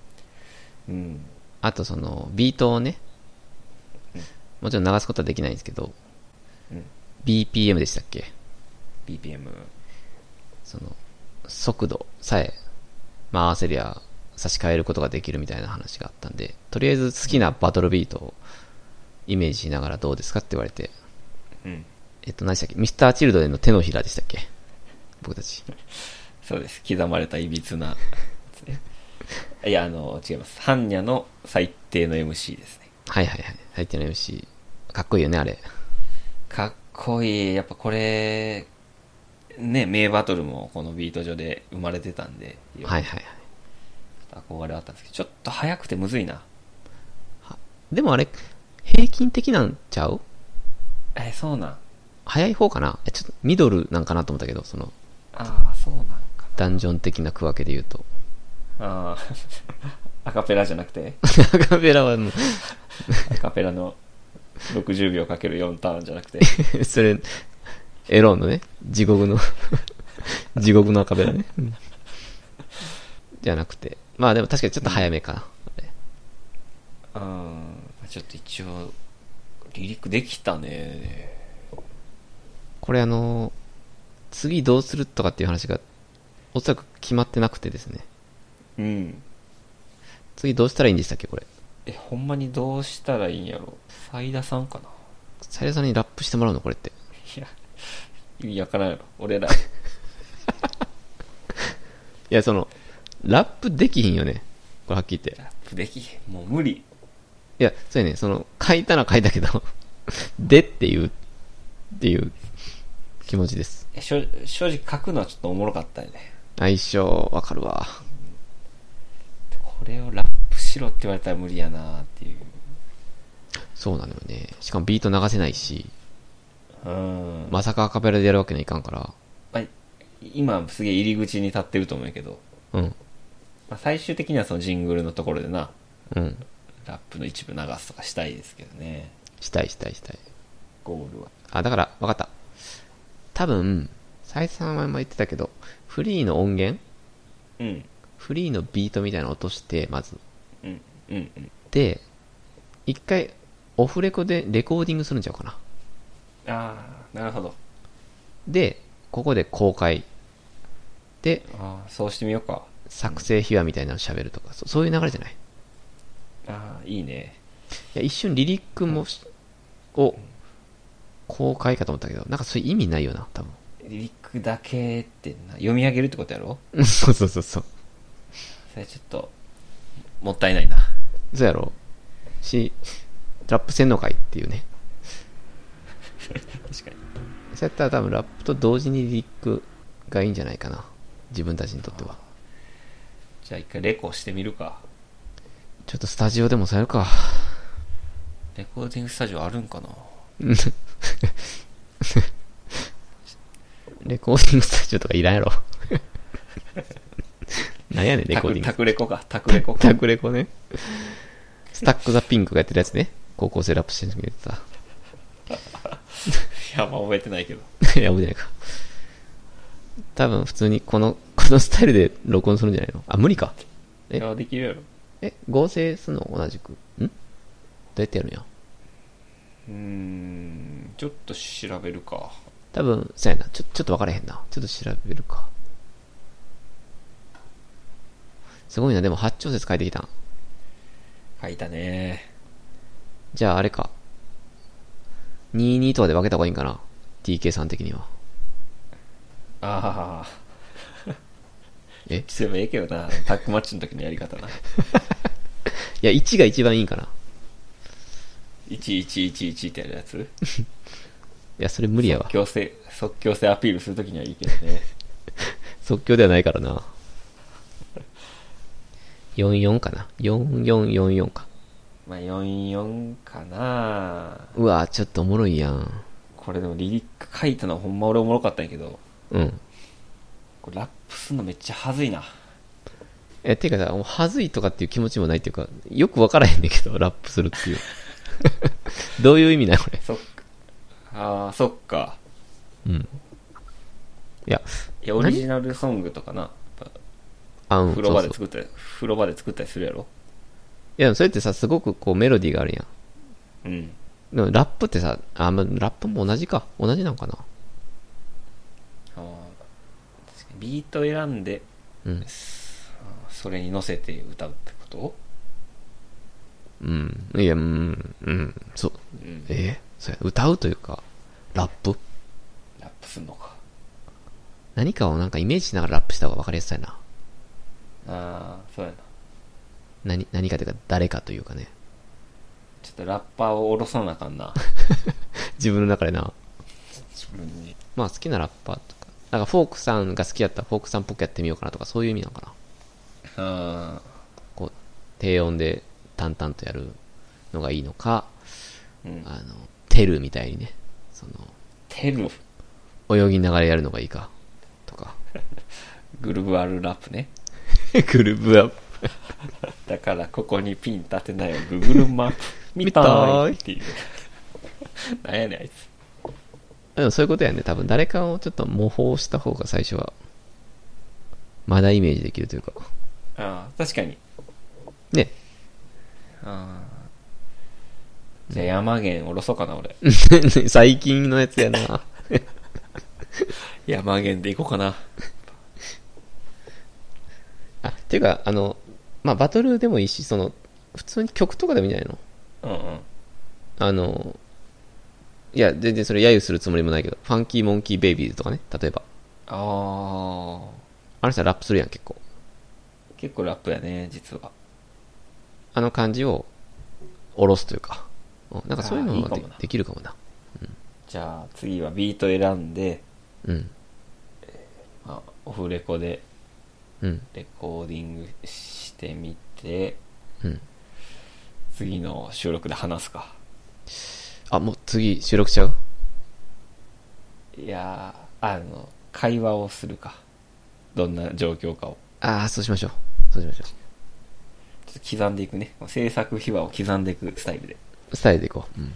Speaker 1: うん。
Speaker 2: あとその、ビートをね
Speaker 1: うん、
Speaker 2: もちろん流すことはできないんですけど、
Speaker 1: うん。
Speaker 2: BPM でしたっけ
Speaker 1: BPM。
Speaker 2: その、速度さえ、まあ合わせりゃ差し替えることができるみたいな話があったんで、とりあえず好きなバトルビートをイメージしながらどうですかって言われて、
Speaker 1: うん。
Speaker 2: えっと、何でしたっけミスターチルドレンの手のひらでしたっけ僕たち。
Speaker 1: そうです。刻まれたいびつな やつね。いや、あの、違います。般若の最低の MC ですね。
Speaker 2: はいはいはい。入ってない MC。かっこいいよね、あれ。
Speaker 1: かっこいい。やっぱこれ、ね、名バトルもこのビート上で生まれてたんで、
Speaker 2: はいはいはい。
Speaker 1: 憧れはあったんですけど、ちょっと早くてむずいな。
Speaker 2: でもあれ、平均的なんちゃう
Speaker 1: え、そうなん。
Speaker 2: 早い方かなえちょっとミドルなんかなと思ったけど、その、
Speaker 1: ああ、そうなんか
Speaker 2: ダンジョン的な区分けで言うと。
Speaker 1: な。ああ、 アカペラじゃなく て、
Speaker 2: アカペラはも
Speaker 1: アカペラの60秒かける4ターンじゃなくて、
Speaker 2: う、 それ、エロンのね、地獄の、 地獄のアカペラね。うんじゃなくて。まあでも確かにちょっと早めかな。あれ
Speaker 1: うん、ちょっと一応、離陸できたね。
Speaker 2: これあの、次どうするとかっていう話が、おそらく決まってなくてですね。
Speaker 1: うん。
Speaker 2: 次どうしたらいいんでしたっけ、これ。
Speaker 1: え、ほんまにどうしたらいいんやろ。斉田さんかな。
Speaker 2: サイラさんにラップしてもらうの、これって。
Speaker 1: いや、意味わからんやろ。俺 ら。
Speaker 2: いや、その、ラップできひんよね。これはっきり言って。
Speaker 1: ラップできへん。もう無理。
Speaker 2: いや、そうやね、その、書いたのは書いたけど、 でっていう、っていう気持ちです。
Speaker 1: えしょ正直書くのはちょっとおもろかったよね。
Speaker 2: 相性わかるわ。
Speaker 1: これをラップしろって言われたら無理やなっていう。
Speaker 2: そうなのよね。しかもビート流せないし、
Speaker 1: うん。ま
Speaker 2: まさかアカペラでやるわけにはいかんから。
Speaker 1: あ、今すげえ入り口に立ってると思うんやけど、
Speaker 2: うん。
Speaker 1: まあ、最終的にはそのジングルのところでな、
Speaker 2: うん。
Speaker 1: ラップの一部流すとかしたいですけどね。
Speaker 2: したいしたいしたい。
Speaker 1: ゴールは。
Speaker 2: あ、だから、わかった。多分、サイズさんは前も言ってたけど、フリーの音源
Speaker 1: うん。
Speaker 2: フリーのビートみたいなの落として、まず。
Speaker 1: うん。うん。うん。
Speaker 2: で、一回、オフレコでレコーディングするんちゃうかな。
Speaker 1: ああ、なるほど。
Speaker 2: で、ここで公開。で、
Speaker 1: ああ、そうしてみようか。
Speaker 2: 作成秘話みたいなの喋るとか、そそういう流れじゃないい
Speaker 1: ああ、いいね。
Speaker 2: や、一瞬リリックもし、を、公開かと思ったけど、なんかそういう意味ないよな、多分。
Speaker 1: リリックだけってな、読み上げるってことやろ
Speaker 2: うんそうそうそうそう。
Speaker 1: それちょっと、もったいないな。
Speaker 2: そうやろし、ラップせんのかいっていうね。
Speaker 1: 確かに。
Speaker 2: そうやったら多分ラップと同時にリリックがいいんじゃないかな。自分たちにとっては。
Speaker 1: じゃあ一回レコしてみるか。
Speaker 2: ちょっとスタジオでもさやるか。
Speaker 1: レコーディングスタジオあるんかな
Speaker 2: うんレコーディングスタジオとかいらん やろ。なんやねん、レコーディング
Speaker 1: タ
Speaker 2: ス
Speaker 1: クレコか、タクレコ
Speaker 2: タ
Speaker 1: か
Speaker 2: ク。レコね。スタック・ザ・ピンクがやってるやつね。高校生ラップしてる時にやっ
Speaker 1: いや、まあ覚えてないけど。
Speaker 2: て た。いや、覚えてないか。多分普通にこの、このスタイルで録音するんじゃないのあ、無理か。え
Speaker 1: いや、できるやろ。
Speaker 2: え、合成するの同じく。んどうやってやるんや。
Speaker 1: うーん、ちょっと調べるか。
Speaker 2: 多分、そうやな。ちょ、ちょっと分からへんな。ちょっと調べるか。すごいな、でも8小節書いてきたん。
Speaker 1: 書いたね
Speaker 2: じゃああれか。22とかで分けた方がいいんかな。TK さん的には。
Speaker 1: ああ
Speaker 2: え
Speaker 1: すればええけどなタックマッチの時のやり方 ない
Speaker 2: や、1が一番いいんかな。
Speaker 1: 1111ってやるやつ
Speaker 2: いや、それ無理やわ。
Speaker 1: 強制即興性アピールする時にはいいけどね
Speaker 2: 即興ではないからな。44かな。4444か。
Speaker 1: まあ44かな
Speaker 2: うわちょっとおもろいやん。
Speaker 1: これでもリリック書いたのほんま俺おもろかったんやけど
Speaker 2: うん。
Speaker 1: これラップすんのめっちゃはずいな
Speaker 2: え、てかさ、もう恥ずいとかっていう気持ちもないっていうか、よくわからへんねんけど、ラップするっていう。 どういう意味なのこれ。
Speaker 1: そっかああそっか
Speaker 2: うん。いや、
Speaker 1: いやオリジナルソングとかなやっぱ
Speaker 2: あうん、
Speaker 1: 風呂場
Speaker 2: そう
Speaker 1: で
Speaker 2: そう。
Speaker 1: 作ったり風呂場で作ったりするやろ
Speaker 2: いや、でもそれってさ、すごくこうメロディーがあるや
Speaker 1: うん
Speaker 2: ん。でもラップってさ、あ、まあ、ラップも同じか。同じなんかな。
Speaker 1: あー確かにビート選んで
Speaker 2: うん。
Speaker 1: あーそれに乗せて歌うってこと
Speaker 2: うん。いや、うん、うん。そう。
Speaker 1: うん
Speaker 2: えーそうや歌うというか、ラップ
Speaker 1: ラップすんのか
Speaker 2: 何かをなんかイメージしながらラップした方が分かりやすいな。
Speaker 1: ああそうやな
Speaker 2: 何、何かというか、誰かというかね。
Speaker 1: ちょっとラッパーを下ろさなあかんな
Speaker 2: 自分の中でな。
Speaker 1: 自分に
Speaker 2: まあ好きなラッパーとか。なんかフォークさんが好きだったらフォークさんっぽくやってみようかなとかそういう意味なのかな。
Speaker 1: あ
Speaker 2: こう、低音で淡々とやるのがいいのか、
Speaker 1: ーうん
Speaker 2: あの、テルみたいにね、そ
Speaker 1: テル
Speaker 2: の、泳ぎながらやるのがいいか、とか。
Speaker 1: グルーブあるラップね
Speaker 2: グルーブアップ。
Speaker 1: だからここにピン立てないよ Google マップ見たいっていう なんやねんあいつ
Speaker 2: でもそういうことやね。多分誰かをちょっと模倣した方が最初は、まだイメージできるというか。
Speaker 1: ああ確かに
Speaker 2: ね。
Speaker 1: ああじゃあ山源下ろそうかな俺
Speaker 2: 最近のやつやな。
Speaker 1: 山源で行こうかな
Speaker 2: あ、っていうか、あの、まあ、バトルでもいいし、その、普通に曲とかでもいいんじゃないの
Speaker 1: うんうん
Speaker 2: あの、いや、全然それ揶揄するつもりもないけど、ファンキーモンキーベイビーズとかね、例えば。
Speaker 1: ああ
Speaker 2: あの人はラップするやん、結構。
Speaker 1: 結構ラップやね実は
Speaker 2: あの感じを、下ろすというか。うんなんかそういう
Speaker 1: あーいい
Speaker 2: の
Speaker 1: か
Speaker 2: が
Speaker 1: も
Speaker 2: で
Speaker 1: な
Speaker 2: できるかもな。
Speaker 1: じゃあ次はビート選んで、
Speaker 2: うん。
Speaker 1: まあ、オフレコで
Speaker 2: うん。
Speaker 1: レコーディングしてみて
Speaker 2: うん。
Speaker 1: 次の収録で話すか
Speaker 2: あ、もう次収録しちゃう
Speaker 1: いやーあの会話をするかどんな状況かを
Speaker 2: ああ、そうしましょう。そうしましょ
Speaker 1: ちょっと刻んでいくね制作秘話を刻んでいくスタイルで
Speaker 2: う。スタイルでいこう。うん。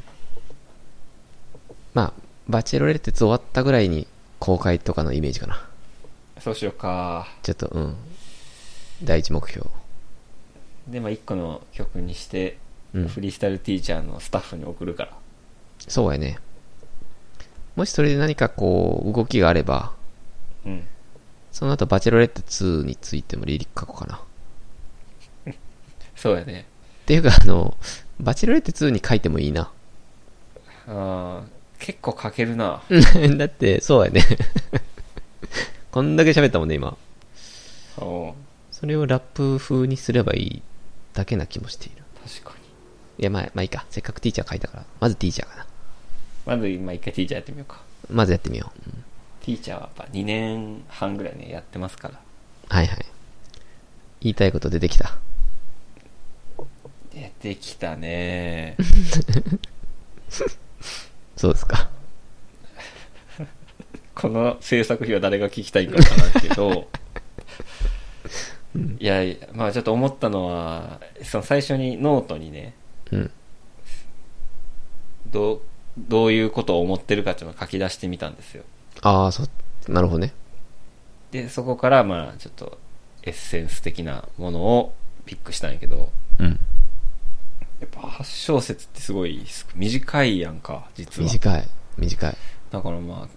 Speaker 2: まあ、バチェロレッテツ終わったぐらいに公開とかのイメージかな。
Speaker 1: そうしようか
Speaker 2: ちょっと、うん。第一目標。
Speaker 1: でまあ1個の曲にして、
Speaker 2: うん
Speaker 1: フリースタイルティーチャーのスタッフに送るから
Speaker 2: そうやね。もしそれで何かこう、動きがあれば、
Speaker 1: うん
Speaker 2: その後バチェロレッテ2についてもリリック書こうかな。っ
Speaker 1: そうやね
Speaker 2: ていうか、あの、バチェロレッテ2に書いてもいいな。
Speaker 1: あー結構書けるな
Speaker 2: だって、そうやね。 こんだけ喋ったもんね、今。
Speaker 1: おー
Speaker 2: それをラップ風にすればいいだけな気もしている。
Speaker 1: 確かに
Speaker 2: いや、まあ、まあいいか。せっかくティーチャー書いたから。まずティーチャーかな。
Speaker 1: まず今一回ティーチャーやってみようか
Speaker 2: まずやってみよう。うん
Speaker 1: ティーチャーはやっぱ2年半ぐらいねやってますから
Speaker 2: はいはい。言いたいこと出てきた。
Speaker 1: 出てきたね
Speaker 2: そうですか。
Speaker 1: この制作費は誰が聞きたいかわからんけどいやいやまあちょっと思ったのはその最初にノートにね
Speaker 2: うん。
Speaker 1: どうどういうことを思ってるかっていうのを書き出してみたんですよ
Speaker 2: ああ、そう、なるほどね。
Speaker 1: でそこからまあちょっとエッセンス的なものをピックしたんやけど
Speaker 2: うん。
Speaker 1: やっぱ8小節ってすごい短いやんか実は
Speaker 2: 短い。短い。
Speaker 1: だからまあ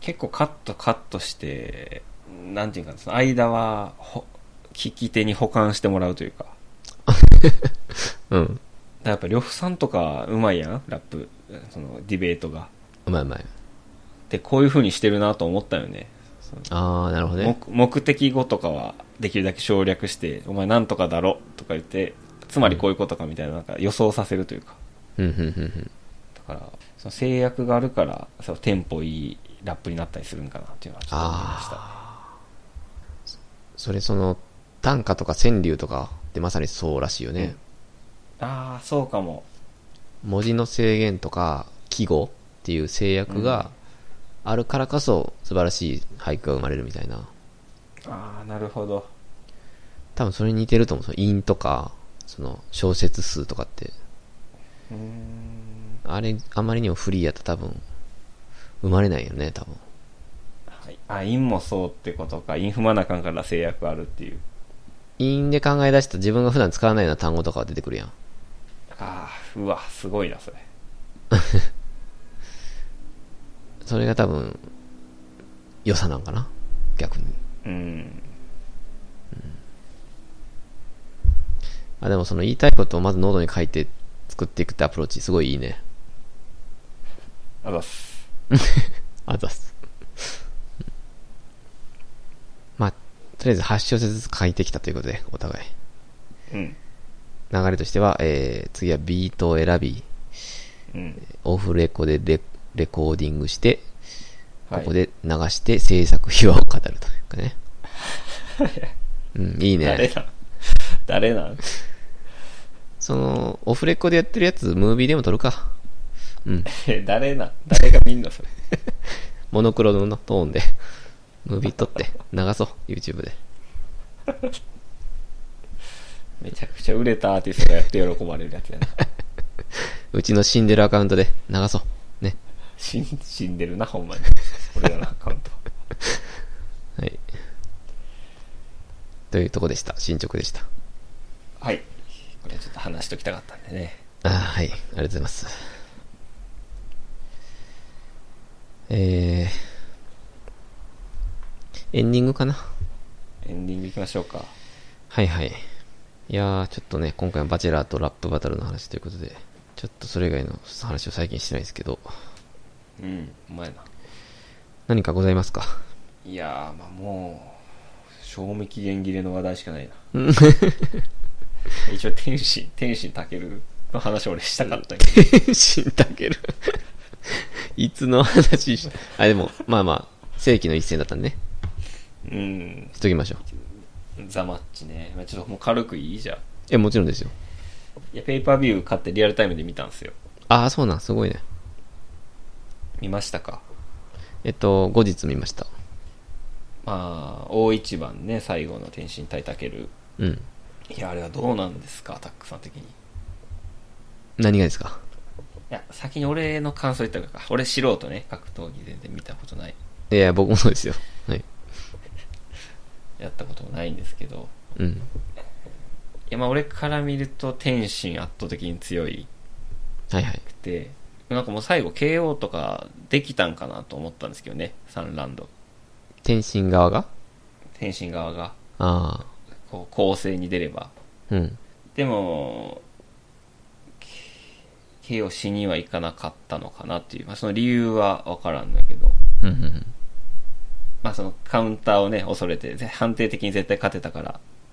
Speaker 1: 結構カットカットしてなんていうかその間はほ聞き手に保管してもらうというか。だか
Speaker 2: うん。
Speaker 1: らやっぱ、呂布さんとか、うまいやんラップ、その、ディベートが。
Speaker 2: うまいうまい。
Speaker 1: で、こういう風にしてるなと思ったよね。その
Speaker 2: ああ、なるほどね。
Speaker 1: 目目的語とかはできるだけ省略して「お前なんとかだろ」とか言ってつまりこういうことかみたいななんか予想させるというか
Speaker 2: うん、うん、うんうん。
Speaker 1: だからその制約があるからそのテンポいいラップになったりするんかなっていうのはちょっと思いましたね
Speaker 2: それその、短歌とか川柳とかってまさにそうらしいよね。
Speaker 1: ああそうかも
Speaker 2: 文字の制限とか、季語っていう制約があるからこそ素晴らしい俳句が生まれるみたいな。
Speaker 1: ああなるほど
Speaker 2: 多分それに似てると思う。その韻とか、その小説数とかって。
Speaker 1: うーん
Speaker 2: あれ、あまりにもフリーやったら多分、生まれないよね、多分。
Speaker 1: はいあインもそうってことかイン踏まなあかんから制約あるっていう
Speaker 2: 韻で考え出した自分が普段使わないような単語とかが出てくるやん。
Speaker 1: ああうわすごいなそれ
Speaker 2: それが多分、良さなんかな逆に。
Speaker 1: うん
Speaker 2: あ、でもその言いたいことをまずノートに書いて作っていくってアプローチ、すごいいいね。
Speaker 1: あざっす
Speaker 2: あざっす。まあ、とりあえず8小節ずつ書いてきたということで、お互い。
Speaker 1: うん
Speaker 2: 流れとしては、えー、次はビートを選び、
Speaker 1: うん
Speaker 2: オフレコでレレコーディングして、
Speaker 1: は
Speaker 2: こ
Speaker 1: い
Speaker 2: こで流して制作秘話を語るというか ね。うん、いい
Speaker 1: 誰
Speaker 2: ね。
Speaker 1: なん 誰なん
Speaker 2: その、オフレコでやってるやつ、ムービーでも撮るか。うん。
Speaker 1: え誰なん誰が見んのそれ
Speaker 2: モノクロのトーンで、ムービー撮って、流そう、YouTube で。
Speaker 1: めちゃくちゃ売れたアーティストがやって喜ばれるやつやな
Speaker 2: うちの死んでるアカウントで流そう。ね。
Speaker 1: 死ん死んでるなほんまに俺らのアカウント
Speaker 2: はい。というとこでした。進捗でした。
Speaker 1: はいこれちょっと話しときたかったんでね
Speaker 2: あーはい。ありがとうございます。えー、エンディングかな
Speaker 1: エンディングいきましょうか
Speaker 2: はいはい。いやー、ちょっとね、今回はバチェラーとラップバトルの話ということで、ちょっとそれ以外の話を最近してないですけど、
Speaker 1: うんお前な
Speaker 2: 何かございますか
Speaker 1: いやーまあもう賞味期限切れの話題しかない
Speaker 2: う
Speaker 1: な
Speaker 2: ん
Speaker 1: 一応天心天心たけるの話俺したかったんやけど
Speaker 2: 天心たける。 いつの話しあ、でも、まあまあ、世紀の一戦だったんでね。
Speaker 1: うん
Speaker 2: しときましょう。
Speaker 1: ザマッチね、まあ、ちょっともう軽くいいじゃん
Speaker 2: え、もちろんですよ。
Speaker 1: いやペーパービュー買ってリアルタイムで見たんですよ
Speaker 2: ああ、そうなん、すごいね。
Speaker 1: 見ましたか
Speaker 2: えっと、後日見ました。
Speaker 1: まあ大一番ね最後の天心対たける
Speaker 2: うん。
Speaker 1: いやあれはどうなんですかタックさん的にい
Speaker 2: 何がですか
Speaker 1: や先に俺の感想言ったらいいか俺素人ね格闘技全然見たことない
Speaker 2: いや、僕もそうですよ。はい。
Speaker 1: やったこともないんですけど
Speaker 2: うん。
Speaker 1: いやまあ俺から見ると天心圧倒的に強い
Speaker 2: はいはい。
Speaker 1: くてなんかもう最後 KO とかできたんかなと思ったんですけどね3ラウンド
Speaker 2: 天心側が
Speaker 1: 天心側が
Speaker 2: ああ。
Speaker 1: こう攻勢に出れば
Speaker 2: うん。
Speaker 1: でも K- KO しにはいかなかったのかなっていう、まあ、その理由は分からんだけど
Speaker 2: うんうんうん。
Speaker 1: まあ、そのカウンターをね恐れてぜ判定的に絶対勝てたか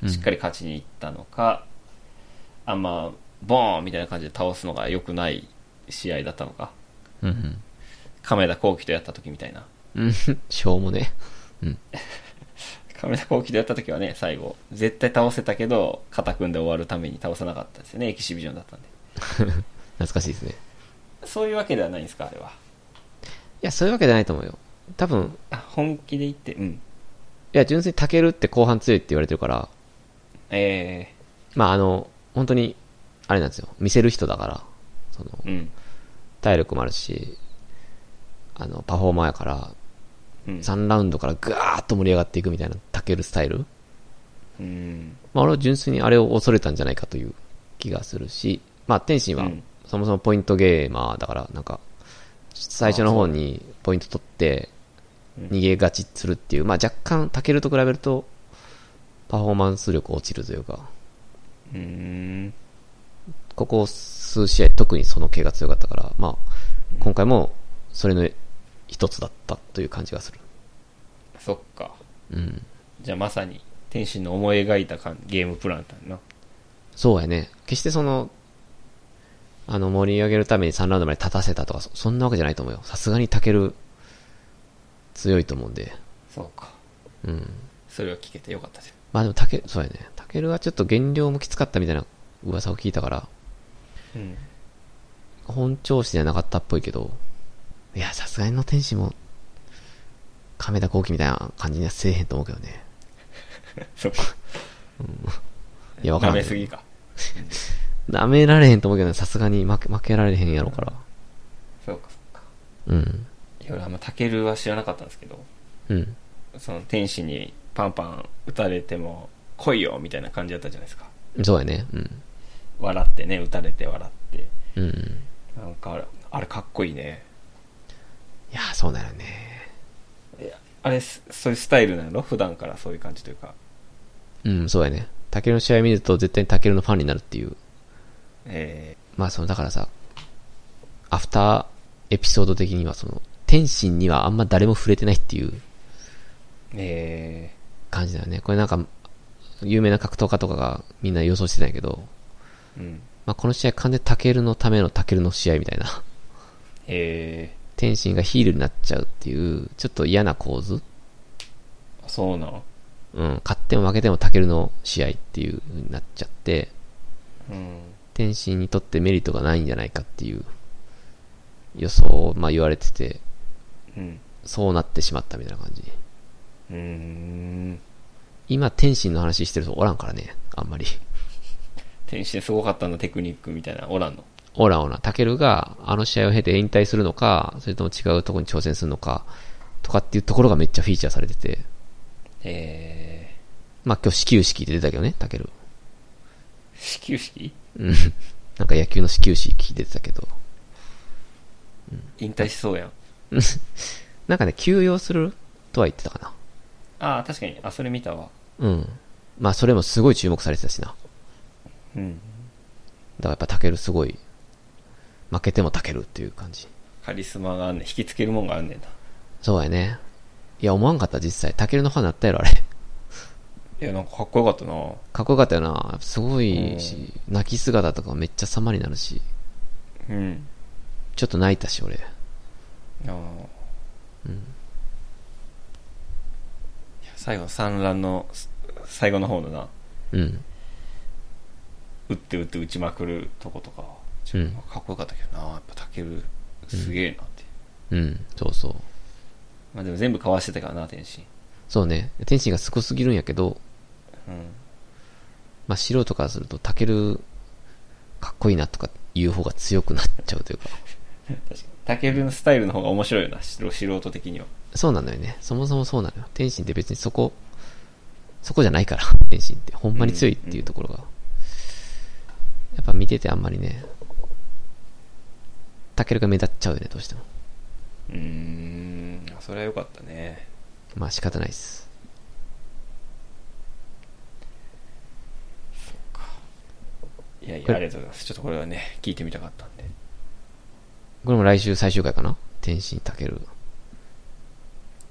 Speaker 2: うん
Speaker 1: らしっかり勝ちにいったのか、あんまボーンみたいな感じで倒すのが良くない試合だったのか
Speaker 2: うん
Speaker 1: 亀田光輝とやった時みたいな
Speaker 2: うん。 うん。しょうもね。うん。
Speaker 1: 亀田光輝とやった時はね最後絶対倒せたけど肩組んで終わるために倒さなかったですよねエキシビジョンだったんで
Speaker 2: 懐かしいですね。
Speaker 1: そういうわけではないんですかあれはい
Speaker 2: や、そういうわけじゃないと思うよ。多分、
Speaker 1: あ本気で言ってうん
Speaker 2: いや、純粋にタケルって後半強いって言われてるから、
Speaker 1: え
Speaker 2: まあ、あの、本当に、あれなんですよ。見せる人だから、その、
Speaker 1: ー、うん
Speaker 2: 体力もあるし、あの、パフォーマーやから、
Speaker 1: うん
Speaker 2: 3ラウンドからガーッと盛り上がっていくみたいなタケルスタイル。
Speaker 1: うん
Speaker 2: まあ、俺は純粋にあれを恐れたんじゃないかという気がするし、まあ、天心
Speaker 1: う
Speaker 2: は
Speaker 1: ん、
Speaker 2: そもそもポイントゲーマーだから、なんか、最初の方にポイント取って、
Speaker 1: うん
Speaker 2: 逃げがちするっていう、まあ、若干、タケルと比べると、パフォーマンス力落ちるというか、
Speaker 1: うーん。
Speaker 2: ここ数試合特にその系が強かったから、まあ、今回もそれの一つだったという感じがする。
Speaker 1: そっか。
Speaker 2: うん。
Speaker 1: じゃあまさに、天心の思い描いたかんゲームプランだな。
Speaker 2: そうやね。決してその、あの、盛り上げるために3ラウンドまで立たせたとか、そそんなわけじゃないと思うよ。さすがにタケル、強いと思うんで。
Speaker 1: そうか。
Speaker 2: うん。
Speaker 1: それは聞けてよかったじ
Speaker 2: まあでもタケそうやね。タケルはちょっと減量もきつかったみたいな噂を聞いたから、
Speaker 1: ゃん。うん。
Speaker 2: 本調子じゃなかったっぽいけど、いや、さすがにの天使も、亀田光輝みたいな感じにはせえへんと思うけどね。
Speaker 1: そっか。
Speaker 2: いや、わからんけ
Speaker 1: 舐め
Speaker 2: ど。
Speaker 1: すぎか。
Speaker 2: 舐められへんと思うけどね、さすがに負け負けられへんやろから。
Speaker 1: そうか、そっか。
Speaker 2: うん。
Speaker 1: いや、俺あんまタケルは知らなかったんですけど、
Speaker 2: うん。
Speaker 1: その天使にパンパン打たれても、来いよみたいな感じだったじゃないですか。
Speaker 2: そうやね。うん。
Speaker 1: 笑ってね、打たれて笑って。
Speaker 2: うんうん。
Speaker 1: なんかあれ、あれかっこいいね。
Speaker 2: いや、そうなるね。
Speaker 1: いやあれ、すそういうスタイルなの普段からそういう感じというか。
Speaker 2: うん、そうやね。タケルの試合見ると絶対にタケルのファンになるっていう。
Speaker 1: え
Speaker 2: まあその、だからさ、アフターエピソード的にはその、天心にはあんま誰も触れてないっていう
Speaker 1: ー、え
Speaker 2: 感じだよね。これなんか、有名な格闘家とかがみんな予想してたんやけど、
Speaker 1: ー、うん。
Speaker 2: まあこの試合完全にタケルのためのタケルの試合みたいな。
Speaker 1: え
Speaker 2: 天心がヒールになっちゃうっていう、ちょっと嫌な構図
Speaker 1: ー、そうなん。
Speaker 2: うん、勝っても負けてもタケルの試合っていう風になっちゃって、
Speaker 1: うん。
Speaker 2: 天心にとってメリットがないんじゃないかっていう予想を、まあ、言われてて、
Speaker 1: うん。
Speaker 2: そうなってしまったみたいな感じ。
Speaker 1: うーん。
Speaker 2: 今、天心の話してる人おらんからね、あんまり。
Speaker 1: 天心すごかったのテクニックみたいな、おらんの。
Speaker 2: おらおら、タケルがあの試合を経て引退するのか、それとも違うところに挑戦するのか、とかっていうところがめっちゃフィーチャーされてて、
Speaker 1: え
Speaker 2: まあ今日始球式で出たけどね、タケル。
Speaker 1: ー、始球式
Speaker 2: うん。 なんか野球の始球式出てたけど。
Speaker 1: 引退しそうやん。
Speaker 2: うんなんかね、休養するとは言ってたかな。
Speaker 1: ああ、確かに。あ、それ見たわ。
Speaker 2: うん。まあそれもすごい注目されてたしな。
Speaker 1: うん。
Speaker 2: だからやっぱタケルすごい、負けてもタケルっていう感じ。
Speaker 1: カリスマがあんねん。引きつけるもんがあんねんな。
Speaker 2: そうやね。いや、思わんかった実際。タケルのファンだったやろ、あれ。
Speaker 1: いや、なんかかっこよかったな
Speaker 2: かっこよかったよな。やっぱすごいし、泣き姿とかめっちゃ様になるし、
Speaker 1: うん。
Speaker 2: ちょっと泣いたし、俺。
Speaker 1: ああ。うん。いや、最後の産卵の、す最後の方のな、
Speaker 2: うん。
Speaker 1: 打って打って打ちまくるとことか、ち
Speaker 2: う
Speaker 1: ょっ
Speaker 2: ん
Speaker 1: とかっこよかったけどな、やっぱタケル、すげえなって。
Speaker 2: うん、そうそう。
Speaker 1: まあでも全部かわしてたからな、天心。
Speaker 2: そうね。天心がすごすぎるんやけど、
Speaker 1: うん。
Speaker 2: まあ素人からするとタケル、かっこいいなとか言う方が強くなっちゃうというか。
Speaker 1: 確かに。タケルのスタイルの方が面白いよな、素素人的には。
Speaker 2: そうなのよね。そもそもそうなのよ。天心って別にそこ、そこじゃないから、 天心って。ほんまに強いっていうところが。やっぱ見ててあんまりね、タケルが目立っちゃうよね、どうしても。
Speaker 1: うーん、それは良かったね。
Speaker 2: まあ仕方ないっす。
Speaker 1: いやい
Speaker 2: こ
Speaker 1: や、
Speaker 2: れ
Speaker 1: ありがとうございます。ちょっとこれはね、聞いてみたかったんで。
Speaker 2: これも来週最終回かな天心、タケル。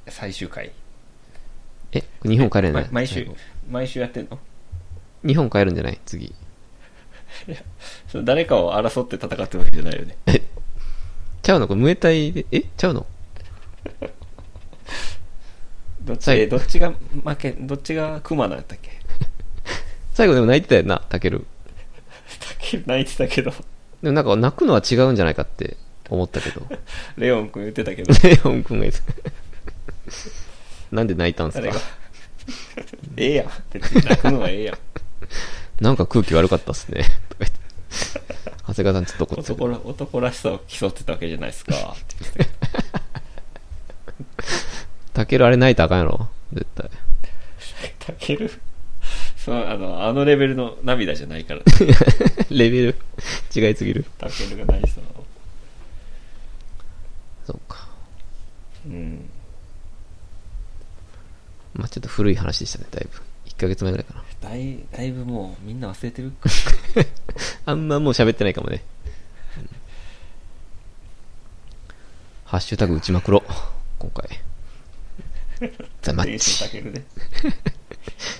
Speaker 1: 最終回。
Speaker 2: え、日本帰るんじゃ
Speaker 1: ま
Speaker 2: ない
Speaker 1: 毎週
Speaker 2: 最後、
Speaker 1: 毎週やってんの
Speaker 2: 日本帰るんじゃない次。
Speaker 1: その誰かを争って戦ってるわけじゃない よね。
Speaker 2: ちゃうのこれ、ムエタイで、えちゃうの
Speaker 1: どっち、
Speaker 2: 最後
Speaker 1: えどっちが負け、どっちが熊なんだったっけ
Speaker 2: 最後でも泣いてたよな、タケル。
Speaker 1: タケル泣いてたけど、
Speaker 2: でもなんか泣くのは違うんじゃないかって思ったけど。
Speaker 1: レオン君言ってたけど、
Speaker 2: レオン君が言ってなんで泣いたんす
Speaker 1: 誰
Speaker 2: か
Speaker 1: が。 ええやん。別に泣くのはええやん。
Speaker 2: なんか空気悪かったっすね。 とか言って長谷川さんちょっと怒ってたけ
Speaker 1: 男
Speaker 2: ど
Speaker 1: ら男らしさを競ってたわけじゃないです か。って言ってたけど
Speaker 2: タケルあれ泣いたらあかんやろ絶対。
Speaker 1: タケル そのあの、あのレベルの涙じゃない から、
Speaker 2: レベル、違いすぎる。
Speaker 1: タケルが泣いてたの。
Speaker 2: そうか。
Speaker 1: うん。
Speaker 2: まあちょっと古い話でしたね、だいぶ。一1ヶ月前ぐらいかな。
Speaker 1: だいだいぶもうみんな忘れてる
Speaker 2: あんまもう喋ってないかもね。うんハッシュタグ打ちまくろ。今回。ザマッ
Speaker 1: テンショ
Speaker 2: チ。
Speaker 1: ン下げる ね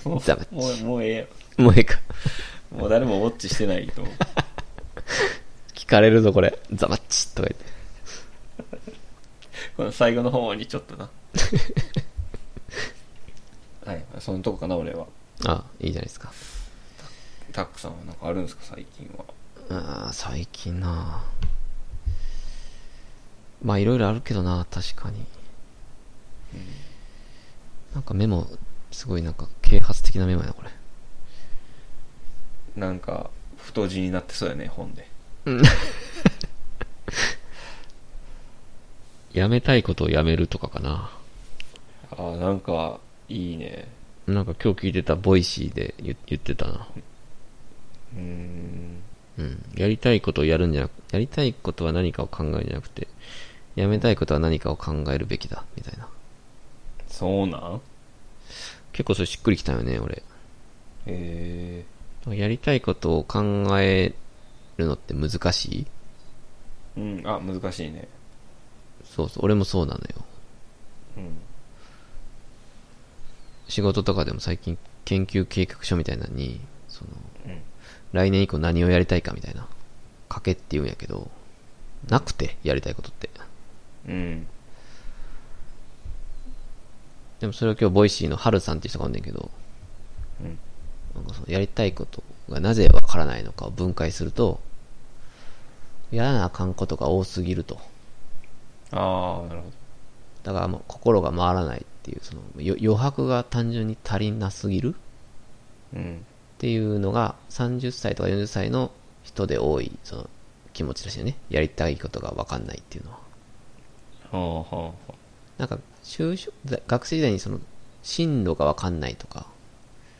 Speaker 1: もう
Speaker 2: ザマッチ
Speaker 1: もうもうええよ
Speaker 2: もうええか。
Speaker 1: もう誰もウォッチしてない と思う
Speaker 2: 聞かれるぞ、これ。ザマッチとか言って。
Speaker 1: この最後の方にちょっと なはいそのとこかな俺は
Speaker 2: ああ、いいじゃないですか。
Speaker 1: タックさんはなんかあるんですか最近は
Speaker 2: ああ、最近なまあ、いろいろあるけどな確かに。なんかメモ、すごいなんか啓発的なメモやな、これ。
Speaker 1: なんか太字になってそうやね本で
Speaker 2: やめたいことをやめるとかかな。
Speaker 1: ああなんかいいね
Speaker 2: なんか今日聞いてたボイシーで言言ってたな。
Speaker 1: うーん
Speaker 2: うん。やりたいことをやるんじゃなく、やりたいことは何かを考えるんじゃなくて、やめたいことは何かを考えるべきだ、みたいな。
Speaker 1: そうなん
Speaker 2: 結構それしっくりきたよね、俺。
Speaker 1: え
Speaker 2: やりたいことを考えるのって難しい
Speaker 1: えうんあ難しいね
Speaker 2: そうそう、俺もそうなのよ。
Speaker 1: うん
Speaker 2: 仕事とかでも最近研究計画書みたいなのに、その、
Speaker 1: うん
Speaker 2: 来年以降何をやりたいかみたいな、書けって言うんやけど、なくて、やりたいことって。
Speaker 1: うん
Speaker 2: でもそれを今日ボイシーのハルさんっていう人がおんねんけど、
Speaker 1: うん
Speaker 2: なんかそのやりたいことがなぜわからないのかを分解すると、やらなあかんことが多すぎると。
Speaker 1: ああなるほど
Speaker 2: だからもう心が回らないっていう、そのよ余白が単純に足りなすぎる
Speaker 1: うん
Speaker 2: っていうのが30歳とか40歳の人で多いその気持ちらしいよね。やりたいことがわかんないっていうのは。
Speaker 1: はあはあはあ
Speaker 2: なんか就職、学生時代にその進路がわかんないとか、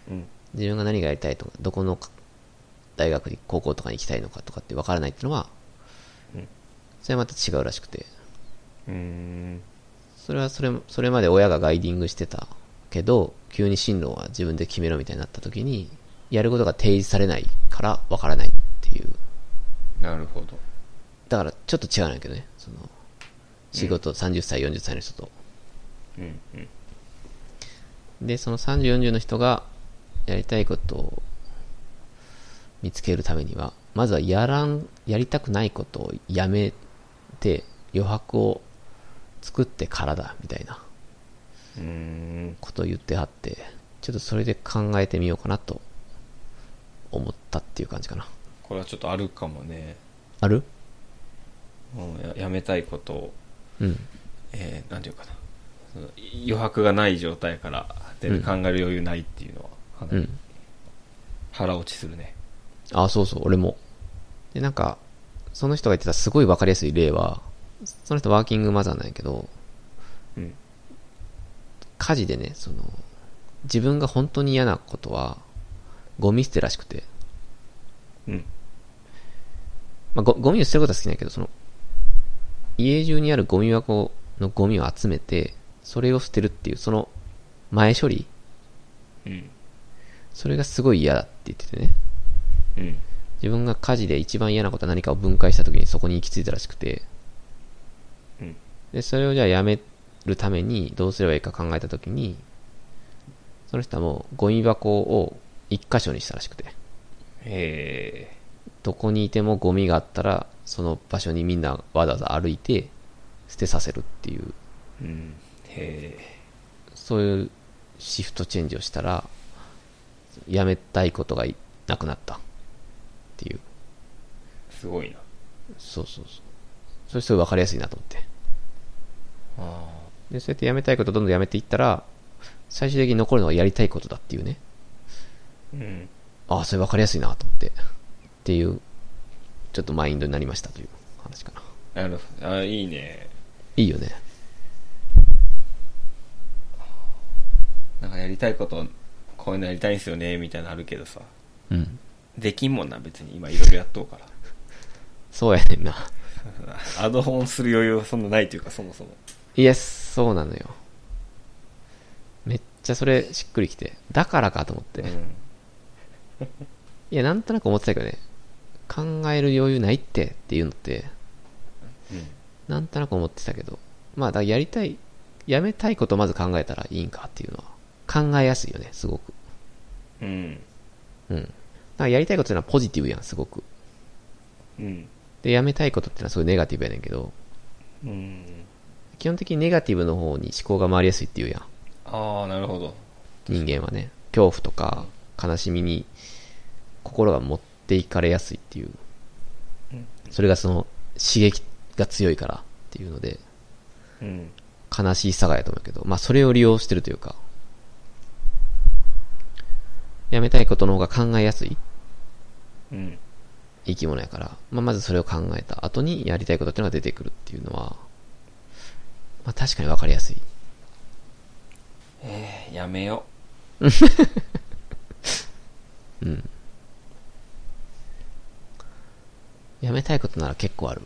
Speaker 1: うん
Speaker 2: 自分が何がやりたいとか、どこの大学に、高校とかに行きたいのかとかって分からないっていうのは、
Speaker 1: うん
Speaker 2: それはまた違うらしくて、
Speaker 1: うーん
Speaker 2: それはそれも、それまで親がガイディングしてたけど、急に進路は自分で決めろみたいになった時に、やることが提示されないから分からないっていう。
Speaker 1: なるほど
Speaker 2: だからちょっと違うんだけどね、その、仕事、30歳、40歳の人と。
Speaker 1: うんうん
Speaker 2: で、その30、40の人がやりたいことを見つけるためには、まずはやらん、やりたくないことをやめて、余白を作ってからだ、みたいな
Speaker 1: うーん
Speaker 2: ことを言ってはって、ちょっとそれで考えてみようかなと思ったっていう感じかな。
Speaker 1: これはちょっとあるかもね、
Speaker 2: ある
Speaker 1: うん、ややめたいことを
Speaker 2: うん。
Speaker 1: えー、なんていうかなその余白がない状態から出
Speaker 2: うん
Speaker 1: る考える余裕ないっていうのはかな
Speaker 2: う
Speaker 1: り
Speaker 2: ん。
Speaker 1: 腹落ちするね
Speaker 2: あ、そうそう、俺も。で、なんか、その人が言ってたすごいわかりやすい例は、その人ワーキングマザーなんやけど、
Speaker 1: うん
Speaker 2: 家事でね、その、自分が本当に嫌なことは、ゴミ捨てらしくて、
Speaker 1: うん
Speaker 2: まあ、ゴゴミを捨てることは好きなんやけど、その、家中にあるゴミ箱のゴミを集めて、それを捨てるっていう、その、前処理
Speaker 1: うん
Speaker 2: それがすごい嫌だって言っててね。
Speaker 1: うん
Speaker 2: 自分が家事で一番嫌なことは何かを分解した時にそこに行き着いたらしくて、
Speaker 1: うん
Speaker 2: で、それをじゃあやめるためにどうすればいいか考えた時に、その人はもうゴミ箱を一箇所にしたらしくて、
Speaker 1: え
Speaker 2: どこにいてもゴミがあったら、その場所にみんなわざわざ歩いて捨てさせるっていう、
Speaker 1: ー、うんへ
Speaker 2: そういうシフトチェンジをしたら、やめたいことがいなくなったっていう。
Speaker 1: ー、すごいな
Speaker 2: そうそうそう。それすごい分かりやすいなと思って。
Speaker 1: あ
Speaker 2: で、そうやってやめたいことをどんどんやめていったら、最終的に残るのはやりたいことだっていうね。
Speaker 1: ーうん
Speaker 2: ああ、それ分かりやすいなと思って。っていう、ちょっとマインドになりましたという話かな。
Speaker 1: なるほどあいいね
Speaker 2: いいよね。
Speaker 1: なんかやりたいことこういうのやりたいんすよねみたいなのあるけどさ
Speaker 2: うん。
Speaker 1: できんもんな別に今いろいろやっとうから
Speaker 2: そうやねんな。
Speaker 1: アドホンする余裕はそんなないというかそもそも
Speaker 2: イエス、そうなのよ。めっちちゃそれしっくりきて、だからかと思って。
Speaker 1: うん
Speaker 2: いや、なんとなく思ってたけどね、考える余裕ないってっていうのって、
Speaker 1: うん
Speaker 2: なんとなく思ってたけど、まあ、だからやりたい、やめたいことをまず考えたらいいんかっていうのは、考えやすいよね、すごく。
Speaker 1: うん
Speaker 2: うん。だからやりたいことってのはポジティブやん、すごく。
Speaker 1: うん
Speaker 2: で、やめたいことってのはすごいネガティブやねんけど、
Speaker 1: うん
Speaker 2: 基本的にネガティブの方に思考が回りやすいっていうやん。
Speaker 1: ああなるほど
Speaker 2: 人間はね。恐怖とか悲しみに心が持っていかれやすいっていう。
Speaker 1: うん
Speaker 2: それがその刺激が強いからっていうので、
Speaker 1: うん
Speaker 2: 悲しいさがやと思うけど、まあそれを利用してるというか、やめたいことの方が考えやすい
Speaker 1: うん
Speaker 2: 生き物やから、まあまずそれを考えた後にやりたいことっていうのが出てくるっていうのは、まあ確かにわかりやすい。
Speaker 1: えー、やめよ
Speaker 2: うん。やめたいことなら結構ある。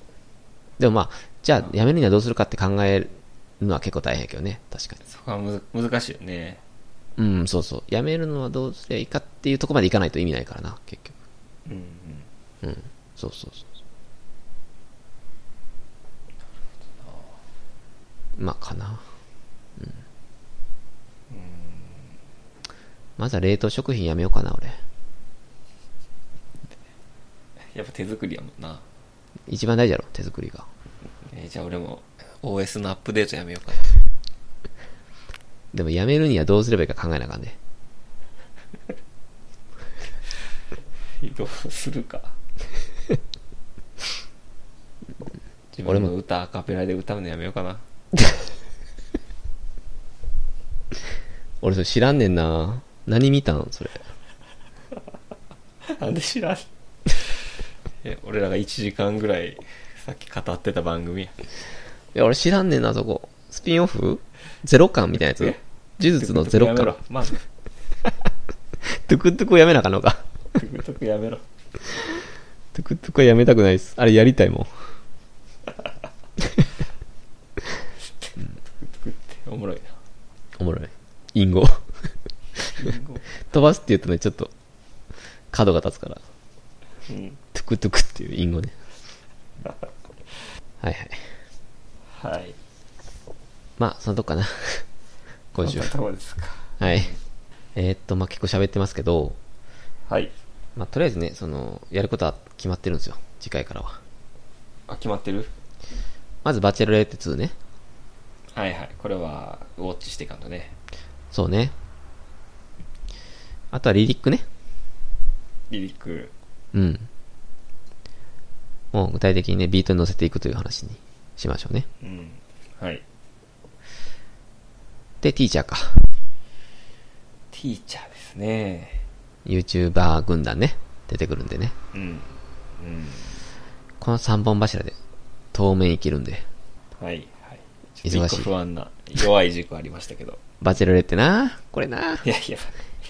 Speaker 2: でもまあ、じゃあやめるにはどうするかって考えるのは結構大変やけどね、確かに。
Speaker 1: そこはむず難しいよね
Speaker 2: うん、そうそう。やめるのはどうすりゃいいかっていうとこまでいかないと意味ないからな、結局。
Speaker 1: うんう
Speaker 2: う
Speaker 1: ん
Speaker 2: ん。そうそうそうそう。まあ、かな。うん。まずは冷凍食品やめようかな、俺。
Speaker 1: やっぱ手作りやもんな
Speaker 2: 一番大事やろ、手作りが。
Speaker 1: えーじゃあ俺も OS のアップデートやめようか
Speaker 2: でもやめるにはどうすればいいか考えなあかんね。
Speaker 1: などうする か自分の歌アカペラで歌うのやめようかな
Speaker 2: 俺それ知らんねんな何見たんそれ。
Speaker 1: なんで知らんえ俺らが1時間ぐらいさっき語ってた番組や
Speaker 2: いや、俺知らんねんな、そこ。スピンオフゼロ感みたいなやつ
Speaker 1: え
Speaker 2: 呪術のゼロ
Speaker 1: やめろ
Speaker 2: 感。
Speaker 1: まず
Speaker 2: トゥクトゥクをやめなあかんのか。
Speaker 1: トゥクトゥクやめろ
Speaker 2: トゥクトゥクはやめたくないです。あれやりたいもん。
Speaker 1: トゥクトゥクっておもろい
Speaker 2: おもろい。インゴ。
Speaker 1: なうんこ
Speaker 2: 飛ばすって言うとね、ちょっと、角が立つから。
Speaker 1: うん
Speaker 2: トゥクトゥクっていうインゴ ね。はいはい。
Speaker 1: はい
Speaker 2: まあ、そのとこかな。今週は。
Speaker 1: どうですか
Speaker 2: はい。えーっと、まあ結構喋ってますけど、
Speaker 1: はい
Speaker 2: まあ、とりあえずね、その、やることは決まってるんですよ。次回からは。
Speaker 1: あ決まってる
Speaker 2: まず、バチェロレッテ2ね。
Speaker 1: はいはいこれはウォッチしていかんとね
Speaker 2: そうね。あとは、リリックね。
Speaker 1: リリック
Speaker 2: うん。もう、具体的にね、ビートに乗せていくという話にしましょうね。
Speaker 1: うんはい
Speaker 2: で、ティーチャーか。
Speaker 1: ティーチャーですね
Speaker 2: YouTuber 軍団ね。出てくるんでね。
Speaker 1: うん
Speaker 2: この3本柱で、当面いけるんで。
Speaker 1: うんはいはいちょっと一個不安な弱い軸ありましたけど
Speaker 2: バチェロレッテなこれない
Speaker 1: やいや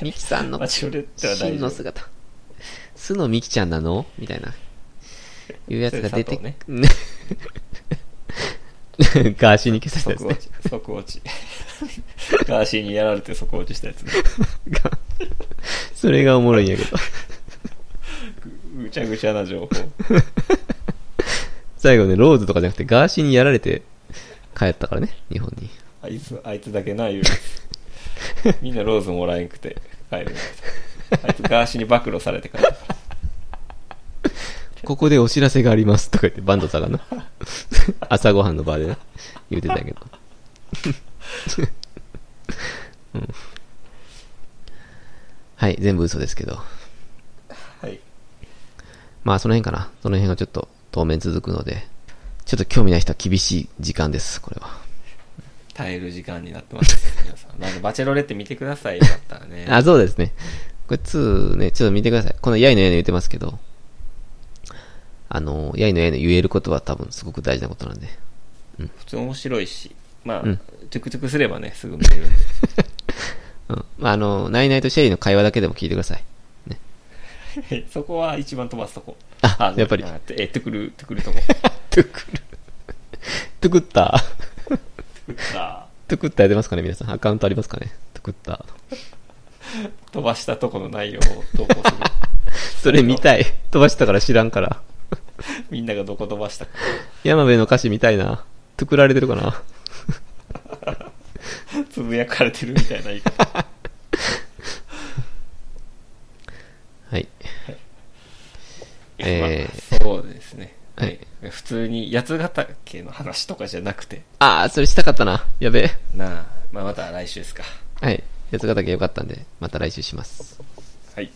Speaker 2: ミキさんの
Speaker 1: バチョレッテは大
Speaker 2: 真
Speaker 1: 丈
Speaker 2: の
Speaker 1: 夫
Speaker 2: 姿。素のミキちゃんなのみたいな。いうやつが出て
Speaker 1: それ佐
Speaker 2: ガーシーに消された
Speaker 1: 即
Speaker 2: や
Speaker 1: 落
Speaker 2: つ
Speaker 1: ち即落ち ガーシーにやられて即落ちしたやつね
Speaker 2: ね。が それがおもろいんやけど。
Speaker 1: ぐぐちゃぐちゃな情報
Speaker 2: 最後ね、ローズとかじゃなくてガーシーにやられて帰ったからね、日本に。
Speaker 1: あいつあいつだけな言うやつみんなローズもらえんくて帰るんだけどあいつガーシーに暴露されて帰ったから
Speaker 2: ここでお知らせがありますとか言ってバンドさんがな。 朝ごはんの場でね、言うてたんやけど。 うんはい、全部嘘ですけど。
Speaker 1: はい
Speaker 2: まあその辺かな。その辺がちょっと当面続くので、ちょっと興味ない人は厳しい時間です、これは。
Speaker 1: 耐える時間になってます皆さんなんでバチェロレって見てくださいよかったらね
Speaker 2: あ、そうですね。これ2ね、ちょっと見てください。このやいのやいの言ってますけど、あの、やいのやいの言えることは多分すごく大事なことなんで。
Speaker 1: 普通面白いしまあ、
Speaker 2: うん
Speaker 1: トゥクトゥクすればねすぐ見れるんで
Speaker 2: うん。まああの、ナイナイとシェリーの会話だけでも聞いてください。ね。
Speaker 1: はい そこは一番飛ばすとこ。
Speaker 2: あやっぱり
Speaker 1: あえ、てくる、てくるとこ。
Speaker 2: トゥクル。トゥクッター。
Speaker 1: さあ、
Speaker 2: トゥクッターやってますかね皆さん。アカウントありますかねト食った。
Speaker 1: 飛ばしたとこの内容を投稿 する。
Speaker 2: それ見たい。飛ばしたから知らんから。
Speaker 1: みんながどこ飛ばしたか。
Speaker 2: 山部の歌詞見たいな。作られてるかな。
Speaker 1: つぶやかれてるみたいな言い方。
Speaker 2: はい。
Speaker 1: ま
Speaker 2: え
Speaker 1: あそうですね。
Speaker 2: は
Speaker 1: はいい。普通に八ヶ岳の話とかじゃなくて、
Speaker 2: ああ、それしたかったな。やべえ。
Speaker 1: なあ、まあまた来週ですか。
Speaker 2: はい。八ヶ岳よかったんで、また来週します。
Speaker 1: はい。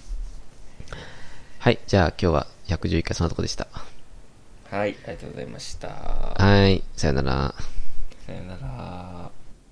Speaker 2: はい。じゃあ今日は111回そんなとこでした。
Speaker 1: はい、ありがとうございました。
Speaker 2: はい。さよなら。
Speaker 1: さよなら。